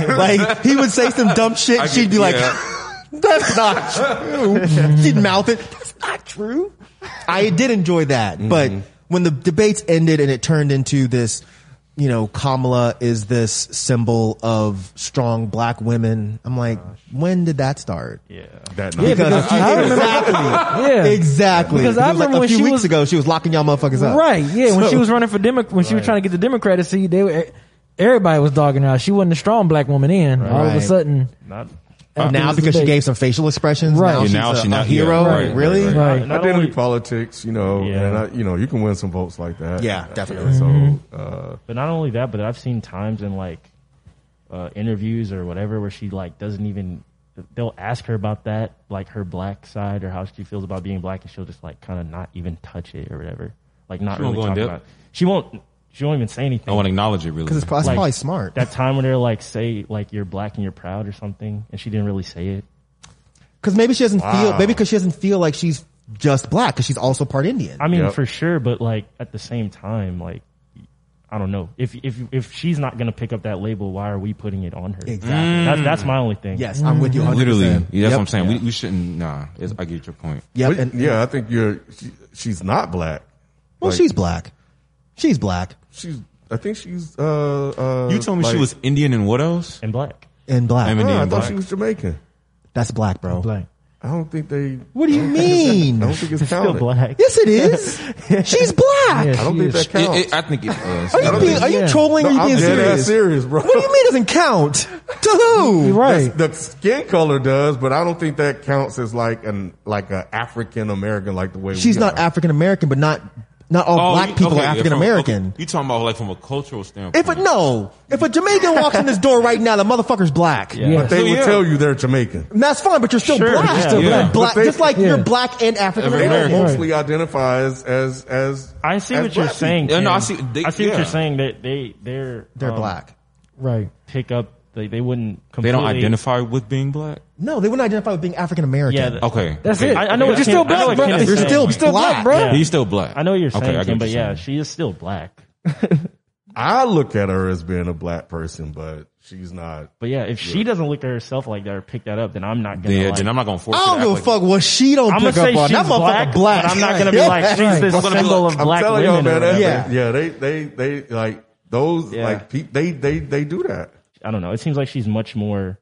S6: like he would say some dumb shit,
S7: I
S6: and she'd
S7: get-
S6: be like,
S7: yeah.
S6: "That's not true." she'd mouth it, "That's not true." I did enjoy that, but when the debates ended and it turned into this, you know, Kamala is this symbol of strong black women. I'm like, when did that start?
S8: Yeah.
S4: That
S5: Yeah,
S4: night.
S5: because
S6: I,
S5: I remember-
S6: exactly.
S5: Yeah.
S6: Exactly.
S5: Because
S6: It
S5: I
S6: was like
S5: remember
S6: a
S5: when
S6: few
S5: she
S6: weeks
S5: was-
S6: ago, she was locking y'all motherfuckers up.
S5: Right. Yeah. when
S6: So-
S5: she was running for Demo- when she was trying to get the Democratic seat, they were, everybody was dogging her out. She wasn't a strong black woman in. All of a
S6: Right.
S5: sudden,
S8: Not
S5: after
S6: now
S5: this
S6: because she
S5: debate-
S6: gave some facial expressions.
S5: Right.
S6: Now
S5: Yeah,
S6: she's
S7: now
S6: a,
S7: she
S6: a
S7: not-
S6: hero.
S7: yeah, right,
S6: really?
S7: right,
S5: right.
S8: not
S4: Identity
S8: only-
S4: politics, you know,
S8: Yeah. Mm-hmm.
S4: and I, you know, you can win some votes like that.
S6: Yeah,
S4: Uh,
S6: definitely.
S4: So, uh,
S8: But not only that, but I've seen times in like uh, interviews or whatever where she like doesn't even. They'll ask her about that, like her black side or how she feels about being black, and she'll just like kind of not even touch it or whatever. Like not
S7: She won't
S8: really
S7: go
S8: talk
S7: in depth?
S8: about. It. She won't. She won't even say anything.
S7: I want to acknowledge it, really.
S6: Because it's pro- that's
S8: Like,
S6: Oh, probably smart.
S8: That time when they're like say like you're black and you're proud or something, and she didn't really say it.
S6: Because maybe she doesn't feel.
S4: Wow.
S6: Maybe because she doesn't feel like she's just black. Because she's also part Indian.
S8: I mean,
S4: Yep.
S8: for sure, but like at the same time, like I don't know if if if she's not gonna pick up that label, why are we putting it on her?
S6: Exactly.
S8: That's
S7: Mm.
S8: that's my only thing.
S6: yes, I'm with you. 100%.
S7: Mm-hmm. Literally, yeah, that's
S6: Yep.
S7: what I'm saying. We, we shouldn't. Nah, it's, I get your point.
S6: Yep.
S4: but-
S6: and-
S4: yeah, I think you're. She, she's not black.
S6: Well,
S4: Like,
S6: she's black. She's black
S4: She's. I think she's. Uh, uh,
S7: You told me she
S4: like-
S7: was Indian and what else?
S8: And black.
S6: and black.
S7: I'm an-
S4: Nah, I thought
S7: black.
S4: she was Jamaican.
S6: That's black, bro.
S5: Blank.
S4: I don't think they.
S6: What do you
S4: I
S6: mean?
S4: don't think it's
S8: Still
S4: counted.
S8: black.
S6: Oh, yes, it is. She's black.
S5: Yeah,
S4: I don't think
S5: she is.
S4: that
S7: It-
S4: counts.
S7: it- I think it does.
S6: Are you, being, are you
S5: yeah.
S6: trolling? or
S4: No,
S6: are
S4: I'm
S6: you being
S4: dead ass
S6: serious?
S4: serious, bro.
S6: What do you mean it doesn't count? To who?
S5: You're right.
S4: The skin color does, but I don't think that counts as like an like a African American, like the way
S6: She's
S4: we
S6: not
S4: are.
S6: African American, but not not all
S7: Oh,
S6: black
S7: you-
S6: people
S7: okay,
S6: are
S7: yeah,
S6: African
S7: from-
S6: American.
S7: okay, You talking about like from a cultural standpoint?
S6: If a, no, if a Jamaican walks in this door right now, the motherfucker's black.
S5: Yeah.
S4: But they
S7: So,
S4: would
S7: yeah.
S4: tell you they're Jamaican.
S6: And that's fine, but you're still
S8: Sure,
S6: black.
S8: yeah, Still
S7: yeah. black.
S6: Black-
S4: But they-
S6: just like
S5: yeah.
S6: you're black and African
S4: They
S6: American.
S4: don't mostly identify as as as.
S8: I see
S4: as
S8: what you're
S4: black
S8: saying.
S7: Yeah, no,
S8: Tim.
S7: I see- they-
S8: I see
S7: yeah.
S8: what you're saying. That they they're
S6: They're
S8: um,
S6: black.
S5: Right.
S8: Pick up. They they wouldn't.
S7: they
S8: Completely,
S7: don't identify with being black.
S6: No, they wouldn't identify with being African American.
S8: Yeah. the-
S7: Okay,
S5: That's
S7: okay.
S5: it.
S8: I- I know what
S5: you're
S8: Ken-
S5: still
S8: I know
S5: black,
S8: what
S5: bro.
S8: Ken
S6: You're
S8: is saying.
S6: still,
S8: You're
S5: still black,
S6: black,
S5: bro.
S7: He's still black.
S8: I know what you're saying,
S7: I get
S8: Tim,
S7: what
S8: but
S7: you're
S8: yeah,
S7: saying.
S8: she is still black.
S4: I look at her as being a black person, but she's not.
S8: But yeah, if she doesn't look at herself like that or pick that up, then I'm not gonna.
S7: Yeah,
S8: like,
S7: then I'm not gonna force.
S6: I
S7: you
S6: don't
S7: to
S6: give a
S7: act like-
S6: fuck what she don't
S8: I'm
S6: pick
S8: gonna
S6: up
S8: say
S6: on. That
S8: she's
S6: motherfucker
S8: black,
S6: black.
S8: but I'm not gonna be like she's this
S7: gonna be
S8: symbol
S7: like-
S8: of
S4: I'm
S8: black
S4: telling
S8: women.
S4: y'all, man.
S8: or
S4: that-
S8: whatever.
S6: Yeah.
S4: Yeah, they they they they those
S8: Yeah.
S4: like pe- they they they do that.
S8: I don't know. It seems like she's much more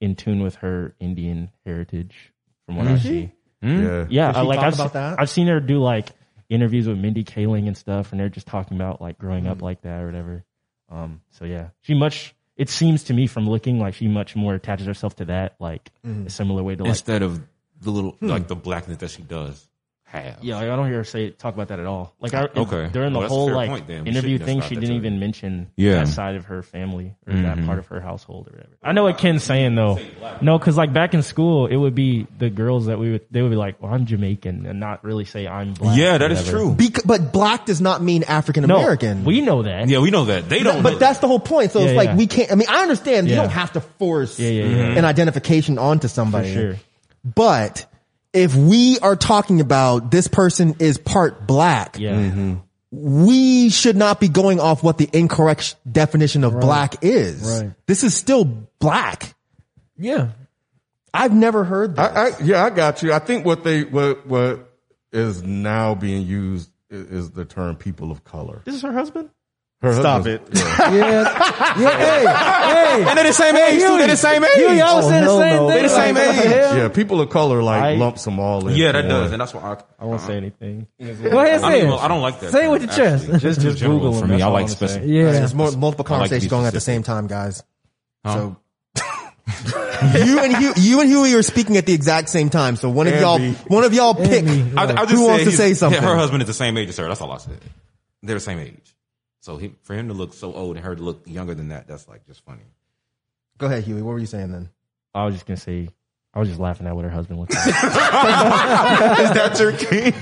S8: in tune with her Indian heritage from what I
S7: Mm-hmm.
S8: see.
S4: Yeah.
S8: Hmm? Yeah,
S6: Does
S8: I-
S6: she
S8: like
S6: talk
S8: I've,
S6: about
S8: se-
S6: that?
S8: I've seen her do like interviews with Mindy Kaling and stuff, and they're just talking about like growing
S6: Mm.
S8: up like that or whatever. Um, so yeah, she much. It seems to me from looking like she much more attaches herself to that, like
S6: Mm-hmm.
S8: a similar way to like.
S7: instead of the little
S6: Hmm.
S7: like the blackness that she does have.
S8: Yeah, like, I don't hear her say talk about that at all. Like, I,
S7: Okay.
S8: during the
S7: Well, that's a
S8: whole
S7: fair
S8: like
S7: point, then. We
S8: interview
S7: shouldn't
S8: thing,
S7: have
S8: she
S7: stopped
S8: didn't
S7: that
S8: even mention
S7: Yeah. Mm-hmm.
S8: that side of her family or that part of her household or whatever. I know what Ken's saying though. No, because like back in school, it would be the girls that we would they would be like, "Well, I'm Jamaican," and not really say I'm black.
S7: yeah,
S8: or
S7: that is
S8: whatever.
S7: true.
S6: Bec- but black does not mean African
S8: No,
S6: American.
S8: we know that.
S7: Yeah, we know that they don't. know
S6: but that's the whole point. So it's
S8: Yeah,
S6: like
S8: yeah.
S6: we can't. I mean, I understand you
S8: Yeah.
S6: don't have to force
S8: yeah, yeah.
S6: an identification onto somebody.
S8: sure.
S6: But if we are talking about this person is part black,
S8: Yeah,
S3: Mm-hmm.
S6: we should not be going off what the incorrect sh- definition of black is.
S5: Right.
S6: This is still black.
S5: Yeah.
S6: I've never heard that.
S4: I, I yeah, I got you. I think what they what what is now being used i- is the term people of color.
S8: This is her husband.
S4: Her
S3: Stop
S4: husband's-
S3: it.
S5: Yeah, yeah. Hey, hey.
S3: And they're the same age, too. They're the same age.
S5: Huey always said the
S8: hell
S5: same
S8: no.
S5: thing.
S3: They the same
S5: like, what
S3: age.
S5: hell?
S4: Yeah, people of color like
S8: I-
S4: lumps them all in.
S7: Yeah, that
S4: one.
S7: does, and that's why I,
S8: I won't say anything.
S5: Go ahead,
S7: I
S5: say
S7: don't,
S5: it.
S7: know, I don't like that.
S5: Say it
S7: term,
S5: with your chest.
S7: actually.
S8: Just, just
S7: general
S8: Google
S7: for
S8: him.
S7: me.
S8: That's
S7: I
S8: all
S7: like
S8: I'm saying.
S7: specific.
S5: Yeah.
S6: There's more, multiple
S7: I like to be
S6: conversations going at the
S7: specific.
S6: same time, guys. So you and Hugh, you and Huey are speaking at the exact same time. So one of
S4: And
S6: y'all,
S4: me.
S6: one of y'all pick.
S5: me.
S7: I, I just
S6: Who
S7: said
S6: wants to
S7: he's-
S6: say
S7: yeah,
S6: something?
S7: Her husband is the same age as her. That's all I said. They're the same age. So he, for him to look so old and her to look younger than that, that's like just funny.
S6: Go ahead, Huey. What were you saying then?
S8: I was just gonna say. I was just laughing at what her husband was.
S3: That's your king.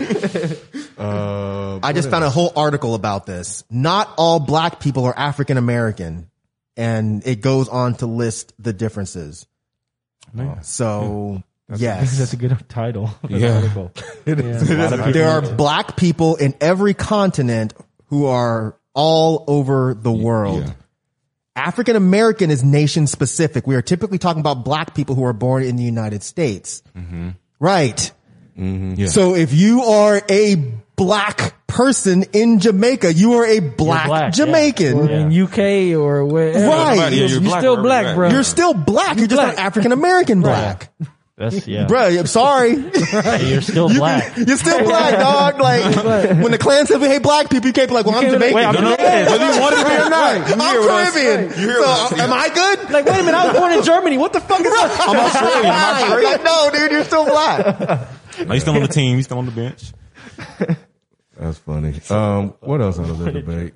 S4: Uh,
S6: I just found a whole article about this. Not all black people are African American, and it goes on to list the differences. Uh, So
S8: That's
S6: yes,
S8: a good title. for the
S7: Yeah.
S8: article. Yeah.
S6: there are black people in every continent who are all over the world.
S7: yeah.
S6: African American is nation specific. We are typically talking about black people who are born in the United States. Right. So if you are a black person in Jamaica, you are a black,
S8: black, yeah.
S6: Jamaican.
S5: Or in UK or wherever.
S6: Right. Yeah,
S7: you're
S5: You're,
S7: black
S5: still
S7: wherever
S5: black,
S7: you're at.
S5: bro.
S6: You're still black. You're just
S5: black.
S6: not African American black.
S8: That's yeah.
S6: Bruh, I'm sorry. You're
S8: You're still black.
S6: still black, dog. Like when the Klan says, "Hey, black people," you can't be like, "Well, I'm Jamaican."
S8: Wait, I'm
S7: No, no,
S8: Jamaican.
S7: whether you wanted to be or not.
S6: I'm Caribbean. So am I good?
S5: like, wait a minute, I was born in Germany. What the fuck is that?
S6: I'm Australian. Like, no, dude, you're still black.
S7: No, he's still on the team. He's still on the bench.
S4: That's funny. Um, what else out of the debate?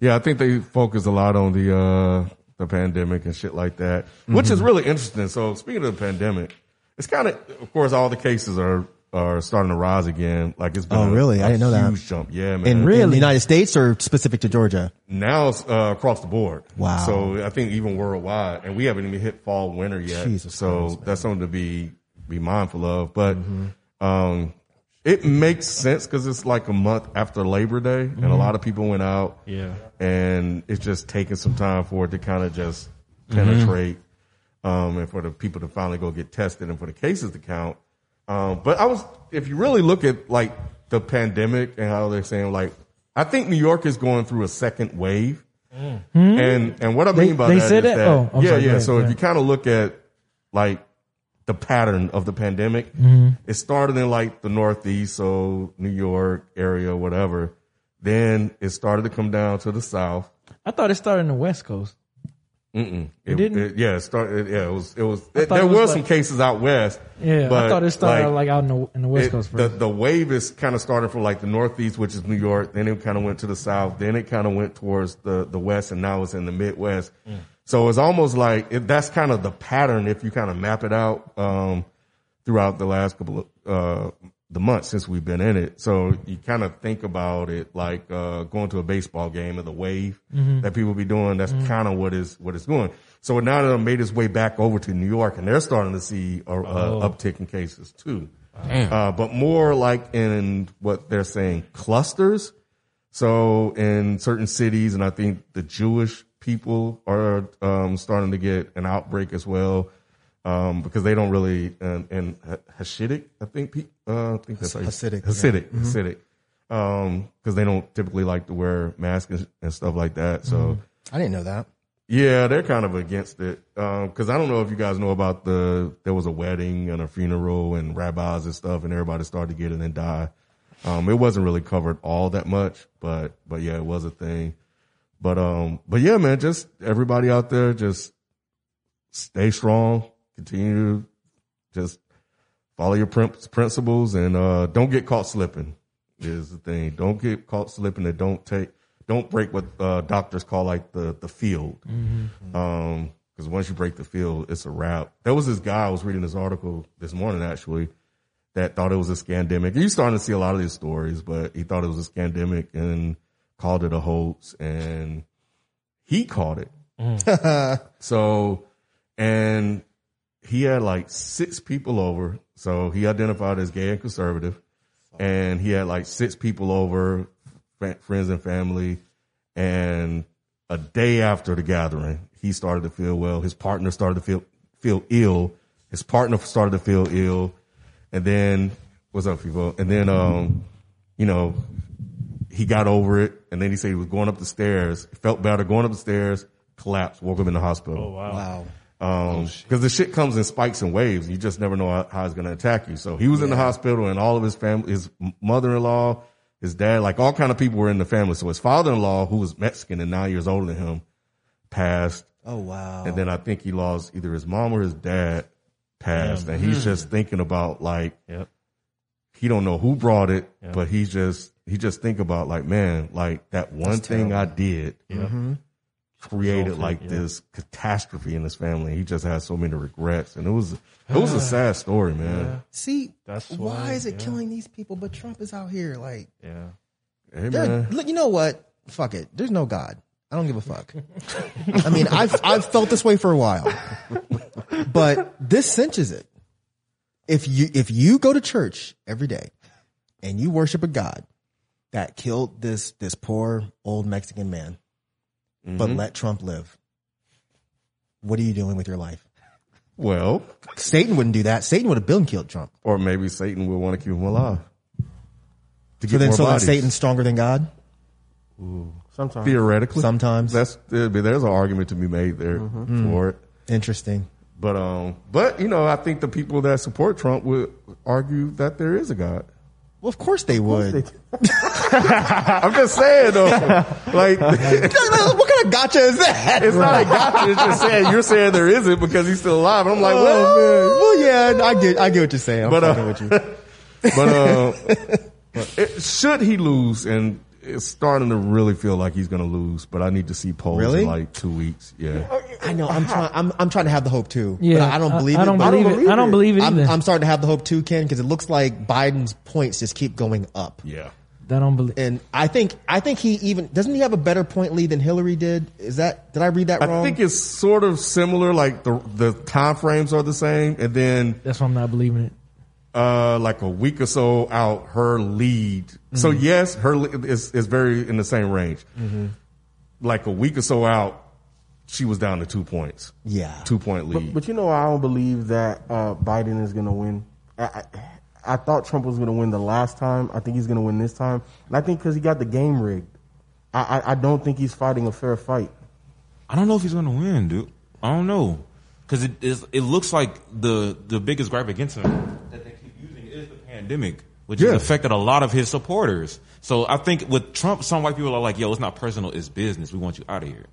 S4: Yeah, I think they focus a lot on the uh, the pandemic and shit like that, which
S6: Mm-hmm.
S4: is really interesting. So speaking of the pandemic, it's kind of, of course, all the cases are are starting to rise again. Like it's been
S6: Oh,
S4: a-
S6: really?
S4: I
S6: I didn't know that.
S4: huge jump. Yeah, man.
S6: In, in the United States or specific to Georgia?
S4: now it's uh, across the board.
S6: Wow.
S4: So I think even worldwide, and we haven't even hit fall winter yet.
S6: Jesus
S4: so that's something to be be mindful of. But
S6: Mm-hmm.
S4: um, it makes sense because it's like a month after Labor Day, and
S6: Mm-hmm.
S4: a lot of people went out.
S8: Yeah.
S4: And it's just taking some time for it to kind of just
S6: Mm-hmm.
S4: penetrate, um, and for the people to finally go get tested, and for the cases to count. Um, but I was, if you really look at like the pandemic and how they're saying, like, I think New York is going through a second wave. And and what I mean by
S5: Hmm? they
S4: that is
S5: said
S4: that,
S5: that? Oh, I'm
S4: yeah,
S5: sorry, go
S4: yeah.
S5: ahead,
S4: so
S5: go
S4: if you
S5: ahead.
S4: kind of look at like the pattern of the pandemic,
S5: Mm-hmm.
S4: it started in like the Northeast, so New York area, whatever. Then it started to come down to the South.
S5: I thought it started in the West Coast.
S4: It,
S5: didn't?
S4: it- yeah, it started. Yeah, it was. It was.
S5: thought
S4: there
S5: it was
S4: was some
S5: like-
S4: cases out west.
S5: Yeah, I
S4: but,
S5: thought it started like, out in the, in the West
S4: it-
S5: Coast
S4: the,
S5: first.
S4: the wave is kind of started from like the northeast, which is New York. Then it kind of went to the south. Then it kind of went towards the, the west, and now it's in the Midwest. So it's almost like it, that's kind of the pattern if you kind of map it out um, throughout the last couple of uh, the months since we've been in it. So you kind of think about it like uh, going to a baseball game and the wave
S5: Mm-hmm.
S4: that people be doing. That's kind of what is what it's doing. So now that it made its way back over to New York, and they're starting to see a, a uptick in cases too. Uh, but more like in what they're saying clusters. So in certain cities, and I think the Jewish people are um, starting to get an outbreak as well um, because they don't really and, and Ha- Hasidic, I think. pe- Uh, I think that's how you-
S6: Hasidic, yeah. Mm-hmm.
S4: Hasidic, Hasidic, because they don't typically like to wear masks and, and stuff like that. So.
S6: I didn't know that.
S4: Yeah, they're kind of against it because I don't know if you guys know about the there was a wedding and a funeral and rabbis and stuff, and everybody started to get it and die. Um, it wasn't really covered all that much, but but yeah, it was a thing. But um, but yeah, man, just everybody out there, just stay strong, continue, to just follow your prin- principles, and uh, don't get caught slipping is the thing. Don't get caught slipping and don't take don't break what uh, doctors call like the the field. Um, because once you break the field, it's a wrap. There was this guy I was reading this article this morning actually that thought it was a scandemic. You're starting to see a lot of these stories, but he thought it was a scandemic and called it a hoax, and he called it. so, and he had like six people over. So he identified as gay and conservative, and he had like six people over, fa- friends and family, and a day after the gathering, he started to feel well. His partner started to feel feel ill. His partner started to feel ill, and then What's up, people? And then, um, you know, he got over it, and then he said he was going up the stairs, felt better going up the stairs, collapsed, woke up in the hospital.
S8: Oh, wow. Wow.
S4: Because Um, the shit comes in spikes and waves. You just never know how, how it's going to attack you. So he was in the hospital, and all of his family, his m- mother-in-law, his dad, like all kind of people were in the family. So his father-in-law, who was Mexican and nine years older than him, passed.
S6: Oh wow.
S4: And then I think he lost either his mom or his dad passed, and he's just thinking about like
S8: Yep.
S4: he don't know who brought it,
S8: Yeah.
S4: but he's just he just think about like man, like that one thing I did
S8: Yeah.
S4: created
S8: Awful,
S4: like
S8: Mm-hmm. yeah.
S4: this catastrophe in his family. He just has so many regrets, and it was it was a sad story, man.
S6: See,
S8: That's
S6: why,
S8: why,
S6: is it
S8: yeah.
S6: killing these people? But Trump is out here like,
S8: Yeah.
S4: Hey,
S6: they're-
S4: man.
S6: look, you know what? Fuck it. There's no God. I don't give a fuck. I mean, I've I've felt this way for a while, but this cinches it. If you if you go to church every day and you worship a God that killed this this poor old Mexican man, but
S8: Mm-hmm.
S6: let Trump live, what are you doing with your life?
S4: Well,
S6: Satan wouldn't do that. Satan would have been killed Trump.
S4: or maybe Satan will want to keep him alive. To
S6: So
S4: get
S6: then,
S4: more
S6: so then
S4: bodies.
S6: Satan's stronger than God.
S3: Sometimes.
S4: theoretically
S6: Sometimes.
S4: that's there'd be- there's an argument to be made there
S8: Mm-hmm.
S4: for it.
S6: Interesting.
S4: But um, but you know, I think the people that support Trump would argue that there is a God.
S6: Well, of course they would.
S4: I'm just saying though, like
S6: what kind of gotcha is that?
S4: it's not a gotcha. It's just saying you're saying there isn't because he's still alive. And I'm like, well,
S6: Oh, well, yeah, I get, I get what you're saying. I'm
S4: But, uh,
S6: fucking with you.
S4: but uh, it, should he lose? And it's starting to really feel like he's going to lose. But I need to see polls
S6: Really?
S4: in like two weeks. Yeah,
S6: I know. I'm trying. I'm, I'm trying to have the hope too.
S5: Yeah,
S6: but I don't believe
S5: I,
S6: it.
S5: don't
S6: but
S5: believe it. I don't believe it
S6: I'm,
S5: either.
S6: I'm starting to have the hope too, Ken, because it looks like Biden's points just keep going up.
S4: yeah.
S5: I don't believe.
S6: And I think, I think he even doesn't he have a better point lead than Hillary did? Is that did I read that
S4: I
S6: wrong?
S4: think it's sort of similar. Like the the time frames are the same, and then
S5: That's why I'm not believing it.
S4: uh, like a week or so out, her lead. So
S3: Mm-hmm.
S4: yes, her lead is, is very in the same range. Like a week or so out, she was down to two points.
S6: Yeah.
S4: two point lead.
S3: But you know, I don't believe that uh, Biden is going to win. I, I, I thought Trump was going to win the last time. I think he's going to win this time, and I think because he got the game rigged. I, I, I don't think he's fighting a fair fight.
S7: I don't know if he's gonna win, dude. I don't know because it is. It looks like the the biggest gripe against him that they keep using is the pandemic, which
S4: Yeah.
S7: has affected a lot of his supporters. So I think with Trump, some white people are like, "Yo, it's not personal; it's business. We want you out of here."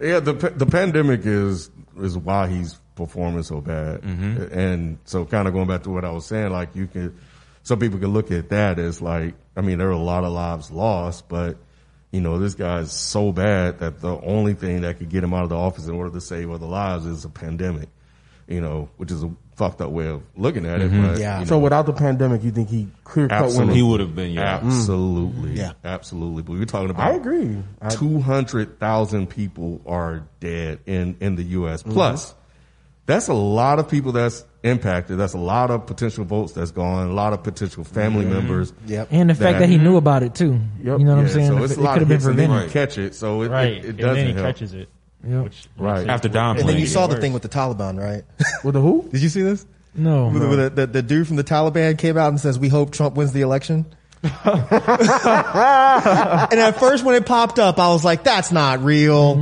S4: yeah, the pa- the pandemic is is why he's performing so bad, and so kind of going back to what I was saying, like you can, some people can look at that as like, I mean, there are a lot of lives lost, but. You know, this guy is so bad that the only thing that could get him out of the office in order to save other lives is a pandemic. You know, which is a fucked up way of looking at it. But,
S6: Yeah.
S4: you
S3: So
S4: know.
S3: without the pandemic, you think he clear cut
S4: Absolutely.
S3: wins?
S7: He would have been, yeah.
S4: Absolutely.
S6: Yeah.
S4: Absolutely. But we're talking about.
S3: Mm. I agree. I,
S4: Two hundred thousand people are dead in in the U.S.
S3: Mm-hmm.
S4: Plus, that's a lot of people that's impacted. That's a lot of potential votes that's gone. A lot of potential family
S3: Mm-hmm.
S4: members.
S6: Yep.
S5: And the fact that he knew about it too. You know what I'm
S4: Yeah,
S5: saying?
S4: So
S5: If
S4: it's
S5: it
S4: a lot
S5: could
S4: of
S5: have been
S4: hits, and then you
S5: prevented.
S4: catch it. So it,
S8: Right.
S4: it, it
S8: and
S4: doesn't
S8: then he
S4: help.
S8: catches it.
S5: Yeah.
S8: Which
S4: Right.
S8: makes it
S7: After Dom
S8: worse.
S6: and then you
S7: Right.
S6: saw the thing with the Taliban, right?
S3: with the who?
S6: Did you see this?
S5: No,
S6: With- with the, the, the dude from the Taliban came out and says, "We hope Trump wins the election." and at first, when it popped up, I was like, "That's not real."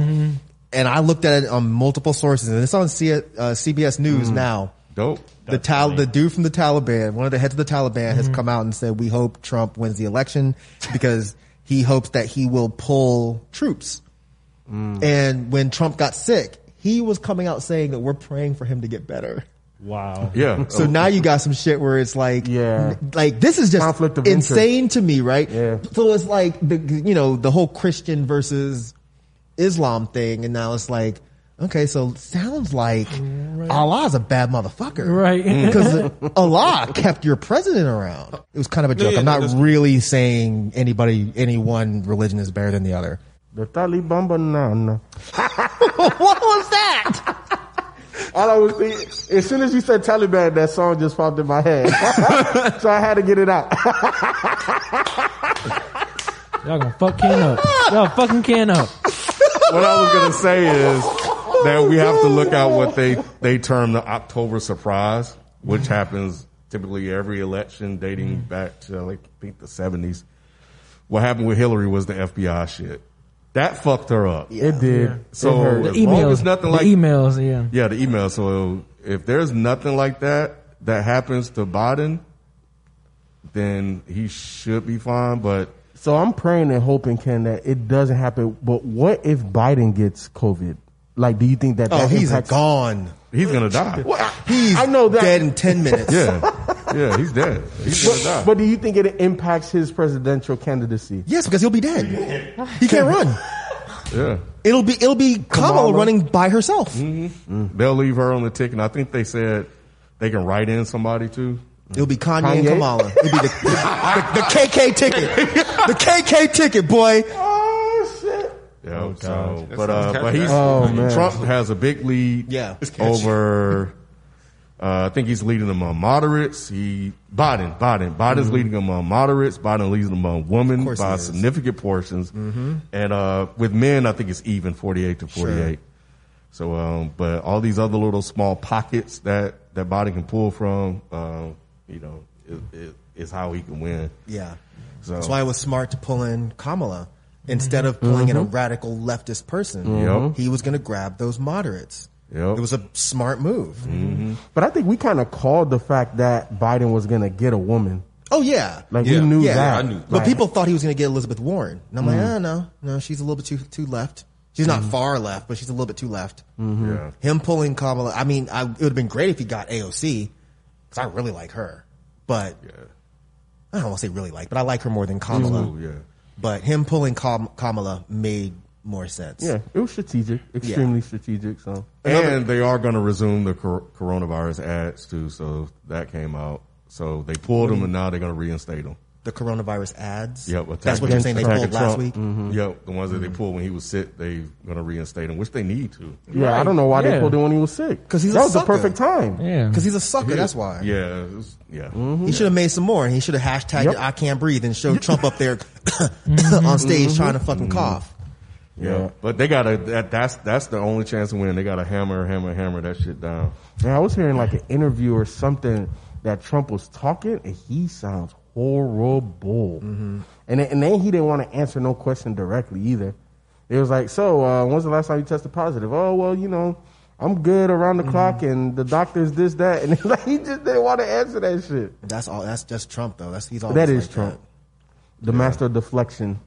S6: And I looked at it on multiple sources, and it's on C- uh, CBS News now.
S4: Dope.
S6: The Tal- the dude from the Taliban, one of the heads of the Taliban, has come out and said, "We hope Trump wins the election because he hopes that he will pull troops." And when Trump got sick, he was coming out saying that we're praying for him to get better.
S8: Wow.
S4: Yeah.
S6: So now you got some shit where it's like,
S3: Yeah.
S6: n- like this is just
S3: Conflict of
S6: insane to me, right?
S3: Yeah.
S6: So it's like the you know the whole Christian versus Islam thing, and now it's like, okay, so sounds like Allah's a bad motherfucker,
S5: Right. Mm.
S6: Because Allah kept your president around. It was kind of a joke.
S7: yeah,
S6: I'm
S7: that's-
S6: not really saying anybody, any one religion is better than the other.
S3: The Taliban banana.
S6: what was that?
S3: All I was thinking, as soon as you said Taliban, that song just popped in my head. so I had to get it out.
S5: y'all gonna fuck Ken up. Y'all fucking Ken up.
S4: what I was gonna say is
S3: Oh,
S4: that we have to look out what they they term the October surprise, which happens typically every election dating
S3: Mm-hmm.
S4: back to like I think the seventies. What happened with Hillary was the FBI shit. That fucked her up.
S3: It did.
S4: So
S3: It hurt.
S5: The
S4: as long as
S5: emails,
S4: nothing
S5: the
S4: like
S5: emails, yeah.
S4: yeah, the email. So if there's nothing like that that happens to Biden, then he should be fine. But
S3: So I'm praying and hoping, Ken, that it doesn't happen. But what if Biden gets COVID? Like, do you think that?
S6: Oh,
S3: that
S6: he's
S3: impacts-
S6: gone.
S4: he's gonna die.
S6: He's
S3: I know that-
S6: dead in ten minutes.
S4: Yeah, yeah, he's dead. He's gonna die.
S3: But, but do you think it impacts his presidential candidacy?
S6: Yes, because he'll be dead. He can't run.
S4: yeah,
S6: It'll be it'll be Kamala,
S3: Kamala.
S6: running by herself.
S4: they'll leave her on the ticket. And I think they said they can write in somebody too.
S6: It'll be Kanye, and
S3: Kanye?
S6: Kamala. It'll be the, the, the KK ticket. The KK ticket, boy.
S3: Oh shit!
S4: Yeah, so,
S7: That's-
S4: but uh,
S7: that's-
S4: but he's
S3: Oh, man.
S4: Trump has a big lead.
S6: Yeah. It's catchy.
S4: over. Uh, I think he's leading them on moderates. He Biden, Biden, Biden's
S3: Mm-hmm.
S4: leading them on moderates. Biden leads them on women
S6: course
S4: by
S6: he is.
S4: significant portions,
S3: Mm-hmm.
S4: and uh, with men, I think it's even forty-eight to forty-eight. So, um, but all these other little small pockets that that Biden can pull from, um, you know, it, it, is how he can win.
S6: Yeah.
S4: So-
S6: That's why it was smart to pull in Kamala instead of pulling in a radical leftist person.
S4: Yep.
S6: He was going to grab those moderates.
S4: Yep.
S6: It was a smart move.
S3: But I think we kind of called the fact that Biden was gonna get a woman.
S6: Oh yeah.
S3: Like
S7: Yeah.
S3: we knew
S6: yeah,
S3: that.
S7: I knew.
S6: But people thought he was going to get Elizabeth Warren, and I'm like, oh, no, no, she's a little bit too too left. She's not far left, but she's a little bit too left.
S4: Yeah.
S6: Him pulling Kamala, I mean, I, it would have been great if he got AOC because I really like her, but I don't want to say really like, but I like her more than Kamala.
S4: Ooh, yeah.
S6: But him pulling Kam- Kamala made more sense.
S3: Yeah, it was strategic, extremely strategic. So
S4: And they are going to resume the cor- coronavirus ads too. So that came out. So they pulled them, and now they're going to reinstate them.
S6: The coronavirus ads.
S4: Yep, attack
S6: that's what you're
S4: against-
S6: saying they
S4: attack
S6: pulled
S4: of
S6: last
S4: Trump.
S3: Mm-hmm.
S6: week.
S4: Yep, the ones that they pulled when he was sick, they're going to reinstate him, which they need to.
S3: yeah, I don't know why
S5: Yeah.
S3: they pulled him when he was sick.
S6: 'Cause he's
S3: that
S6: a
S3: was the
S6: sucker.
S3: perfect time.
S5: Yeah.
S6: Because he's a sucker, that's why.
S4: Yeah, it was- yeah.
S6: He should have made some more, and he should have hashtagged
S3: Yep. Mm-hmm.
S6: it, I can't breathe and showed Trump up there on stage trying to fucking cough.
S4: yeah, But they got to. That, that's that's the only chance to win. They got to hammer, hammer, hammer that shit down.
S3: And I was hearing like an interview or something that Trump was talking, and he sounds horrible.
S4: Mm-hmm.
S3: And then, and then he didn't want to answer no question directly either. It was like, so uh, when's the last time you tested positive? Oh well, you know, I'm good around the clock,
S4: Mm-hmm.
S3: and the doctor's this that, and like he just didn't want to answer that shit.
S6: That's all. That's just Trump, though. That's he's all.
S3: that is Trump, the master of deflection.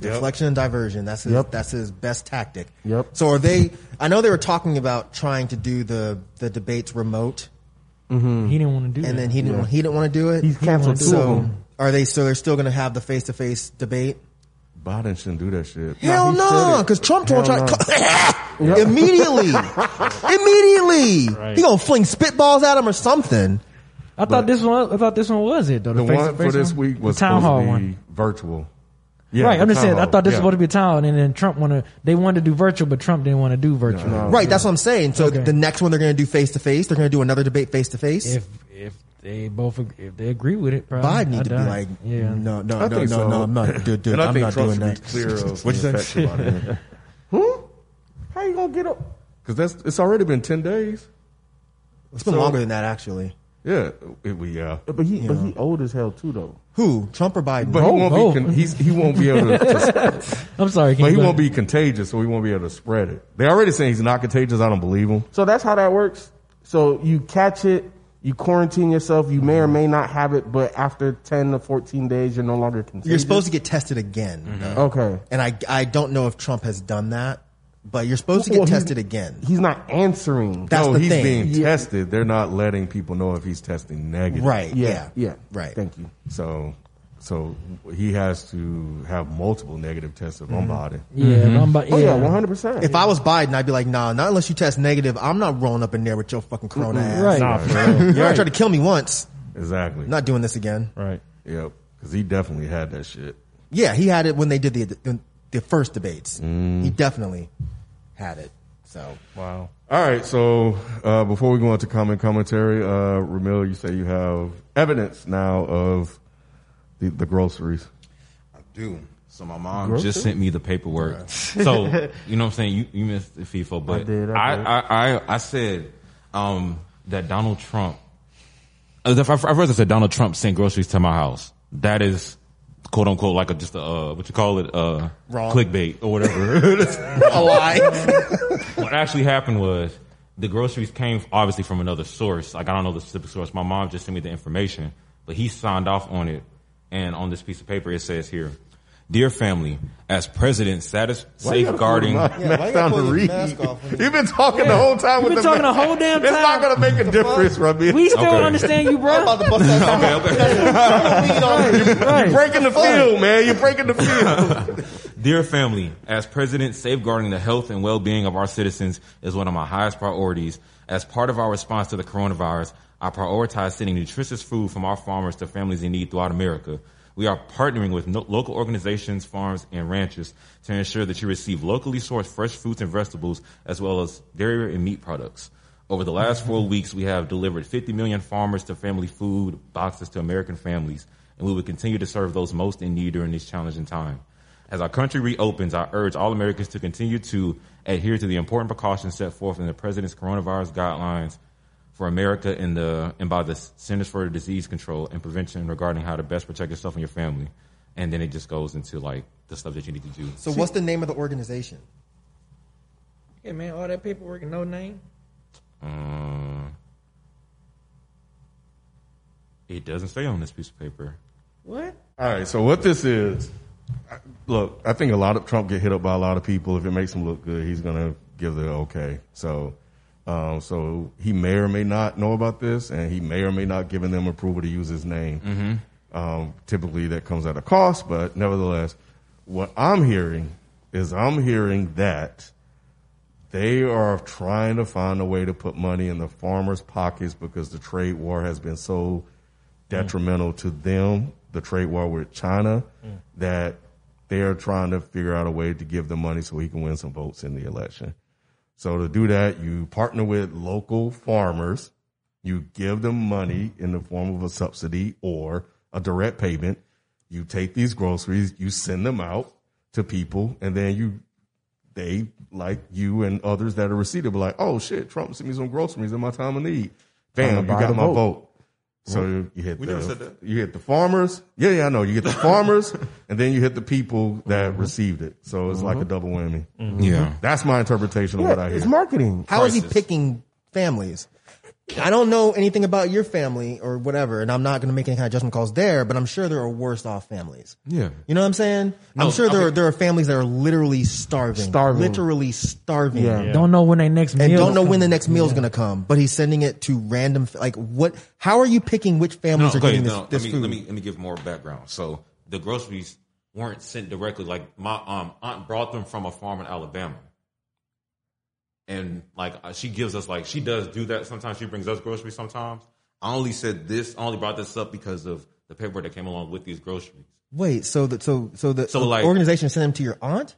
S6: Deflection and diversion. That's his.
S3: Yep.
S6: That's his best tactic.
S3: Yep.
S6: So are they? I know they were talking about trying to do the the debates remote,
S5: He didn't want to do
S6: and
S5: that.
S6: then he didn't. He didn't want to do it.
S3: He's canceled two of
S6: so
S3: them.
S6: are they? So they're still going to have the face to face debate?
S4: Biden shouldn't do that shit.
S6: Hell
S3: he
S6: no,
S3: shouldn't.
S6: because Trump don't try
S3: Hell
S6: to immediately, immediately.
S8: Right.
S6: He gonna fling spitballs at him or something.
S3: Oh,
S5: I thought this one. I thought this one was it though.
S4: The
S5: face-
S4: one for
S5: face
S4: this
S5: one?
S4: week was
S5: the town
S4: supposed
S5: hall
S4: to be
S5: one.
S4: virtual. Yeah,
S5: right,
S4: the
S5: I'm just
S4: town
S5: saying. I
S4: hall.
S5: thought this
S4: Yeah.
S5: was supposed to be a town, and then Trump wanted. They wanted to do virtual, but Trump didn't want to do virtual.
S6: Right, that's what I'm saying. So
S5: Okay.
S6: the next one they're gonna do face to face. They're gonna do another debate face to face.
S5: If if they both ag- if they agree with it, probably
S6: Biden
S5: I
S6: need to be
S5: doubt it.
S6: like,
S5: yeah.
S6: no, no,
S4: I
S6: no, no,
S4: think so.
S6: no, I'm not, dude, dude,
S4: and I
S6: I'm
S4: think
S6: not
S4: Trump
S6: doing
S4: should
S6: that.
S4: Be clear of what you think?
S3: Hmm? How you gonna get up?
S4: Because that's it's already been ten days.
S6: It's been
S4: So-
S6: longer than that, actually.
S4: Yeah, it, we uh, yeah.
S3: But he, but he old as hell too, though.
S6: Who? Trump or Biden?
S4: But he won't
S5: both.
S4: be con- he's, he won't be able to, to
S5: I'm sorry, can
S4: but he
S5: you go
S4: won't
S5: ahead?
S4: be contagious, so he won't be able to spread it. They already saying he's not contagious. I don't believe him.
S3: So that's how that works. So you catch it, you quarantine yourself. You may or may not have it, but after ten to fourteen days, you're no longer contagious.
S6: you're supposed to get tested again. though.
S3: okay.
S6: And I, I don't know if Trump has done that, but you're supposed to get
S3: Well, he's-
S6: tested again.
S3: He's not answering.
S6: That's
S4: no,
S6: the
S4: he's
S6: thing.
S4: being
S3: Yeah.
S4: tested. They're not letting people know if he's testing negative.
S6: Right.
S3: yeah,
S6: Yeah.
S3: yeah,
S6: Right.
S3: Thank you.
S4: So, so he has to have multiple negative tests of
S6: Mm-hmm.
S4: on body.
S5: Yeah, I'm about, yeah.
S3: Oh yeah, one hundred percent.
S6: If I was Biden, I'd be like, nah, not unless you test negative. I'm not rolling up in there with your fucking corona ass.
S5: right.
S8: Nah, for real.
S6: You already tried to kill me once.
S4: Exactly.
S6: I'm not doing this again.
S8: Right.
S4: yep. Because he definitely had that shit.
S6: Yeah, he had it when they did the the first debates.
S4: Mm.
S6: He definitely had it. So
S8: Wow.
S4: All right. So uh, before we go into comment commentary, uh, Ramil, you say you have evidence now of the, the groceries.
S7: I do. So my mom just sent me the paperwork. So you know what I'm saying? You, you missed the FIFA, but I
S3: did, I
S7: I, I, I, said um, that Donald Trump I've, I've read this that Donald Trump sent groceries to my house. That is quote unquote like a just a uh, what you call it uh
S6: Wrong.
S7: clickbait or whatever.
S3: Oh,
S6: a lie.
S7: what actually happened was the groceries came obviously from another source. Like I don't know the specific source. My mom just sent me the information, but he signed off on it. And on this piece of paper, it says here, "Dear family, as president, satis-
S4: Why you gotta
S7: safeguarding."
S4: put my mask down to read. You've been talking
S5: Yeah.
S4: the whole time with
S5: You've been
S4: the
S5: talking
S4: mask.
S5: the whole damn
S4: It's not
S5: time.
S4: gonna make a difference, Rami.
S5: We still
S7: Okay.
S5: understand you, bro.
S6: about to bust that
S7: okay, okay.
S4: You're breaking the field, man. You're breaking the field.
S7: Dear family, as president, safeguarding the health and well-being of our citizens is one of my highest priorities. As part of our response to the coronavirus, I prioritize sending nutritious food from our farmers to families in need throughout America. We are partnering with no- local organizations, farms, and ranchers to ensure that you receive locally sourced fresh fruits and vegetables, as well as dairy and meat products. Over the last four weeks, we have delivered 50 million farmers to family food boxes to American families, and we will continue to serve those most in need during this challenging time. As our country reopens, I urge all Americans to continue to adhere to the important precautions set forth in the president's coronavirus guidelines for America in the and by the Centers for Disease Control and Prevention regarding how to best protect yourself and your family. And then it just goes into like the stuff that you need to do.
S6: So what's the name of the organization?
S5: Yeah, man, all that paperwork and no name.
S7: Um, it doesn't say on this piece of paper.
S5: What?
S4: All right. So what this is? I- Look, I think a lot of Trump get hit up by a lot of people. If it makes him look good, he's gonna give the okay. So, um, so he may or may not know about this, and he may or may not giving them approval to use his name. Um, typically, that comes at a cost, but nevertheless, what I'm hearing is I'm hearing that they are trying to find a way to put money in the farmers' pockets because the trade war has been so detrimental to them, the trade war with China, that they are trying to figure out a way to give the money so he can win some votes in the election. So to do that, you partner with local farmers, you give them money in the form of a subsidy or a direct payment. You take these groceries, you send them out to people, and then you they like you and others that are received be like, oh shit, Trump sent me some groceries in my time of need. Bam,
S3: to
S4: you
S3: buy
S4: got
S3: a
S4: my
S3: vote.
S4: vote. So you hit
S7: We
S4: the
S7: never said that.
S4: you hit the farmers. Yeah, yeah, I know. You hit the farmers, and then you hit the people that
S7: Mm-hmm.
S4: received it. So it's like a double whammy.
S7: Yeah.
S4: That's my interpretation of what
S3: Yeah,
S4: I
S3: it's
S4: hear.
S3: marketing.
S6: How is he
S7: Prices.
S6: picking families? I don't know anything about your family or whatever, and I'm not going to make any kind of judgment calls there, but I'm sure there are worse off families.
S7: Yeah.
S6: You know what I'm saying?
S7: No,
S6: I'm sure there
S7: okay.
S6: are, there are families that are literally starving,
S3: Starving.
S6: literally starving,
S3: Yeah.
S5: Don't know when their next meal.
S6: and don't know when the next meal's going to come. But he's sending it to random. Like what? How are you picking which
S7: No,
S6: families are
S7: okay,
S6: getting this,
S7: no,
S6: this
S7: let, me,
S6: food?
S7: let me let me give more background. So the groceries weren't sent directly. Like my um, aunt brought them from a farm in Alabama, and like uh, she gives us like she does do that sometimes. She brings us groceries sometimes. I only said this. I only brought this up because of the paperwork that came along with these groceries.
S6: Wait, so the so so the,
S7: So,
S6: the
S7: like-
S6: organization sent them to your aunt?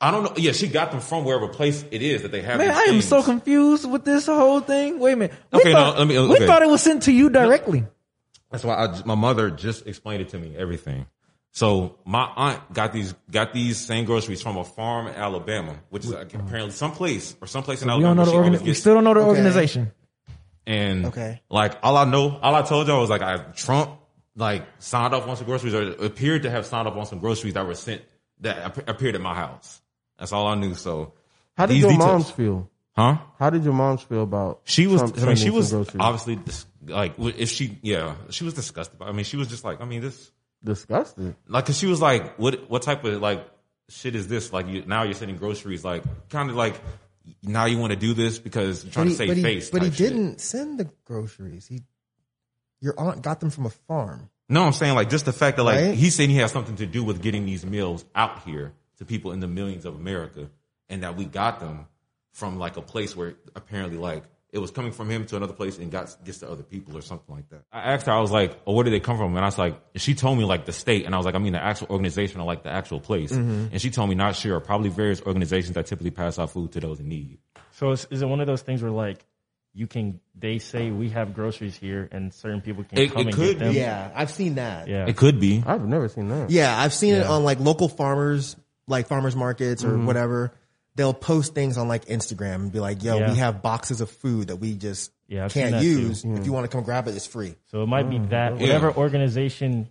S7: I don't know. Yeah, she got them from wherever place it is that they have.
S5: Man,
S7: these
S5: I am so
S7: things.
S5: confused with this whole thing. Wait a minute. We
S7: Okay, no,
S5: thought,
S7: let me-
S5: we
S7: okay.
S5: thought it was sent to you directly.
S7: That's why I, my mother just explained it to me everything. So my aunt got these got these same groceries from a farm in Alabama, which is like, apparently someplace or someplace in
S5: we don't
S7: Alabama.
S5: know the
S7: she always
S5: organi- We
S7: gets-
S5: still don't know the
S6: Okay.
S5: organization.
S7: and
S6: Okay.
S7: like all I know, all I told y'all was like I Trump like signed off on some groceries or appeared to have signed up on some groceries that were sent that ap- appeared at my house. That's all I knew. So
S3: How did
S7: these
S3: your
S7: details-
S3: moms feel?
S7: Huh?
S3: How did your moms feel about?
S7: She was.
S3: Trump
S7: I mean, she
S3: sending
S7: was
S3: some groceries?
S7: obviously dis- like w- if she yeah she was disgusted. By, I mean, she was just like I mean this.
S3: disgusted.
S7: like cause she was like what what type of like shit is this like you now you're sending groceries like kind of like now you want to do this because you're trying to save
S6: but he,
S7: face
S6: but he
S7: type shit.
S6: didn't send the groceries. He, your aunt got them from a farm.
S7: no i'm saying like just the fact that like
S6: Right?
S7: he's saying he has something to do with getting these meals out here to people in the millions of america and that we got them from like a place where apparently like it was coming from him to another place and got gets to other people or something like that. I asked her, I was like, "Oh, where did they come from?" And I was like, she told me like the state, and I was like, I mean the actual organization or like the actual place.
S6: Mm-hmm.
S7: And she told me not sure, probably various organizations that typically pass out food to those in need.
S8: So is, is it one of those things where like you can they say we have groceries here and certain people can
S7: It-
S8: come
S7: it
S8: and get
S7: could
S8: them?
S7: be.
S6: Yeah, I've seen that.
S8: Yeah.
S7: It could be.
S3: I've never seen that.
S6: Yeah, I've seen it on like local farmers, like farmers markets or whatever. They'll post things on like Instagram and be like, "Yo,
S8: Yeah.
S6: we have boxes of food that we just
S8: Yeah, I've seen
S6: can't
S8: that
S6: use.
S8: too.
S6: If you want to come grab it, it's free.
S8: So it might
S3: Mm-hmm.
S8: be that
S6: Yeah.
S8: whatever organization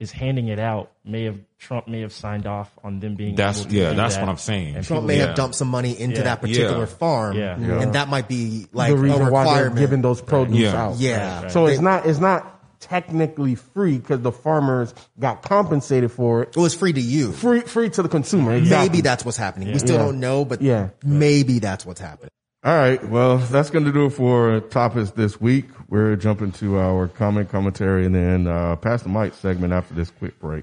S8: is handing it out may have Trump may have signed off on them being.
S7: That's-
S8: able to
S7: yeah,
S8: do
S7: that's
S8: that.
S7: what I'm saying.
S8: And
S6: Trump
S8: people-
S6: may
S8: yeah.
S6: have dumped some money into
S8: Yeah.
S6: that particular
S8: Yeah.
S6: farm,
S8: Yeah.
S3: Yeah.
S6: and that might be like
S3: the
S6: a
S3: reason why they're
S6: requirement.
S3: giving those produce
S7: Yeah.
S3: out.
S6: Yeah. Right.
S3: So
S6: They-
S3: it's not it's not technically free because the farmers got compensated for it.
S6: it was free to you.
S3: Free free to the consumer.
S6: Maybe
S3: Exactly.
S6: that's what's happening. We still
S3: Yeah.
S6: don't know, but
S3: Yeah.
S6: maybe that's what's happening.
S4: All right. Well, that's going to do it for topics this week. We're jumping to our comment commentary and then uh, pass the mic segment after this quick break.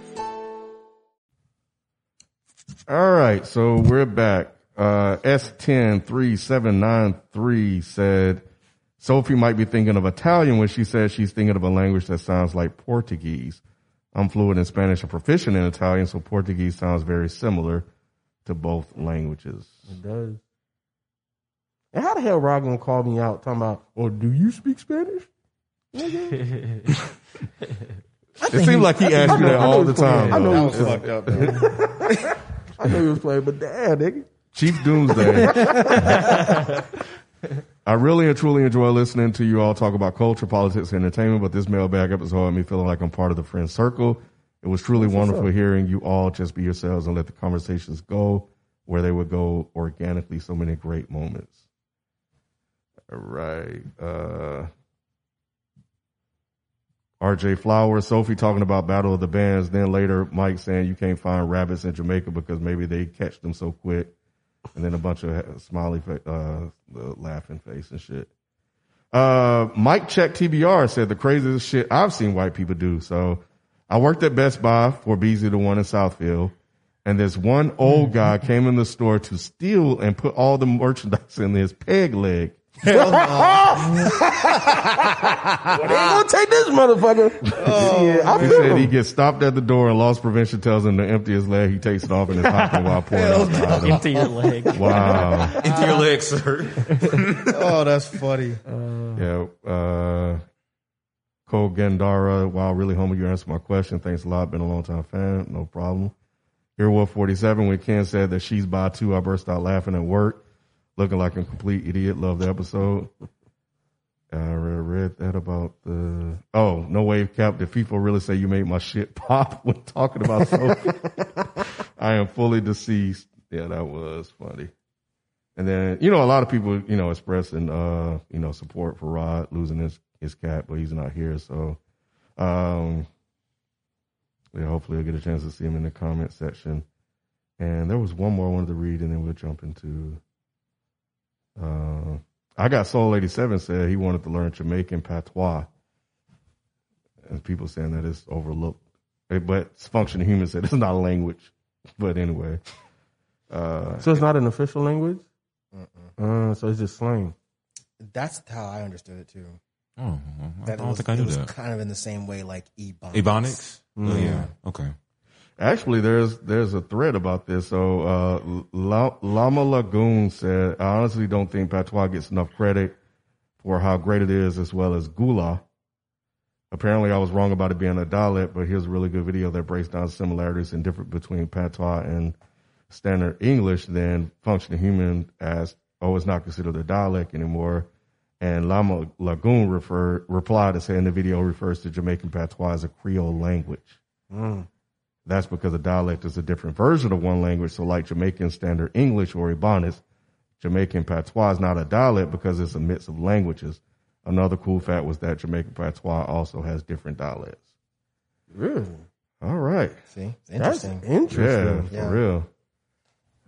S4: All right, so we're back. Uh, S103793 said Sophie might be thinking of Italian when she says she's thinking of a language that sounds like Portuguese. I'm fluent in Spanish and proficient in Italian, so Portuguese sounds very similar to both languages.
S3: It does. And how the hell Rod gonna call me out talking about, well, do you speak Spanish?
S4: It seems like he asked you
S3: I
S4: Oh,
S3: know
S4: that all
S3: it's
S4: the
S3: playing.
S4: time.
S3: I know
S4: though.
S3: it's playing.
S6: up.
S3: I know you was playing, but damn, nigga.
S4: Chief Doomsday. I really and truly enjoy listening to you all talk about culture, politics, and entertainment, but this mailbag episode had me feeling like I'm part of the friend circle. It was truly wonderful hearing you all just be yourselves and let the conversations go where they would go organically. So many great moments. All right. Uh, RJ Flowers, Sophie talking about Battle of the Bands. Then later, Mike saying you can't find rabbits in Jamaica because maybe they catch them so quick. And then a bunch of smiley, fa- uh, the laughing face and shit. Uh, Mike Check TBR said the craziest shit I've seen white people do. So I worked at Best Buy for BZ, the one in Southfield. And this one
S3: Mm-hmm.
S4: old guy came in the store to steal and put all the merchandise in his peg leg.
S3: They ain't gonna take this motherfucker. yeah, I
S4: Oh, He
S3: feel
S4: said he
S3: him.
S4: gets stopped at the door and loss prevention tells him to empty his leg. He takes it off and is hopping while pouring out the item.
S8: into your leg.
S4: Wow.
S7: Into your legs, sir.
S6: oh, that's funny.
S4: Yeah. Uh, Cole Gandara, wow, really humble. You answered my question. Thanks a lot. Been a long time fan. No problem. Here, Wolf 47, when Ken said that she's by two, I burst out laughing at work, looking like a complete idiot. Love the episode. I re- read that about the. Oh, no wave cap. Did FIFA really say you made my shit pop when talking about Sophie? I am fully deceased. Yeah, that was funny. And then, you know, a lot of people, you know, expressing, uh, you know, support for Rod losing his, his cat, but he's not here. So, um, yeah, hopefully I'll get a chance to see him in the comment section. And there was one more I wanted to read and then we'll jump into, uh, I got Soul 87 said he wanted to learn Jamaican patois. And people saying that it's overlooked, Eh, but functioning human said it's not a language. But anyway, uh,
S3: So it's not an official language? Uh, so it's just slang.
S6: That's how I understood it too.
S7: Oh, I
S6: That it
S7: don't
S6: was,
S7: think I
S6: it
S7: knew
S6: was
S7: that.
S6: kind of in the same way like Ebonics.
S7: Ebonics? Oh, yeah. Okay.
S4: Actually, there's there's a thread about this. So uh, La- Lama Lagoon said, I honestly don't think patois gets enough credit for how great it is, as well as Gula. Apparently, I was wrong about it being a dialect, but here's a really good video that breaks down similarities and difference between patois and standard English. Then functional human as oh, it's not considered a dialect anymore. And Lama Lagoon referred replied and saying the video refers to Jamaican patois as a Creole language. That's because a dialect is a different version of one language. So, like Jamaican Standard English or Ebonics, Jamaican Patois is not a dialect because it's a mix of languages. Another cool fact was that Jamaican Patois also has different dialects.
S3: Really?
S4: All right.
S6: See, it's
S3: That's
S6: interesting.
S4: Yeah,
S3: interesting.
S4: for
S6: Yeah.
S4: real.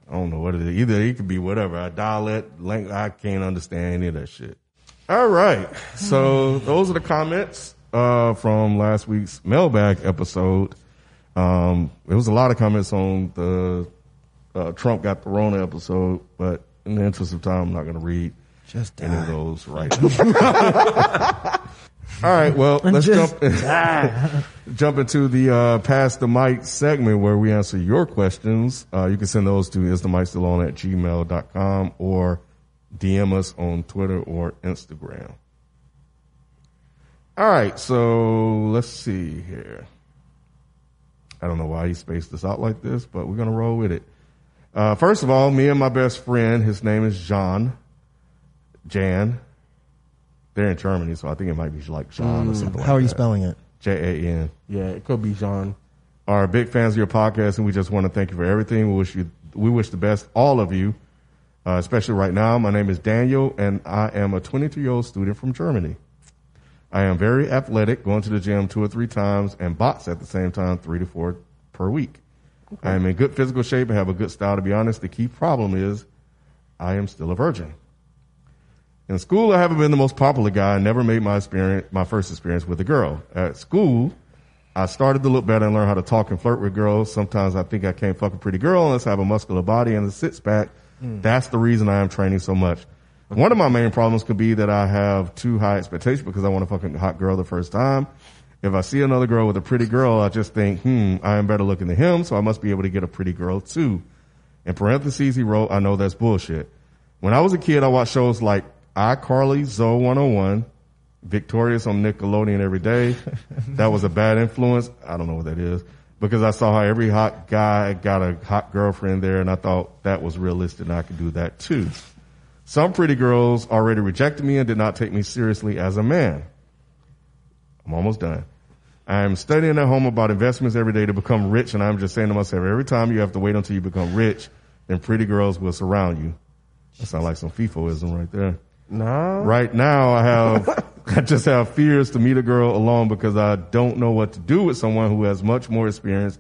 S4: I don't know what it is. Either it could be whatever. A dialect, language. I can't understand any of that shit. All right. So those are the comments uh, from last week's mailbag episode. Um, it was a lot of comments on the uh, Trump got the Rona episode, but in the interest of time, I'm not going to read
S6: Just
S4: and it goes right. All right, well, let's
S5: Just
S4: jump jump into the uh, pass the mic segment where we answer your questions. Uh, you can send those to is the mic still on at gmail.com or DM us on Twitter or Instagram. All right, so let's see here. I don't know why he spaced this out like this, but we're going to roll with it. Uh, first of all, me and my best friend, his name is John, Jan. They're in Germany, so I think it might be like John
S6: Hmm.
S4: or something like
S6: How are you
S4: that.
S6: spelling it?
S4: J A N.
S3: Yeah, it could be John.
S4: Are big fans of your podcast, and we just want to thank you for everything. We wish you, we wish the best, all of you, uh, especially right now. My name is Daniel, and I am a 22 year old student from Germany. I am very athletic, going to the gym two or three times and box at the same time, three to four per week. I am in good physical shape and have a good style. To be honest, the key problem is I am still a virgin. In school, I haven't been the most popular guy. I never made my experience, my first experience with a girl. At school, I started to look better and learn how to talk and flirt with girls. Sometimes I think I can't fuck a pretty girl unless I have a muscular body and a six pack. That's the reason I am training so much. One of my main problems could be that I have too high expectations because I want a fucking hot girl the first time. If I see another girl with a pretty girl, I just think, hmm, I am better looking than him, so I must be able to get a pretty girl too. In parentheses, he wrote, I know that's bullshit. When I was a kid, I watched shows like iCarly, Zoe 101, Victorious on Nickelodeon every day. that was a bad influence. I don't know what that is. Because I saw how every hot guy got a hot girlfriend there and I thought that was realistic and I could do that too. Some pretty girls already rejected me and did not take me seriously as a man. I'm almost done. I'm studying at home about investments every day to become rich, and I'm just saying to myself, every time you have to wait until you become rich, then pretty girls will surround you. That sounds like some FIFOism right there.
S3: No.
S4: Right now, I have, I just have fears to meet a girl alone because I don't know what to do with someone who has much more experience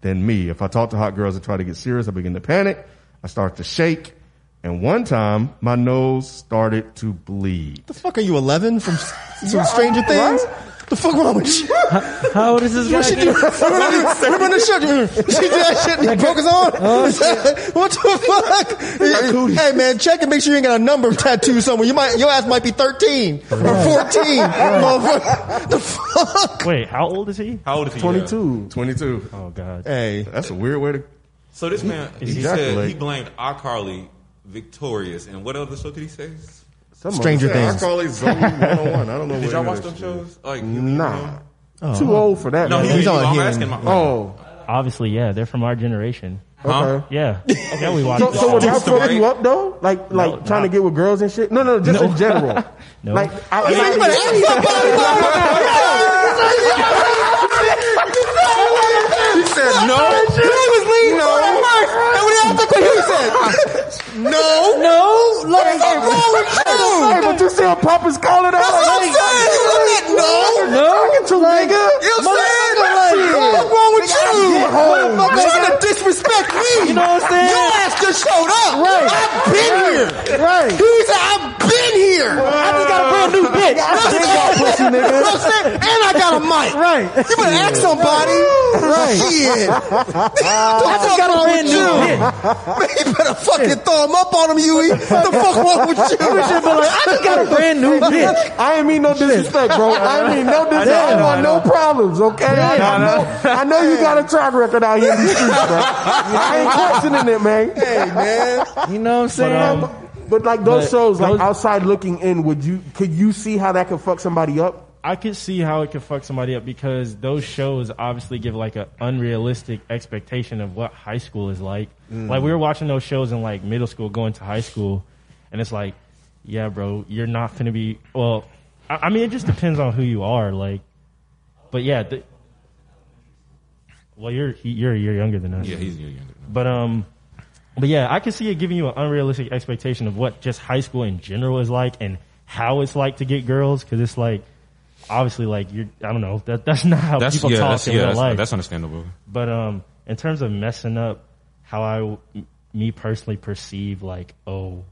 S4: than me. If I talk to hot girls and try to get serious, I begin to panic. I start to shake. And one time, my nose started to bleed.
S6: The fuck are you, 11 from, from Stranger Things? The fuck wrong with you?
S5: How old is this
S6: What
S5: guy?
S6: she do?
S5: again?
S6: Remember when this shit? She did that shit and he broke his arm?
S7: Oh,
S6: what the fuck? Hey man, check and make sure you ain't got a number tattooed somewhere. You might, your ass might be 13 or 14. Motherfucker. The fuck?
S8: Wait, how old is he?
S7: How old is he?
S3: Twenty two.
S4: 22.
S8: Oh God.
S6: Hey,
S4: That's a weird way to,
S7: So this man, he
S4: Exactly.
S7: said he blamed iCarly, Victorious, and what other show did he say?
S6: Stranger
S4: yeah, I
S6: Things.
S4: call it Zoe 101. I don't know what
S7: Did y'all
S4: it
S7: watch
S4: is.
S7: those shows? Like,
S3: Nah. Too old for that.
S7: No,
S3: man.
S7: he,
S6: he's
S7: he,
S6: on
S7: I'm
S6: here.
S7: asking my.
S3: oh.
S8: Obviously, yeah, they're from our generation.
S7: Huh?
S3: Okay.
S8: Yeah, yeah, we watched.
S3: So, so would
S7: Dude,
S3: that throw
S7: right?
S3: you up though? Like, like
S8: No,
S3: trying
S8: nah.
S3: to get with girls and shit? No, no, just in general.
S8: No.
S3: Like, I,
S6: You ain't even ask about
S3: He said no.
S6: it. You was leaning on that mark. And we asked the question, he said, no.
S3: No, like,
S6: What's wrong with you?
S3: hey, but you see how Papa's calling out.
S6: That's what I'm
S3: like,
S6: saying. No.
S3: No, talking to nigga.
S6: You know what I'm saying?
S3: Motherfucker,
S6: What's
S3: like,
S6: wrong with
S3: nigga, I
S6: you?
S3: get home,
S6: Motherfucker,
S3: nigga.
S6: trying to disrespect me.
S3: You know what I'm saying?
S6: Your ass just showed up.
S3: Right.
S6: I've been
S3: Right.
S6: here.
S3: Right.
S6: He said, I've been here.
S3: I just got a brand new bitch. I
S6: That's
S3: just
S6: it.
S3: got pussy,
S6: You know what I'm
S3: nigga.
S6: saying? And I got a mic.
S3: Right.
S6: You better ask somebody.
S3: Right.
S6: Shit. I
S3: just got a brand new
S6: Man, you better fucking throw him up on him, Huey. the fuck wrong with you?
S3: I just got a brand new bitch. I ain't mean no disrespect, bro. I ain't mean no disrespect. I,
S8: I know,
S3: want
S8: I
S3: no
S8: know.
S3: problems, okay? I,
S8: no,
S3: know, I know you got a track record out here in the streets, bro. I ain't questioning it, man.
S6: Hey, man.
S5: You know what I'm saying?
S8: um,
S3: But like those
S8: But
S3: shows, like
S8: those-
S3: outside looking in, would you could you see how that could fuck somebody up?
S8: I could see how it could fuck somebody up because those shows obviously give like an unrealistic expectation of what high school is like. Like we were watching those shows in like middle school, going to high school, and it's like, yeah, bro, you're not gonna be. Well, I, I mean, it just depends on who you are. Like, but yeah, the, well, you're he- you're a year younger than us.
S7: Yeah, he's a year younger.
S8: But um, but yeah, I can see it giving you an unrealistic expectation of what just high school in general is like and how it's like to get girls because it's like obviously like you're I don't know that that's not how
S7: That's
S8: people
S7: yeah,
S8: talk
S7: that's,
S8: in
S7: yeah,
S8: real
S7: that's,
S8: life.
S7: that's understandable.
S8: but um, in terms of messing up how I w- m- me personally perceive like oh.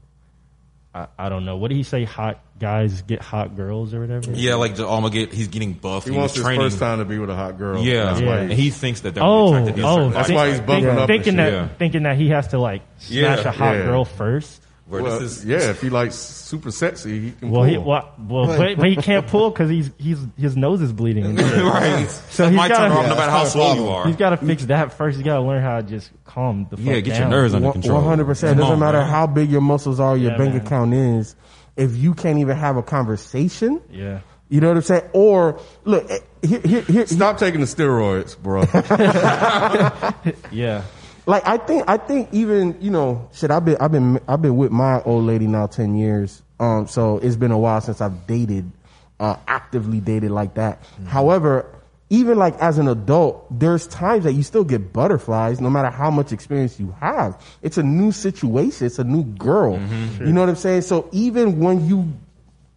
S8: I, I don't know. What did he say? Hot guys get hot girls or whatever.
S7: Yeah, like the Alma get, he's getting buff.
S4: he
S7: was
S4: wants his
S7: training.
S4: first time to be with a hot girl.
S7: Yeah,
S4: That's why
S7: and
S4: he-
S7: he thinks that they're
S8: Oh,
S7: attracted to
S8: oh,
S7: certain
S4: that's
S7: bodies.
S4: why he's bumping up. and
S8: Thinking- thinking
S4: shit.
S8: that
S7: Yeah.
S8: thinking that he has to like
S7: Yeah,
S8: smash a hot
S4: yeah.
S8: girl first.
S4: Well, yeah, if he likes super sexy, he can
S8: Well,
S4: pull.
S8: he well, well but, but he can't pull because he's he's his nose is bleeding.
S7: Right.
S8: So
S7: That
S8: he's
S7: might
S8: got
S7: turn her off no matter how slow you are.
S8: He's got to fix that first. He's got to learn how to just calm the
S7: Yeah,
S8: fuck
S7: get your
S8: down.
S7: nerves under
S3: One hundred percent.
S7: Come
S3: Doesn't
S7: on,
S3: matter
S7: man.
S3: how big your muscles are, your
S8: Yeah,
S3: bank
S8: man.
S3: account is. If you can't even have a conversation,
S8: Yeah.
S3: you know what I'm saying. Or look, eh, here, here, here,
S4: Stop taking the steroids, bro.
S8: Yeah.
S3: like I think I think even you know shit. I've been I've been I've been with my old lady now ten years. Um, so it's been a while since I've dated, uh, actively dated like that. However, even like as an adult, there's times that you still get butterflies, no matter how much experience you have. It's a new situation. It's a new girl. You know what I'm saying? So even when you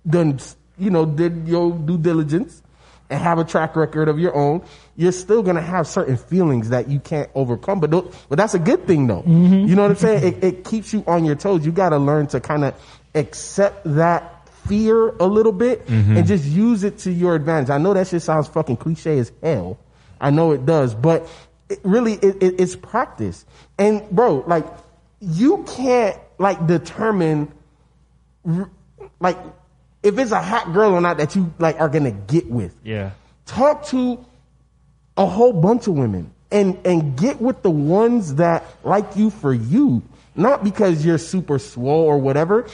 S3: done, you know, did your due diligence and have a track record of your own, you're still gonna have certain feelings that you can't overcome. But tho- but that's a good thing though. You know what I'm saying? It, it keeps you on your toes. You gotta learn to kind of accept that fear a little bit and just use it to your advantage. I know that shit sounds fucking cliche as hell. I know it does, but it really it, it, it's practice. And bro, like you can't like determine like if it's a hot girl or not that you like are gonna get with.
S8: Yeah.
S3: Talk to a whole bunch of women and and get with the ones that like you for you, not because you're super swole or whatever.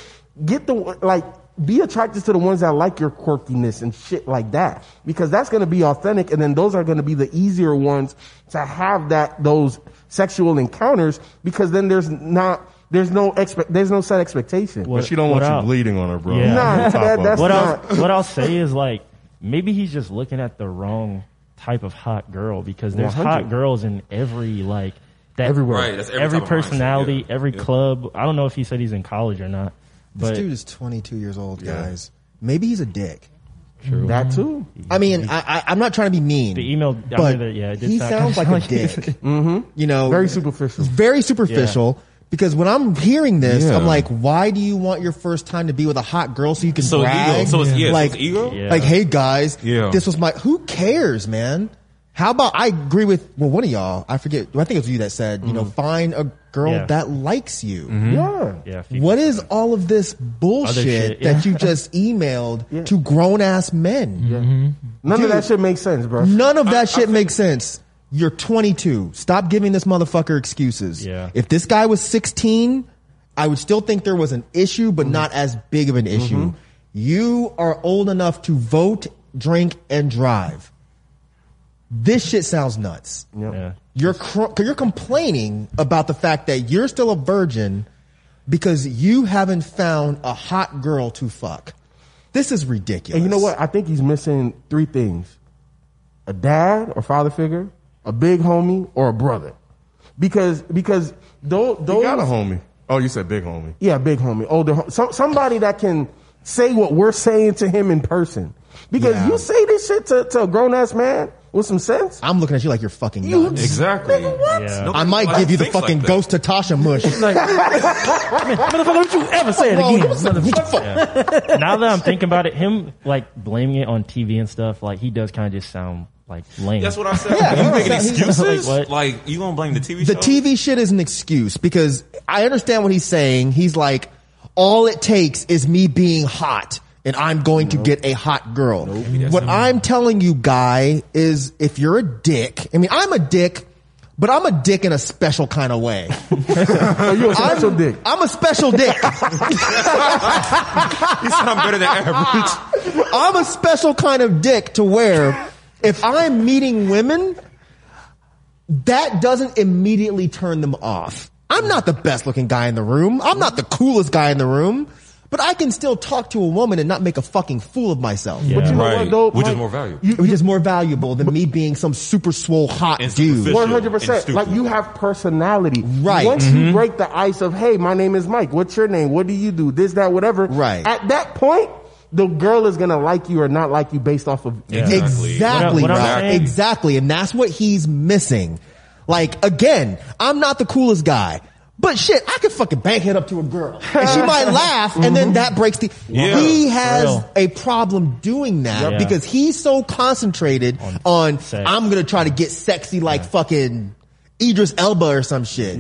S3: Get the one- like be attracted to the ones that like your quirkiness and shit like that because that's going to be authentic and then those are going to be the easier ones to have that those sexual encounters because then there's not there's no expect there's no set expectation
S4: But she don't
S8: what
S4: want you
S8: else?
S4: bleeding on her, bro.
S8: Yeah. Nah,
S4: On top
S3: that-
S4: of it.
S3: that's
S8: what
S3: not-
S8: I'll, what I'll say is like maybe he's just looking at the wrong type of hot girl because there's
S3: 100.
S8: hot girls in every like that
S3: Everywhere.
S7: Right, that's every
S8: every
S7: type of mindset,
S8: personality,
S7: yeah.
S8: every
S7: Yeah.
S8: club. I don't know if he said he's in college or not, but
S6: this dude is 22 years old, guys. Maybe he's a dick.
S3: that too
S6: I mean, I, I, I'm not trying to be mean.
S8: The email- I
S6: but
S8: mean, the- yeah, it did
S6: he
S8: sound
S6: sounds like
S8: kinda
S6: a
S8: like-
S6: dick. mm-hmm. You know,
S3: Very superficial.
S6: Very superficial. Because when I'm hearing this,
S7: Yeah.
S6: I'm like, why do you want your first time to be with a hot girl so you can
S7: So
S6: brag?
S7: ego. So it's yeah.
S6: like,
S7: so it's ego.
S8: Yeah.
S6: like, hey guys,
S7: Yeah.
S6: this was my. Who cares, man? How about I agree with well, one of y'all. I forget. I think it was you that said, you know, find a girl
S8: Mm. Yeah.
S6: that likes you.
S7: Mm-hmm.
S3: yeah
S8: yeah, if he-
S6: What is all of this bullshit
S8: shit,
S6: that you just emailed to grown ass men?
S3: None
S6: Dude.
S3: of that shit makes sense, bro.
S6: None of that shit makes sense. You're 22. Stop giving this motherfucker excuses.
S8: Yeah.
S6: If this guy was 16, I would still think there was an issue, but not as big of an
S3: Mm-hmm.
S6: issue. You are old enough to vote, drink, and drive. This shit sounds nuts.
S8: yeah.
S6: You're cr- you're complaining about the fact that you're still a virgin because you haven't found a hot girl to fuck. This is ridiculous.
S3: And you know what? I think he's missing three things: a dad or father figure, a big homie, or a brother. Because because those
S4: You
S3: those
S4: got a homie. Oh, you said big homie.
S3: yeah, big homie, older, hom- some somebody that can say what we're saying to him in person. Because
S6: Yeah.
S3: you say this shit to, to a grown ass man with some sense.
S6: I'm looking at you like you're fucking
S3: You
S6: nuts.
S7: Exactly.
S3: Nigga, what?
S8: Yeah.
S7: Nobody
S6: I might
S7: like
S6: give you the
S7: thinks like
S6: fucking
S7: that.
S6: ghost Tasha mush.
S5: Like, man, motherfucker, don't you ever say it
S6: Wrong.
S5: again.
S6: What's the-
S5: motherfucker.
S6: what the fuck?
S8: now that I'm thinking about it, him like blaming it on TV and stuff, like he does kind of just sound like lame.
S7: That's what I said.
S6: Yeah,
S7: you making
S6: he's-
S7: excuses?
S8: Like
S7: like,
S8: what?
S7: you gonna blame the TV
S6: The
S7: show?
S6: TV shit is an excuse because I understand what he's saying. He's like, all it takes is me being hot and I'm going to get a hot girl. What I'm telling you, guy, is if you're a dick, I mean, I'm a dick, but I'm a dick in a special kind of way.
S3: Are you a special
S6: I'm,
S3: dick?
S6: I'm a special dick.
S7: You sound better than average.
S6: I'm a special kind of dick to where if I'm meeting women, that doesn't immediately turn them off. I'm not the best looking guy in the room. I'm not the coolest guy in the room, but I can still talk to a woman and not make a fucking fool of myself.
S8: Yeah.
S3: But you know
S7: Right.
S3: what though?
S7: Which is
S3: Like,
S7: more valuable.
S3: you-
S6: Which is more valuable than me being some super swole hot
S7: And
S6: dude.
S7: superficial.
S3: One hundred percent.
S7: and
S3: Like
S7: stupid.
S3: you have personality.
S6: Right.
S3: Once you break the ice of, hey, my name is Mike. What's your name? What do you do? This, that, whatever.
S6: Right.
S3: At that point, the girl is gonna like you or not like you based off of.
S7: Yeah.
S6: Exactly,
S8: What I- what I'm
S6: Rob.
S8: saying-
S6: Exactly. And that's what he's missing. Like, again, I'm not the coolest guy. But shit, I could fucking bang head up to a girl. And she might laugh, and then that breaks the.
S7: Yeah,
S6: he
S7: for
S6: has
S8: real.
S6: a problem doing that
S8: Yeah.
S6: because he's so concentrated on,
S8: sex.
S6: I'm gonna try to get sexy like fucking Idris Elba or some shit.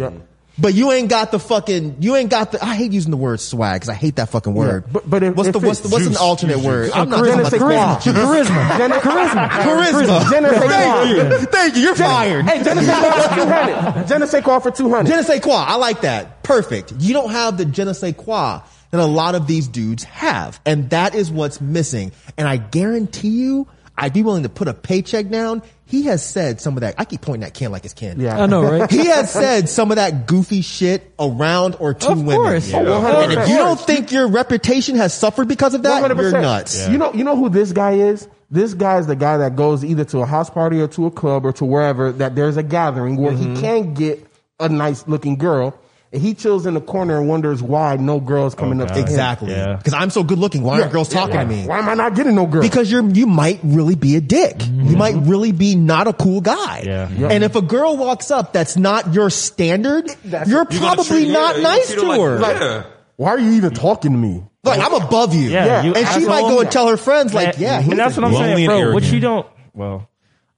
S6: But you ain't got the fucking. You ain't got the. I hate using the word swag because I hate that fucking word.
S3: Yeah, but- but if-
S6: what's
S3: if
S6: the what's the,
S3: it's
S6: what's an
S3: juice,
S6: alternate
S3: juice,
S6: word?
S3: juice.
S6: I'm not
S3: Charisma,
S6: talking about the
S3: charisma,
S6: swag.
S5: Charisma.
S3: Gen- charisma.
S6: Charisma.
S3: Genesee
S6: Thank
S3: Qua.
S6: you. Thank you. You're fired.
S3: Hey, Genesee Qua for 200. Genesee Qua for 200.
S6: Je ne sais quoi. I like that. Perfect. You don't have the je ne sais quoi that a lot of these dudes have. And that is what's missing. And I guarantee you, I'd be willing to put a paycheck down. He has said some of that. I keep pointing at Ken like it's Ken.
S3: Yeah.
S5: I know, right?
S6: He has said some of that goofy shit around or to
S5: Of
S6: women.
S5: course. Yeah.
S6: And if you don't think your reputation has suffered because of that,
S3: 100%.
S6: you're nuts.
S3: You know, you know who this guy is. This guy is the guy that goes either to a house party or to a club or to wherever that there's a gathering where
S5: Mm-hmm.
S3: he can get a nice looking girl, and he chills in the corner and wonders why no girls coming up. to him.
S6: Exactly.
S8: Yeah.
S6: Because I'm so good looking. Why aren't girls talking to me?
S3: Why am I not getting no girl?
S6: because you're you might really be a dick. You might really be not a cool guy.
S8: Mm-hmm. Yeah.
S6: And if a girl walks up that's not your standard, you're
S7: You gonna
S6: probably
S7: treat-
S6: not
S7: yeah, you
S6: nice
S7: treat
S6: to
S7: like-
S6: her. Like,
S7: yeah.
S3: why are you even talking to me?
S6: I'm above you.
S8: Yeah, Yeah. you-
S6: and she
S8: that's
S6: might
S8: all-
S6: go and tell her friends, like, yeah, he's
S8: and that's
S6: a-
S8: what I'm
S7: Lonely
S8: saying,
S7: and
S8: bro. What
S7: arrogant.
S8: you don't, well,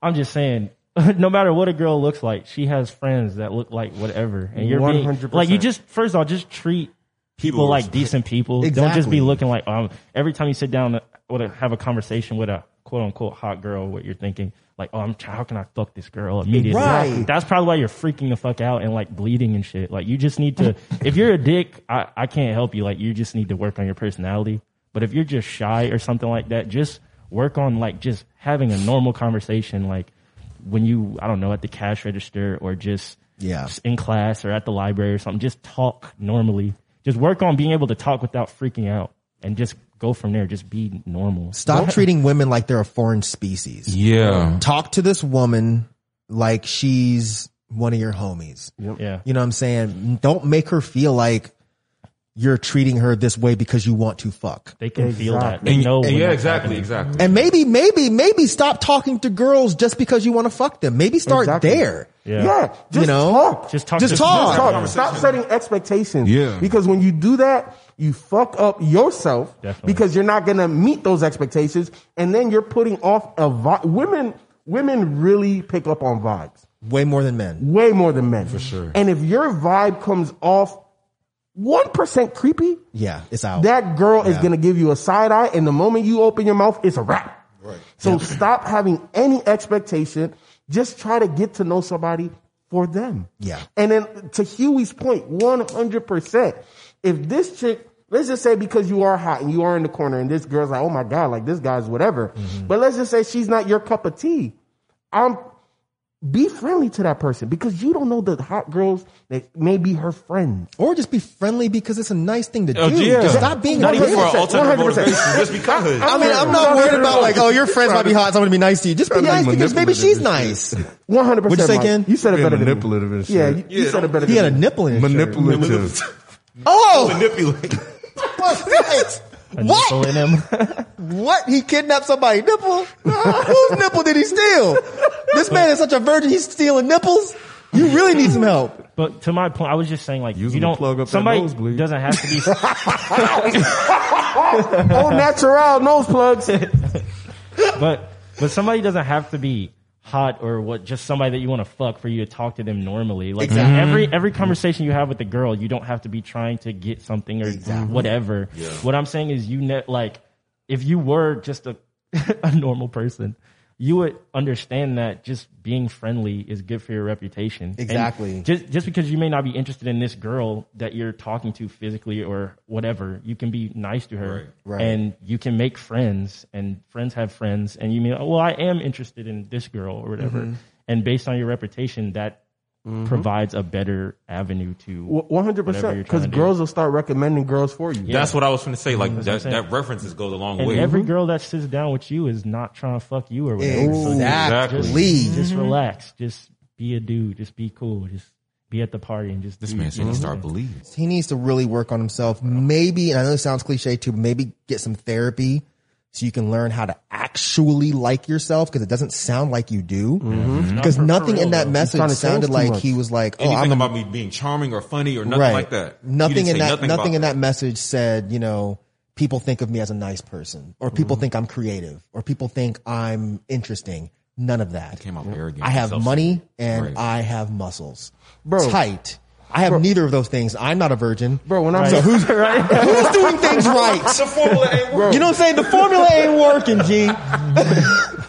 S8: I'm just saying. No matter what a girl looks like, she has friends that look like whatever, and you're being
S3: 100%.
S8: like you just first of all just treat people,
S7: People with
S8: like
S7: respect.
S8: decent people. Don't just
S6: Exactly.
S8: be looking like um. Every time you sit down or to have a conversation with a quote unquote hot girl, what you're thinking like, oh, I'm try- how can I fuck this girl immediately?
S6: Right.
S8: That's probably why you're freaking the fuck out and like bleeding and shit. Like you just need to. if you're a dick, I I can't help you. Like you just need to work on your personality. But if you're just shy or something like that, just work on like just having a normal conversation. Like when you I don't know at the cash register or just
S6: Yeah.
S8: s- in class or at the library or something. Just talk normally. Just work on being able to talk without freaking out and just go from there. Just be normal.
S6: Stop treating women like they're a foreign species.
S7: Yeah.
S6: Talk to this woman like she's one of your homies.
S8: Yeah.
S6: You know what I'm saying? Don't make her feel like you're treating her this way because you want to fuck.
S8: They can feel that. They
S7: And,
S8: know.
S7: and
S8: when
S7: yeah,
S8: that's
S7: exactly,
S8: happening.
S7: exactly.
S6: And maybe, maybe, maybe stop talking to girls just because you want to fuck them. Maybe start
S3: Exactly.
S6: there.
S3: Yeah,
S8: Yeah.
S3: just
S6: You know?
S3: talk.
S8: Just talk.
S6: Just
S8: to-
S6: talk.
S3: Just talk. Stop setting expectations.
S7: Yeah.
S3: Because when you do that, you fuck up yourself
S8: Definitely.
S3: because you're not going to meet those expectations. And then you're putting off a vibe. Women, women really pick up on vibes
S6: Way more than men.
S3: way more than men. For sure. And if your vibe comes off 1% creepy,
S6: Yeah, it's out.
S3: that girl is
S6: Yeah.
S3: going to give you a side eye. And the moment you open your mouth, it's a wrap. Right. So stop having any expectation. Just try to get to know somebody for them.
S6: Yeah.
S3: And then to Huey's point, 100%. If this chick, let's just say because you are hot and you are in the corner and this girl's like, oh my God, like this guy's whatever. But let's just say she's not your cup of tea. I'm be friendly to that person because you don't know the hot girls that may be her friends.
S6: or just be friendly because it's a nice thing to do.
S7: Oh, yeah.
S6: Just stop being
S7: Not
S6: a
S7: even
S6: dick.
S7: for our
S3: 100%,
S7: ultimate
S3: 100%.
S7: motivation, just because.
S6: I mean, I'm not worried about like, oh, your friends might be hot, so I'm gonna be nice to you. Just be
S4: Trying to be
S6: nice because maybe
S4: manipulative
S6: she's
S4: and
S6: nice.
S4: shit.
S3: One hundred percent.
S6: What'd you say, Ken?
S3: You said it
S4: Being
S3: better than me.
S4: manipulative and shit.
S3: Yeah, you, you said it better.
S6: He
S3: than
S6: had a nipple in his shirt.
S4: Manipulative.
S6: Oh,
S7: manipulate.
S6: what?
S8: Pull
S6: What?
S8: in them.
S6: What? He kidnapped somebody nipple? Whose nipple did he steal? This man is such a virgin. He's stealing nipples. You really need some help.
S8: But to my point, I was just saying like
S4: Use
S8: you
S4: them to
S8: don't
S4: plug up that
S8: somebody
S4: nosebleed.
S8: doesn't have to be.
S3: me. Oh, natural nose plugs.
S8: but but somebody doesn't have to be hot or what just somebody that you want to fuck for you to talk to them normally like
S6: Exactly.
S8: every every conversation you have with the girl you don't have to be trying to get something or whatever what i'm saying is you net like if you were just a a normal person you would understand that just being friendly is good for your reputation And
S6: Exactly.
S8: just just because you may not be interested in this girl that you're talking to physically or whatever you can be nice to her
S6: Right.
S8: and you can make friends and friends have friends and you mean oh, well i am interested in this girl or whatever and based on your reputation that provides a better avenue to
S3: One hundred
S8: whatever
S3: percent.
S8: you're
S3: Because
S8: trying to do.
S3: girls will start recommending girls for you.
S7: That's what I was going to say. Like that,
S8: I'm saying.
S7: that references goes a long
S8: and
S7: way.
S8: every girl that sits down with you is not trying to fuck you or whatever So
S6: Exactly.
S8: just relax just be a dude just be cool just be at the party and just
S7: this
S8: do-
S7: man
S8: you
S7: said
S8: know?
S7: he started believing.
S6: he needs to really work on himself. Maybe, and I know it sounds cliche too, but maybe get some therapy so you can learn how to actually like yourself because it doesn't sound like you do. Because
S8: for- for
S6: nothing
S8: real,
S6: in that
S8: though.
S6: message
S3: trying to change
S6: sounded
S3: too
S6: like
S3: much.
S6: he was like, "Oh,
S7: Anything
S6: I'm a
S7: about me being charming or funny or nothing like that. You
S6: Nothing
S7: didn't
S6: in
S7: say
S6: that.
S7: Nothing,
S6: Nothing,
S7: about
S6: in that message said, you know, people think of me as a nice person, or people
S7: Mm-hmm.
S6: think I'm creative, or people think I'm interesting. None of that.
S7: Came out arrogant.
S6: I have
S7: self-centered.
S6: money and
S7: Right.
S6: I have muscles.
S3: Bro.
S6: Tight. I have neither of those things. I'm not a virgin,
S3: bro. When I'm
S6: so who's right? who's doing things right?
S7: The formula ain't working.
S6: You know what I'm saying? The formula ain't working, G.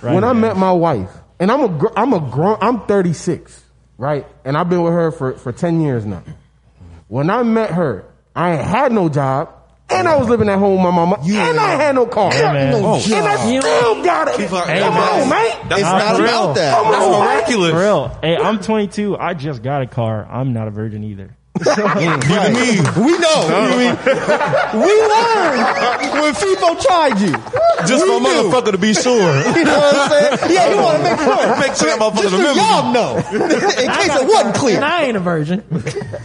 S3: when I met my wife, and I'm a gr- I'm a grown I'm 36, right? And I've been with her for for 10 years now. When I met her, I ain't had no job. And I was living at home with my mama, and I ain't had no car,
S6: man.
S3: and
S6: Oh.
S3: I still got it.
S7: Keep her-
S3: Come
S7: Hey,
S3: on, man.
S7: man. That's Oh
S6: It's
S8: not
S6: not
S8: real.
S6: about that.
S3: Come
S7: That's
S3: on, man.
S7: miraculous.
S8: For real. Hey, I'm 22. I just got a car. I'm not a virgin either.
S6: Right. We know. We, we learned when FIFO tried you.
S7: Just
S6: We
S7: for a
S6: knew.
S7: motherfucker to be sure.
S6: You know what I'm saying? Yeah, you want to make sure.
S7: Make sure that motherfucker
S6: Just so
S7: remembers.
S6: y'all know. In case it wasn't
S5: And
S6: clear.
S5: I ain't a virgin.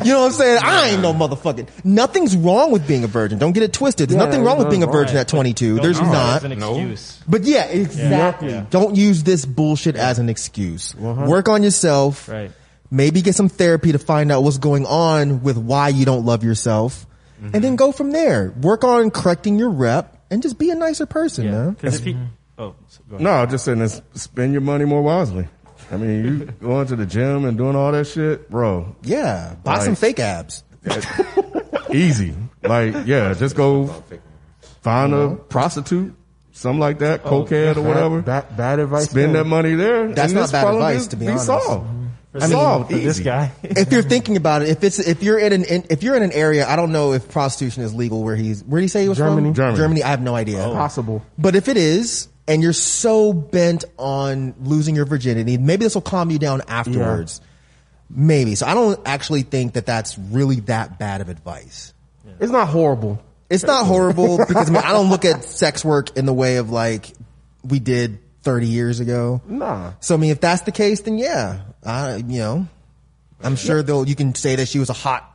S6: You know what I'm saying? I ain't no motherfucking. Nothing's wrong with being a virgin. Don't get it twisted. There's
S3: Yeah,
S6: nothing wrong with being a
S3: nothing
S6: virgin
S8: wrong.
S6: at 22.
S8: Don't
S6: There's
S8: use that As
S6: not.
S8: an
S7: No.
S8: excuse.
S6: But yeah, exactly.
S8: Yeah. Uh-huh.
S6: Don't use this bullshit as an excuse. Work on yourself.
S8: Right.
S6: Maybe get some therapy to find out what's going on with why you don't love yourself.
S8: Mm-hmm.
S6: And then go from there. Work on correcting your rep and just be a nicer person,
S8: Yeah.
S6: man.
S8: 'Cause if he, oh, so go ahead.
S4: No, I'm just saying, this, spend your money more wisely. I mean, you going to the gym and doing all that shit, bro.
S6: Yeah. Buy some
S4: Right.
S6: fake abs.
S4: Easy. Like, yeah, just go find a prostitute, something like that, cokehead or whatever.
S3: Bad, bad advice.
S4: Spend that money there.
S6: That's
S4: and
S6: not
S4: this
S6: bad
S4: problem
S6: advice,
S4: is-
S6: to be
S4: be
S6: honest.
S4: Solved.
S8: I mean,
S4: solved.
S8: for this
S4: easy.
S8: guy.
S6: if you're thinking about it, if it's if you're in an in, if you're in an area, I don't know if prostitution is legal where he's where did he say he was
S3: Germany.
S6: from?
S4: Germany.
S6: I have no idea.
S3: Possible.
S6: But if it is, and you're so bent on losing your virginity, maybe this will calm you down afterwards. Maybe. So I don't actually think that that's really that bad of advice.
S3: It's not horrible.
S6: It's not horrible because I, mean, I don't look at sex work in the way of like we did 30 years ago.
S3: Nah.
S6: So I mean, if that's the case, then yeah, I, you know, I'm sure they'll, you can say that she was a hot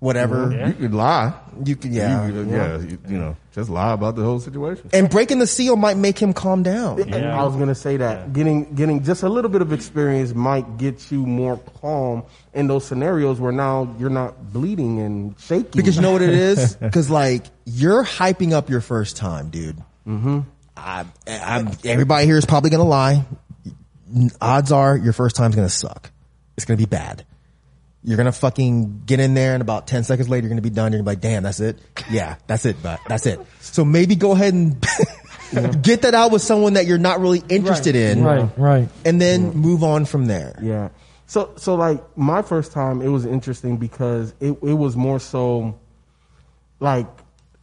S6: whatever.
S4: You could lie.
S6: You can, yeah.
S4: You, Mm-hmm. yeah. You, you know, just lie about the whole situation.
S6: And breaking the seal might make him calm down.
S3: And I was gonna say that getting getting just a little bit of experience might get you more calm in those scenarios where now you're not bleeding and shaking.
S6: Because you know what it is? Because like you're hyping up your first time, dude. Mm-hmm. I, I'm, everybody here is probably gonna lie. Odds are your first time's gonna suck. It's gonna be bad. You're gonna fucking get in there, and about ten seconds later, you're gonna be done. You're gonna be like, "Damn, that's it. Yeah, that's it. But that's it." So maybe go ahead and get that out with someone that you're not really interested in,
S5: Right, right.
S6: And then move on from there.
S3: Yeah. So so like my first time, it was interesting because it it was more so like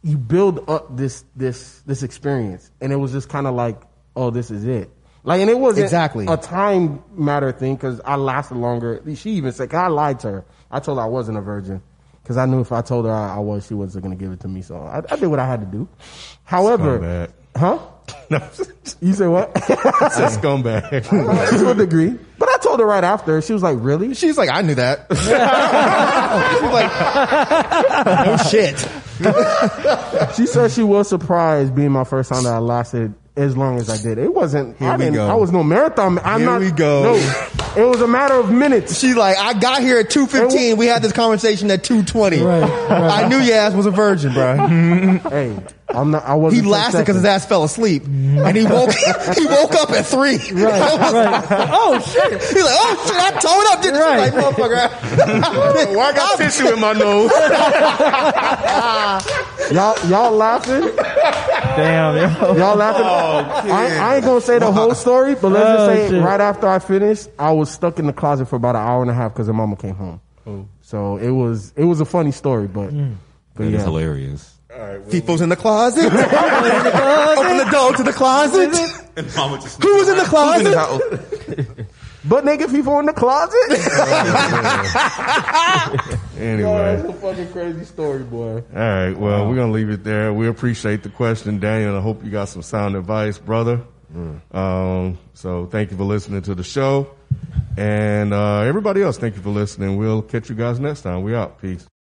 S3: you build up this this this experience, and it was just kind of like, oh, this is it. Like, and it wasn't
S6: Exactly.
S3: a time matter thing because I lasted longer. She even said, 'cause I lied to her. I told her I wasn't a virgin because I knew if I told her I, I was, she wasn't going to give it to me. So I, I did what I had to do. However,
S4: Scumbag.
S3: huh? You said what?
S4: It's a scumbag.
S3: to a degree. But I told her right after. She was like, really? She
S6: She's like, I knew that. like, no shit.
S3: She said she was surprised being my first time that I lasted as long as I did. It wasn't.
S6: Here
S3: I
S6: we
S3: didn't.
S6: go.
S3: I was no marathon. I'm
S6: Here
S3: not,
S6: we go.
S3: No, it was a matter of minutes.
S6: She's like, I got here at 2.15. We had this conversation at 2.20.
S5: Right,
S6: I knew your ass was a virgin, bro.
S3: hey, I'm not. I
S6: He
S3: wasn't.
S6: lasted because his
S3: that.
S6: ass fell asleep. And he woke he woke up at 3. Right,
S5: right.
S6: oh, shit. He's like, oh, shit, I towed up, didn't
S5: Right.
S6: you? Like, motherfucker.
S4: Why I got tissue in my nose?
S3: Y'all, y'all laughing?
S8: Damn, yo.
S3: Y'all laughing? I, I ain't gonna say the whole story, but let's just
S8: Oh,
S3: say
S8: shit.
S3: right after I finished, I was stuck in the closet for about an hour and a half because her mama came home. So it was it was a funny story, but
S8: Mm.
S3: but
S7: That is
S3: yeah.
S7: hilarious.
S6: FIFO's in the closet. Open the door to the closet. Who was in the closet?
S3: But nigga, people in the closet.
S4: anyway.
S3: a fucking crazy story, boy.
S4: All right. Well, we're gonna leave it there. We appreciate the question, Daniel. I hope you got some sound advice, brother.
S3: Mm.
S4: Um, so thank you for listening to the show, and uh, everybody else, thank you for listening. We'll catch you guys next time. We out. Peace.